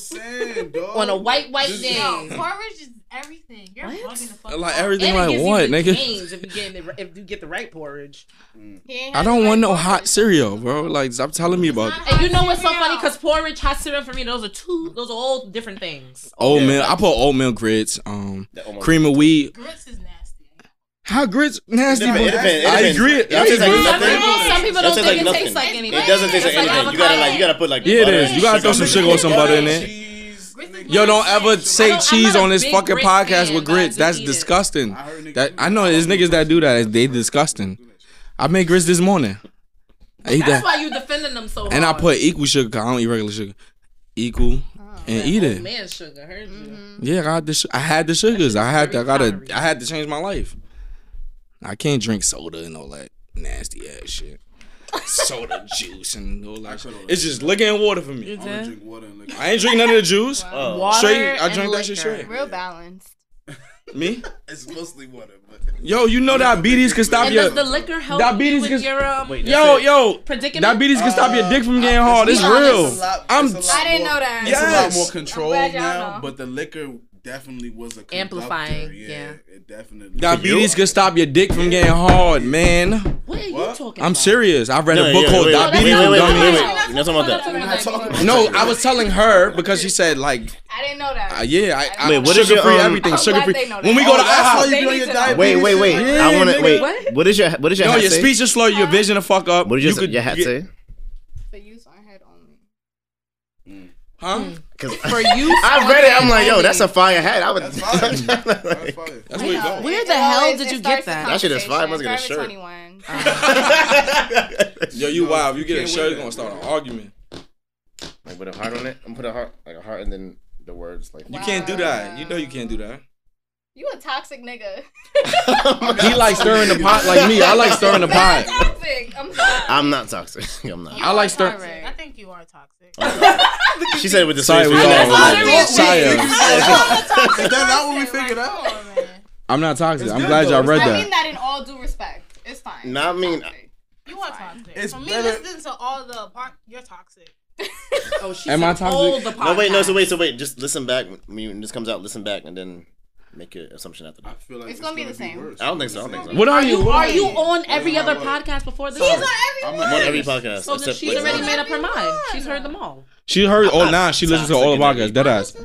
On a white, white day. porridge is everything. You're bugging the fuck Like out. everything, And it like gives you what, the nigga? gains If you, get the, if you get the right porridge. I don't want no hot cereal, bro. Like, stop telling me about. And you know what's so funny? Because porridge, hot cereal for me, those are two, those are all different things. Oatmeal. I put oatmeal grits, um, cream of wheat. Grits is nasty. How grits nasty? Depend- but- it depends, it I depends. agree. It tastes like I nothing. agree. Some people That don't tastes think it like tastes like nothing. anything. It doesn't taste like It's like anything. You gotta like, you gotta put like. Yeah, it butter is. and You gotta throw shit. some sugar or some butter in there. Yo, don't ever say cheese on this fucking podcast with grits. That's disgusting. That I know there's niggas that do that. They disgusting. I made grits this morning. I ate That's that, why you defending them so hard. and I put equal sugar. 'cause I don't eat regular sugar. Equal and eat Oh, it. man, sugar heard you. Mm-hmm. Yeah, I got the su- I had the sugars. I had to, I gotta I had to change my life. I can't drink soda and all that nasty ass shit. soda juice and all that. shit. It's just liquor and water for me. I ain't drink none of the juice. Oh. Water straight, I and drink that shit straight. Real balanced. Me? It's mostly water, but Yo, you know diabetes can stop And your does the liquor help Diabetes you with can- your um, Wait, that's Yo, it. yo, predicament? diabetes can stop your dick from getting hard. It's Be honest. real. It's a lot- I'm it's a lot I didn't more- know that. It's a lot Yes. more I'm controlled glad y'all now, know. but the liquor definitely was a conductor. Amplifying, Yeah, it definitely. diabetes can stop your dick from getting hard, man. What are you talking I'm serious. I read No, a book yeah, called wait, Diabetes Wait, wait, for wait, Dummies. wait, wait. You're not talking about that. No, I was telling her because she said like, I didn't know that. uh, yeah, I, I Wait, what is sugar free your, um, everything, I'm sugar free. glad they know that. When we go Oh, to that's how IHOP, you They do need your to know. Wait, diabetes wait, wait. Yeah, I wanna nigga. wait. What? What is your what is your Yo, hat your say? speech is slow, your vision to fuck up. What did you your, your hat get- say? For use on head only. Hmm. Huh? Cause For you, I read it. I'm like, yo, that's a fire hat. I would. That's fire. fire. That's where you go. Where the hell did you get that? That shit is fire. I was gonna Forever shirt. 21. Yo, you No, wild. If you you get a can't win shirt, you're gonna that. start an argument. Like with a heart on it. I'm put a heart like a heart and then the words like You can't do that. You know you can't do that. You a toxic nigga. He like stirring the pot like me. I like stirring the pot. toxic. I'm sorry. I'm not toxic. I'm not. You are stir. toxic. I think you are toxic. She said it with the Sorry, serious we face. all- That's all it is. Is that not what we figured out? I'm not toxic. I'm glad y'all read I mean that. that in all due respect. It's fine. No, I mean, You are toxic. It's For me, better- listening to all the part, you're toxic. oh, Am I toxic? No, wait, no. So wait, so wait. Just listen back when when this comes out. Listen back and then make your assumption after that. I feel like It's it's gonna be gonna the be same. worse. I don't think so. I don't think so. What are you? Are you on every other podcast before this? She's on every I'm on one. every podcast, So then except she's wait, already what? made up her mind. She's heard them all. She heard all nah. She listens to all the podcasts. Dead ass.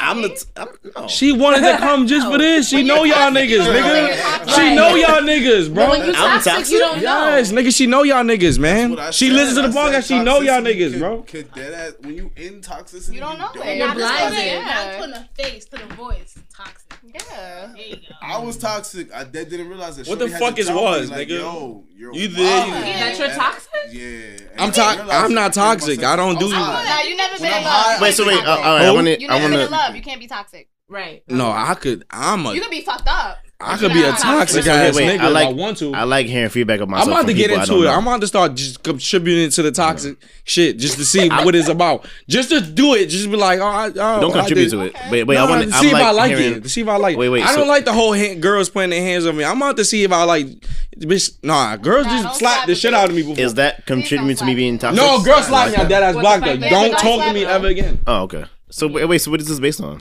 I'm the. T- I'm, no. She wanted to come just for this. She know y'all niggas, nigga. She know y'all niggas, bro. But when you I'm toxic, toxic? you don't know. Yes, nigga. She know y'all niggas, man. She listens to the podcast. She know y'all niggas, bro. Could dead ass when you in toxicity? You don't know You're You're blinded. Not putting a face to the voice. Toxic. Yeah. There you go. I was toxic. I dead didn't realize that. What the Shorty had fuck to is tell me, was, like, nigga? Yo, you're You wild. did. That you're toxic? Yeah. I'm toxic. I'm not toxic. I don't do. Nah, you never been in high, love. Wait, so wait, uh, all right, I You wanna- never I been in wanna- love. You can't be toxic. Right. No, I could. I'm a. You could be fucked up. I could be a toxic ass nigga. if I like. I want to. I like hearing feedback of myself. I'm about from to get people I into don't it. know. I'm about to start just contributing to the toxic shit just to see what it's about. Just to do it. Just be like, oh, I, oh Don't I contribute did- to it. Wait, wait. I Nah, want to to see if I like hearing, it. To see if I like. Wait, wait. I so- don't like the whole hand, girls putting their hands on me. I'm out to see if I like. Bitch, nah, girls just slap the shit out of me before. Is that contributing to me being toxic? No, girl slap me. I Like dead ass that? blocked her. Don't talk to me ever again. Oh, okay. So wait, wait. So what is this based on?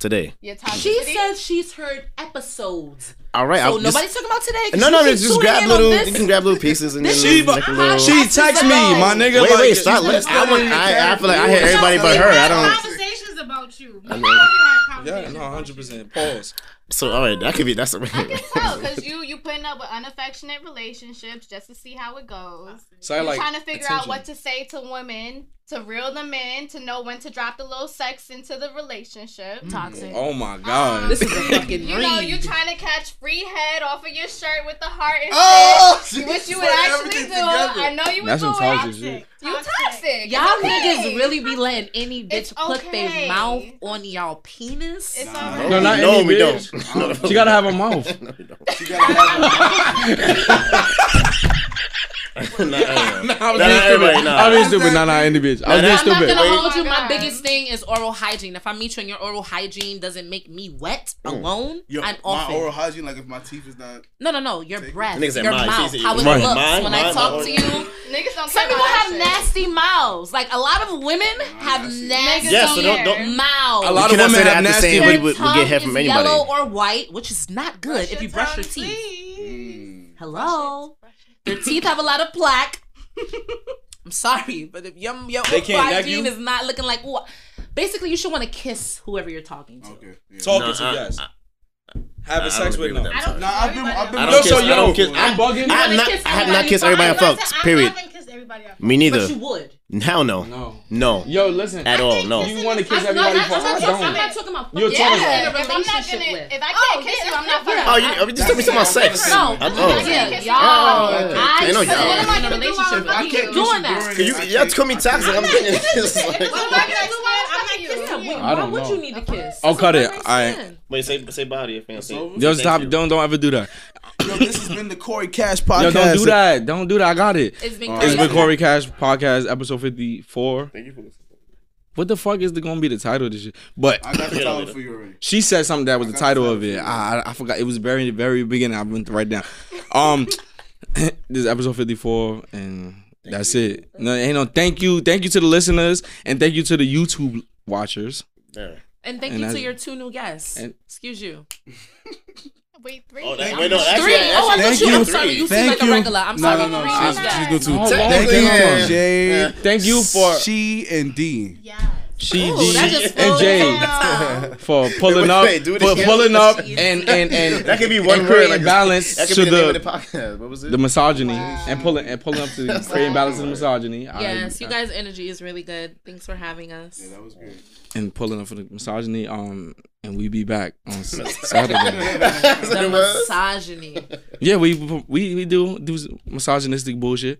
Today. She says she's heard episodes. All right. So I'll just- nobody's talking about today. 'cause No, you no, keep no. Just tuning grab in on little. this. You can grab little pieces and then This- She- make a little. she text me, my nigga, Wait, like- wait. Stop. She's Let, like, I, want, I, I feel like I hear "Yo, everybody but yo, her. I yo, don't. Conversations about you. I I know. Yeah, no, 100. percent Pause. So all right, that could be. That's. I Because you you putting up with unaffectionate relationships just to see how it goes. So I You're like trying to figure out attention. what to say to women, to reel them in, to know when to drop the little sex into the relationship. Mm. Toxic. Oh my god. This is a fucking You know, you trying to catch free head off of your shirt with the heart and Oh, shit, she which you put would actually everything do. together. I know you would That's do some it. toxic shit. You toxic. Y'all It's okay. niggas really be letting any bitch It's put okay. their mouth on y'all penis? It's No, not No, any we bitch. don't. She gotta have a mouth. Nah, I Nah, was being nah, everybody, stupid. nah. I was being stupid. Nah, nah, any bitch. I was Nah, being nah. I'm not stupid. gonna Oh Wait. hold you. My biggest thing is oral hygiene. If I meet you and your oral hygiene doesn't make me wet Mm. alone, Yo, I'm my off. oral it. hygiene, like if my teeth is not. No, no, no. Your breath, Niggas said your mine. She mouth, said how it mine. looks Mine, when I mine, talk mine. to you. Niggas don't Some care people about have that nasty mouths. Like a lot of women have nasty Yes, so don't- don't- mouths. A lot of You cannot women say that have at the nasty- same Their rate we- we tongue get hair from is anybody. Yellow or white, which is not good if you brush your teeth. Hello, their teeth have a lot of plaque. I'm sorry, but if your your They can't neg hygiene you? is not looking like what, basically you should want to kiss whoever you're talking to. Talking to Nah, I- yes. I Having sex don't with agree no. with that. Nah, I've been. I've been. I don't kiss. I don't kiss. I'm bugging. I have not. I have not kissed everybody I fucked. Period. Me neither. But you would. Hell no. No. No. Yo, listen. At all. No. You want to kiss I'm not, everybody I'm for not I talking- I'm don't. not talking about You're fucking talking If yeah. in a about- I'm not relationship gonna, with. if I can't kiss you, I'm not fucking. Oh, you, you just told me something about sex. No, I, yeah, yeah, y'all. Oh, okay. I I know said, y'all. what am I gonna do while I'm fucking you? doing that? Cause you, y'all told me toxic. I'm thinking it's like. Why don't would know. you need to kiss? I'll cut it. I. Wait, say say body if you don't Yo, stop! Don't don't ever do that. Yo, this has been the Corey Cash podcast. Yo, don't do that. Don't do that. I got it. It's been it's Corey been Cash. Corey Cash podcast episode fifty four. Thank you for listening. What the fuck is the, gonna be the title of this shit? But I got the title for you already. She said something that was the title of it. I, I I forgot. It was very very beginning. I went to write down. Um, this is episode fifty four, and that's it. No, ain't no thank you, thank you to the listeners, and thank you to the YouTube watchers. And thank And you to that's- your two new guests. and- Excuse you. Wait, three. Oh, Thank that, you. wait, no, actually, Three. actually, Oh, I thought you. I'm three. sorry. You seem like a regular. I'm No, sorry. no, no, she's- she's good too. Oh, Thank wow. you, Thank you. Jade. Thank you for- she and D. She Ooh, G that just and slowed Jane for pulling Wait, up, wait, do it for again. pulling up, and and and That could be one and word, creating like, balance that could to be the name of the podcast. What was it? the misogyny and pulling and pulling up to Wow. creating balance to the misogyny. I- Yes, you guys' energy is really good. Thanks for having us. Yeah, that was great. and pulling up for the misogyny. Um, and we be back on S- Saturday. the misogyny. Yeah, we we we do do misogynistic bullshit.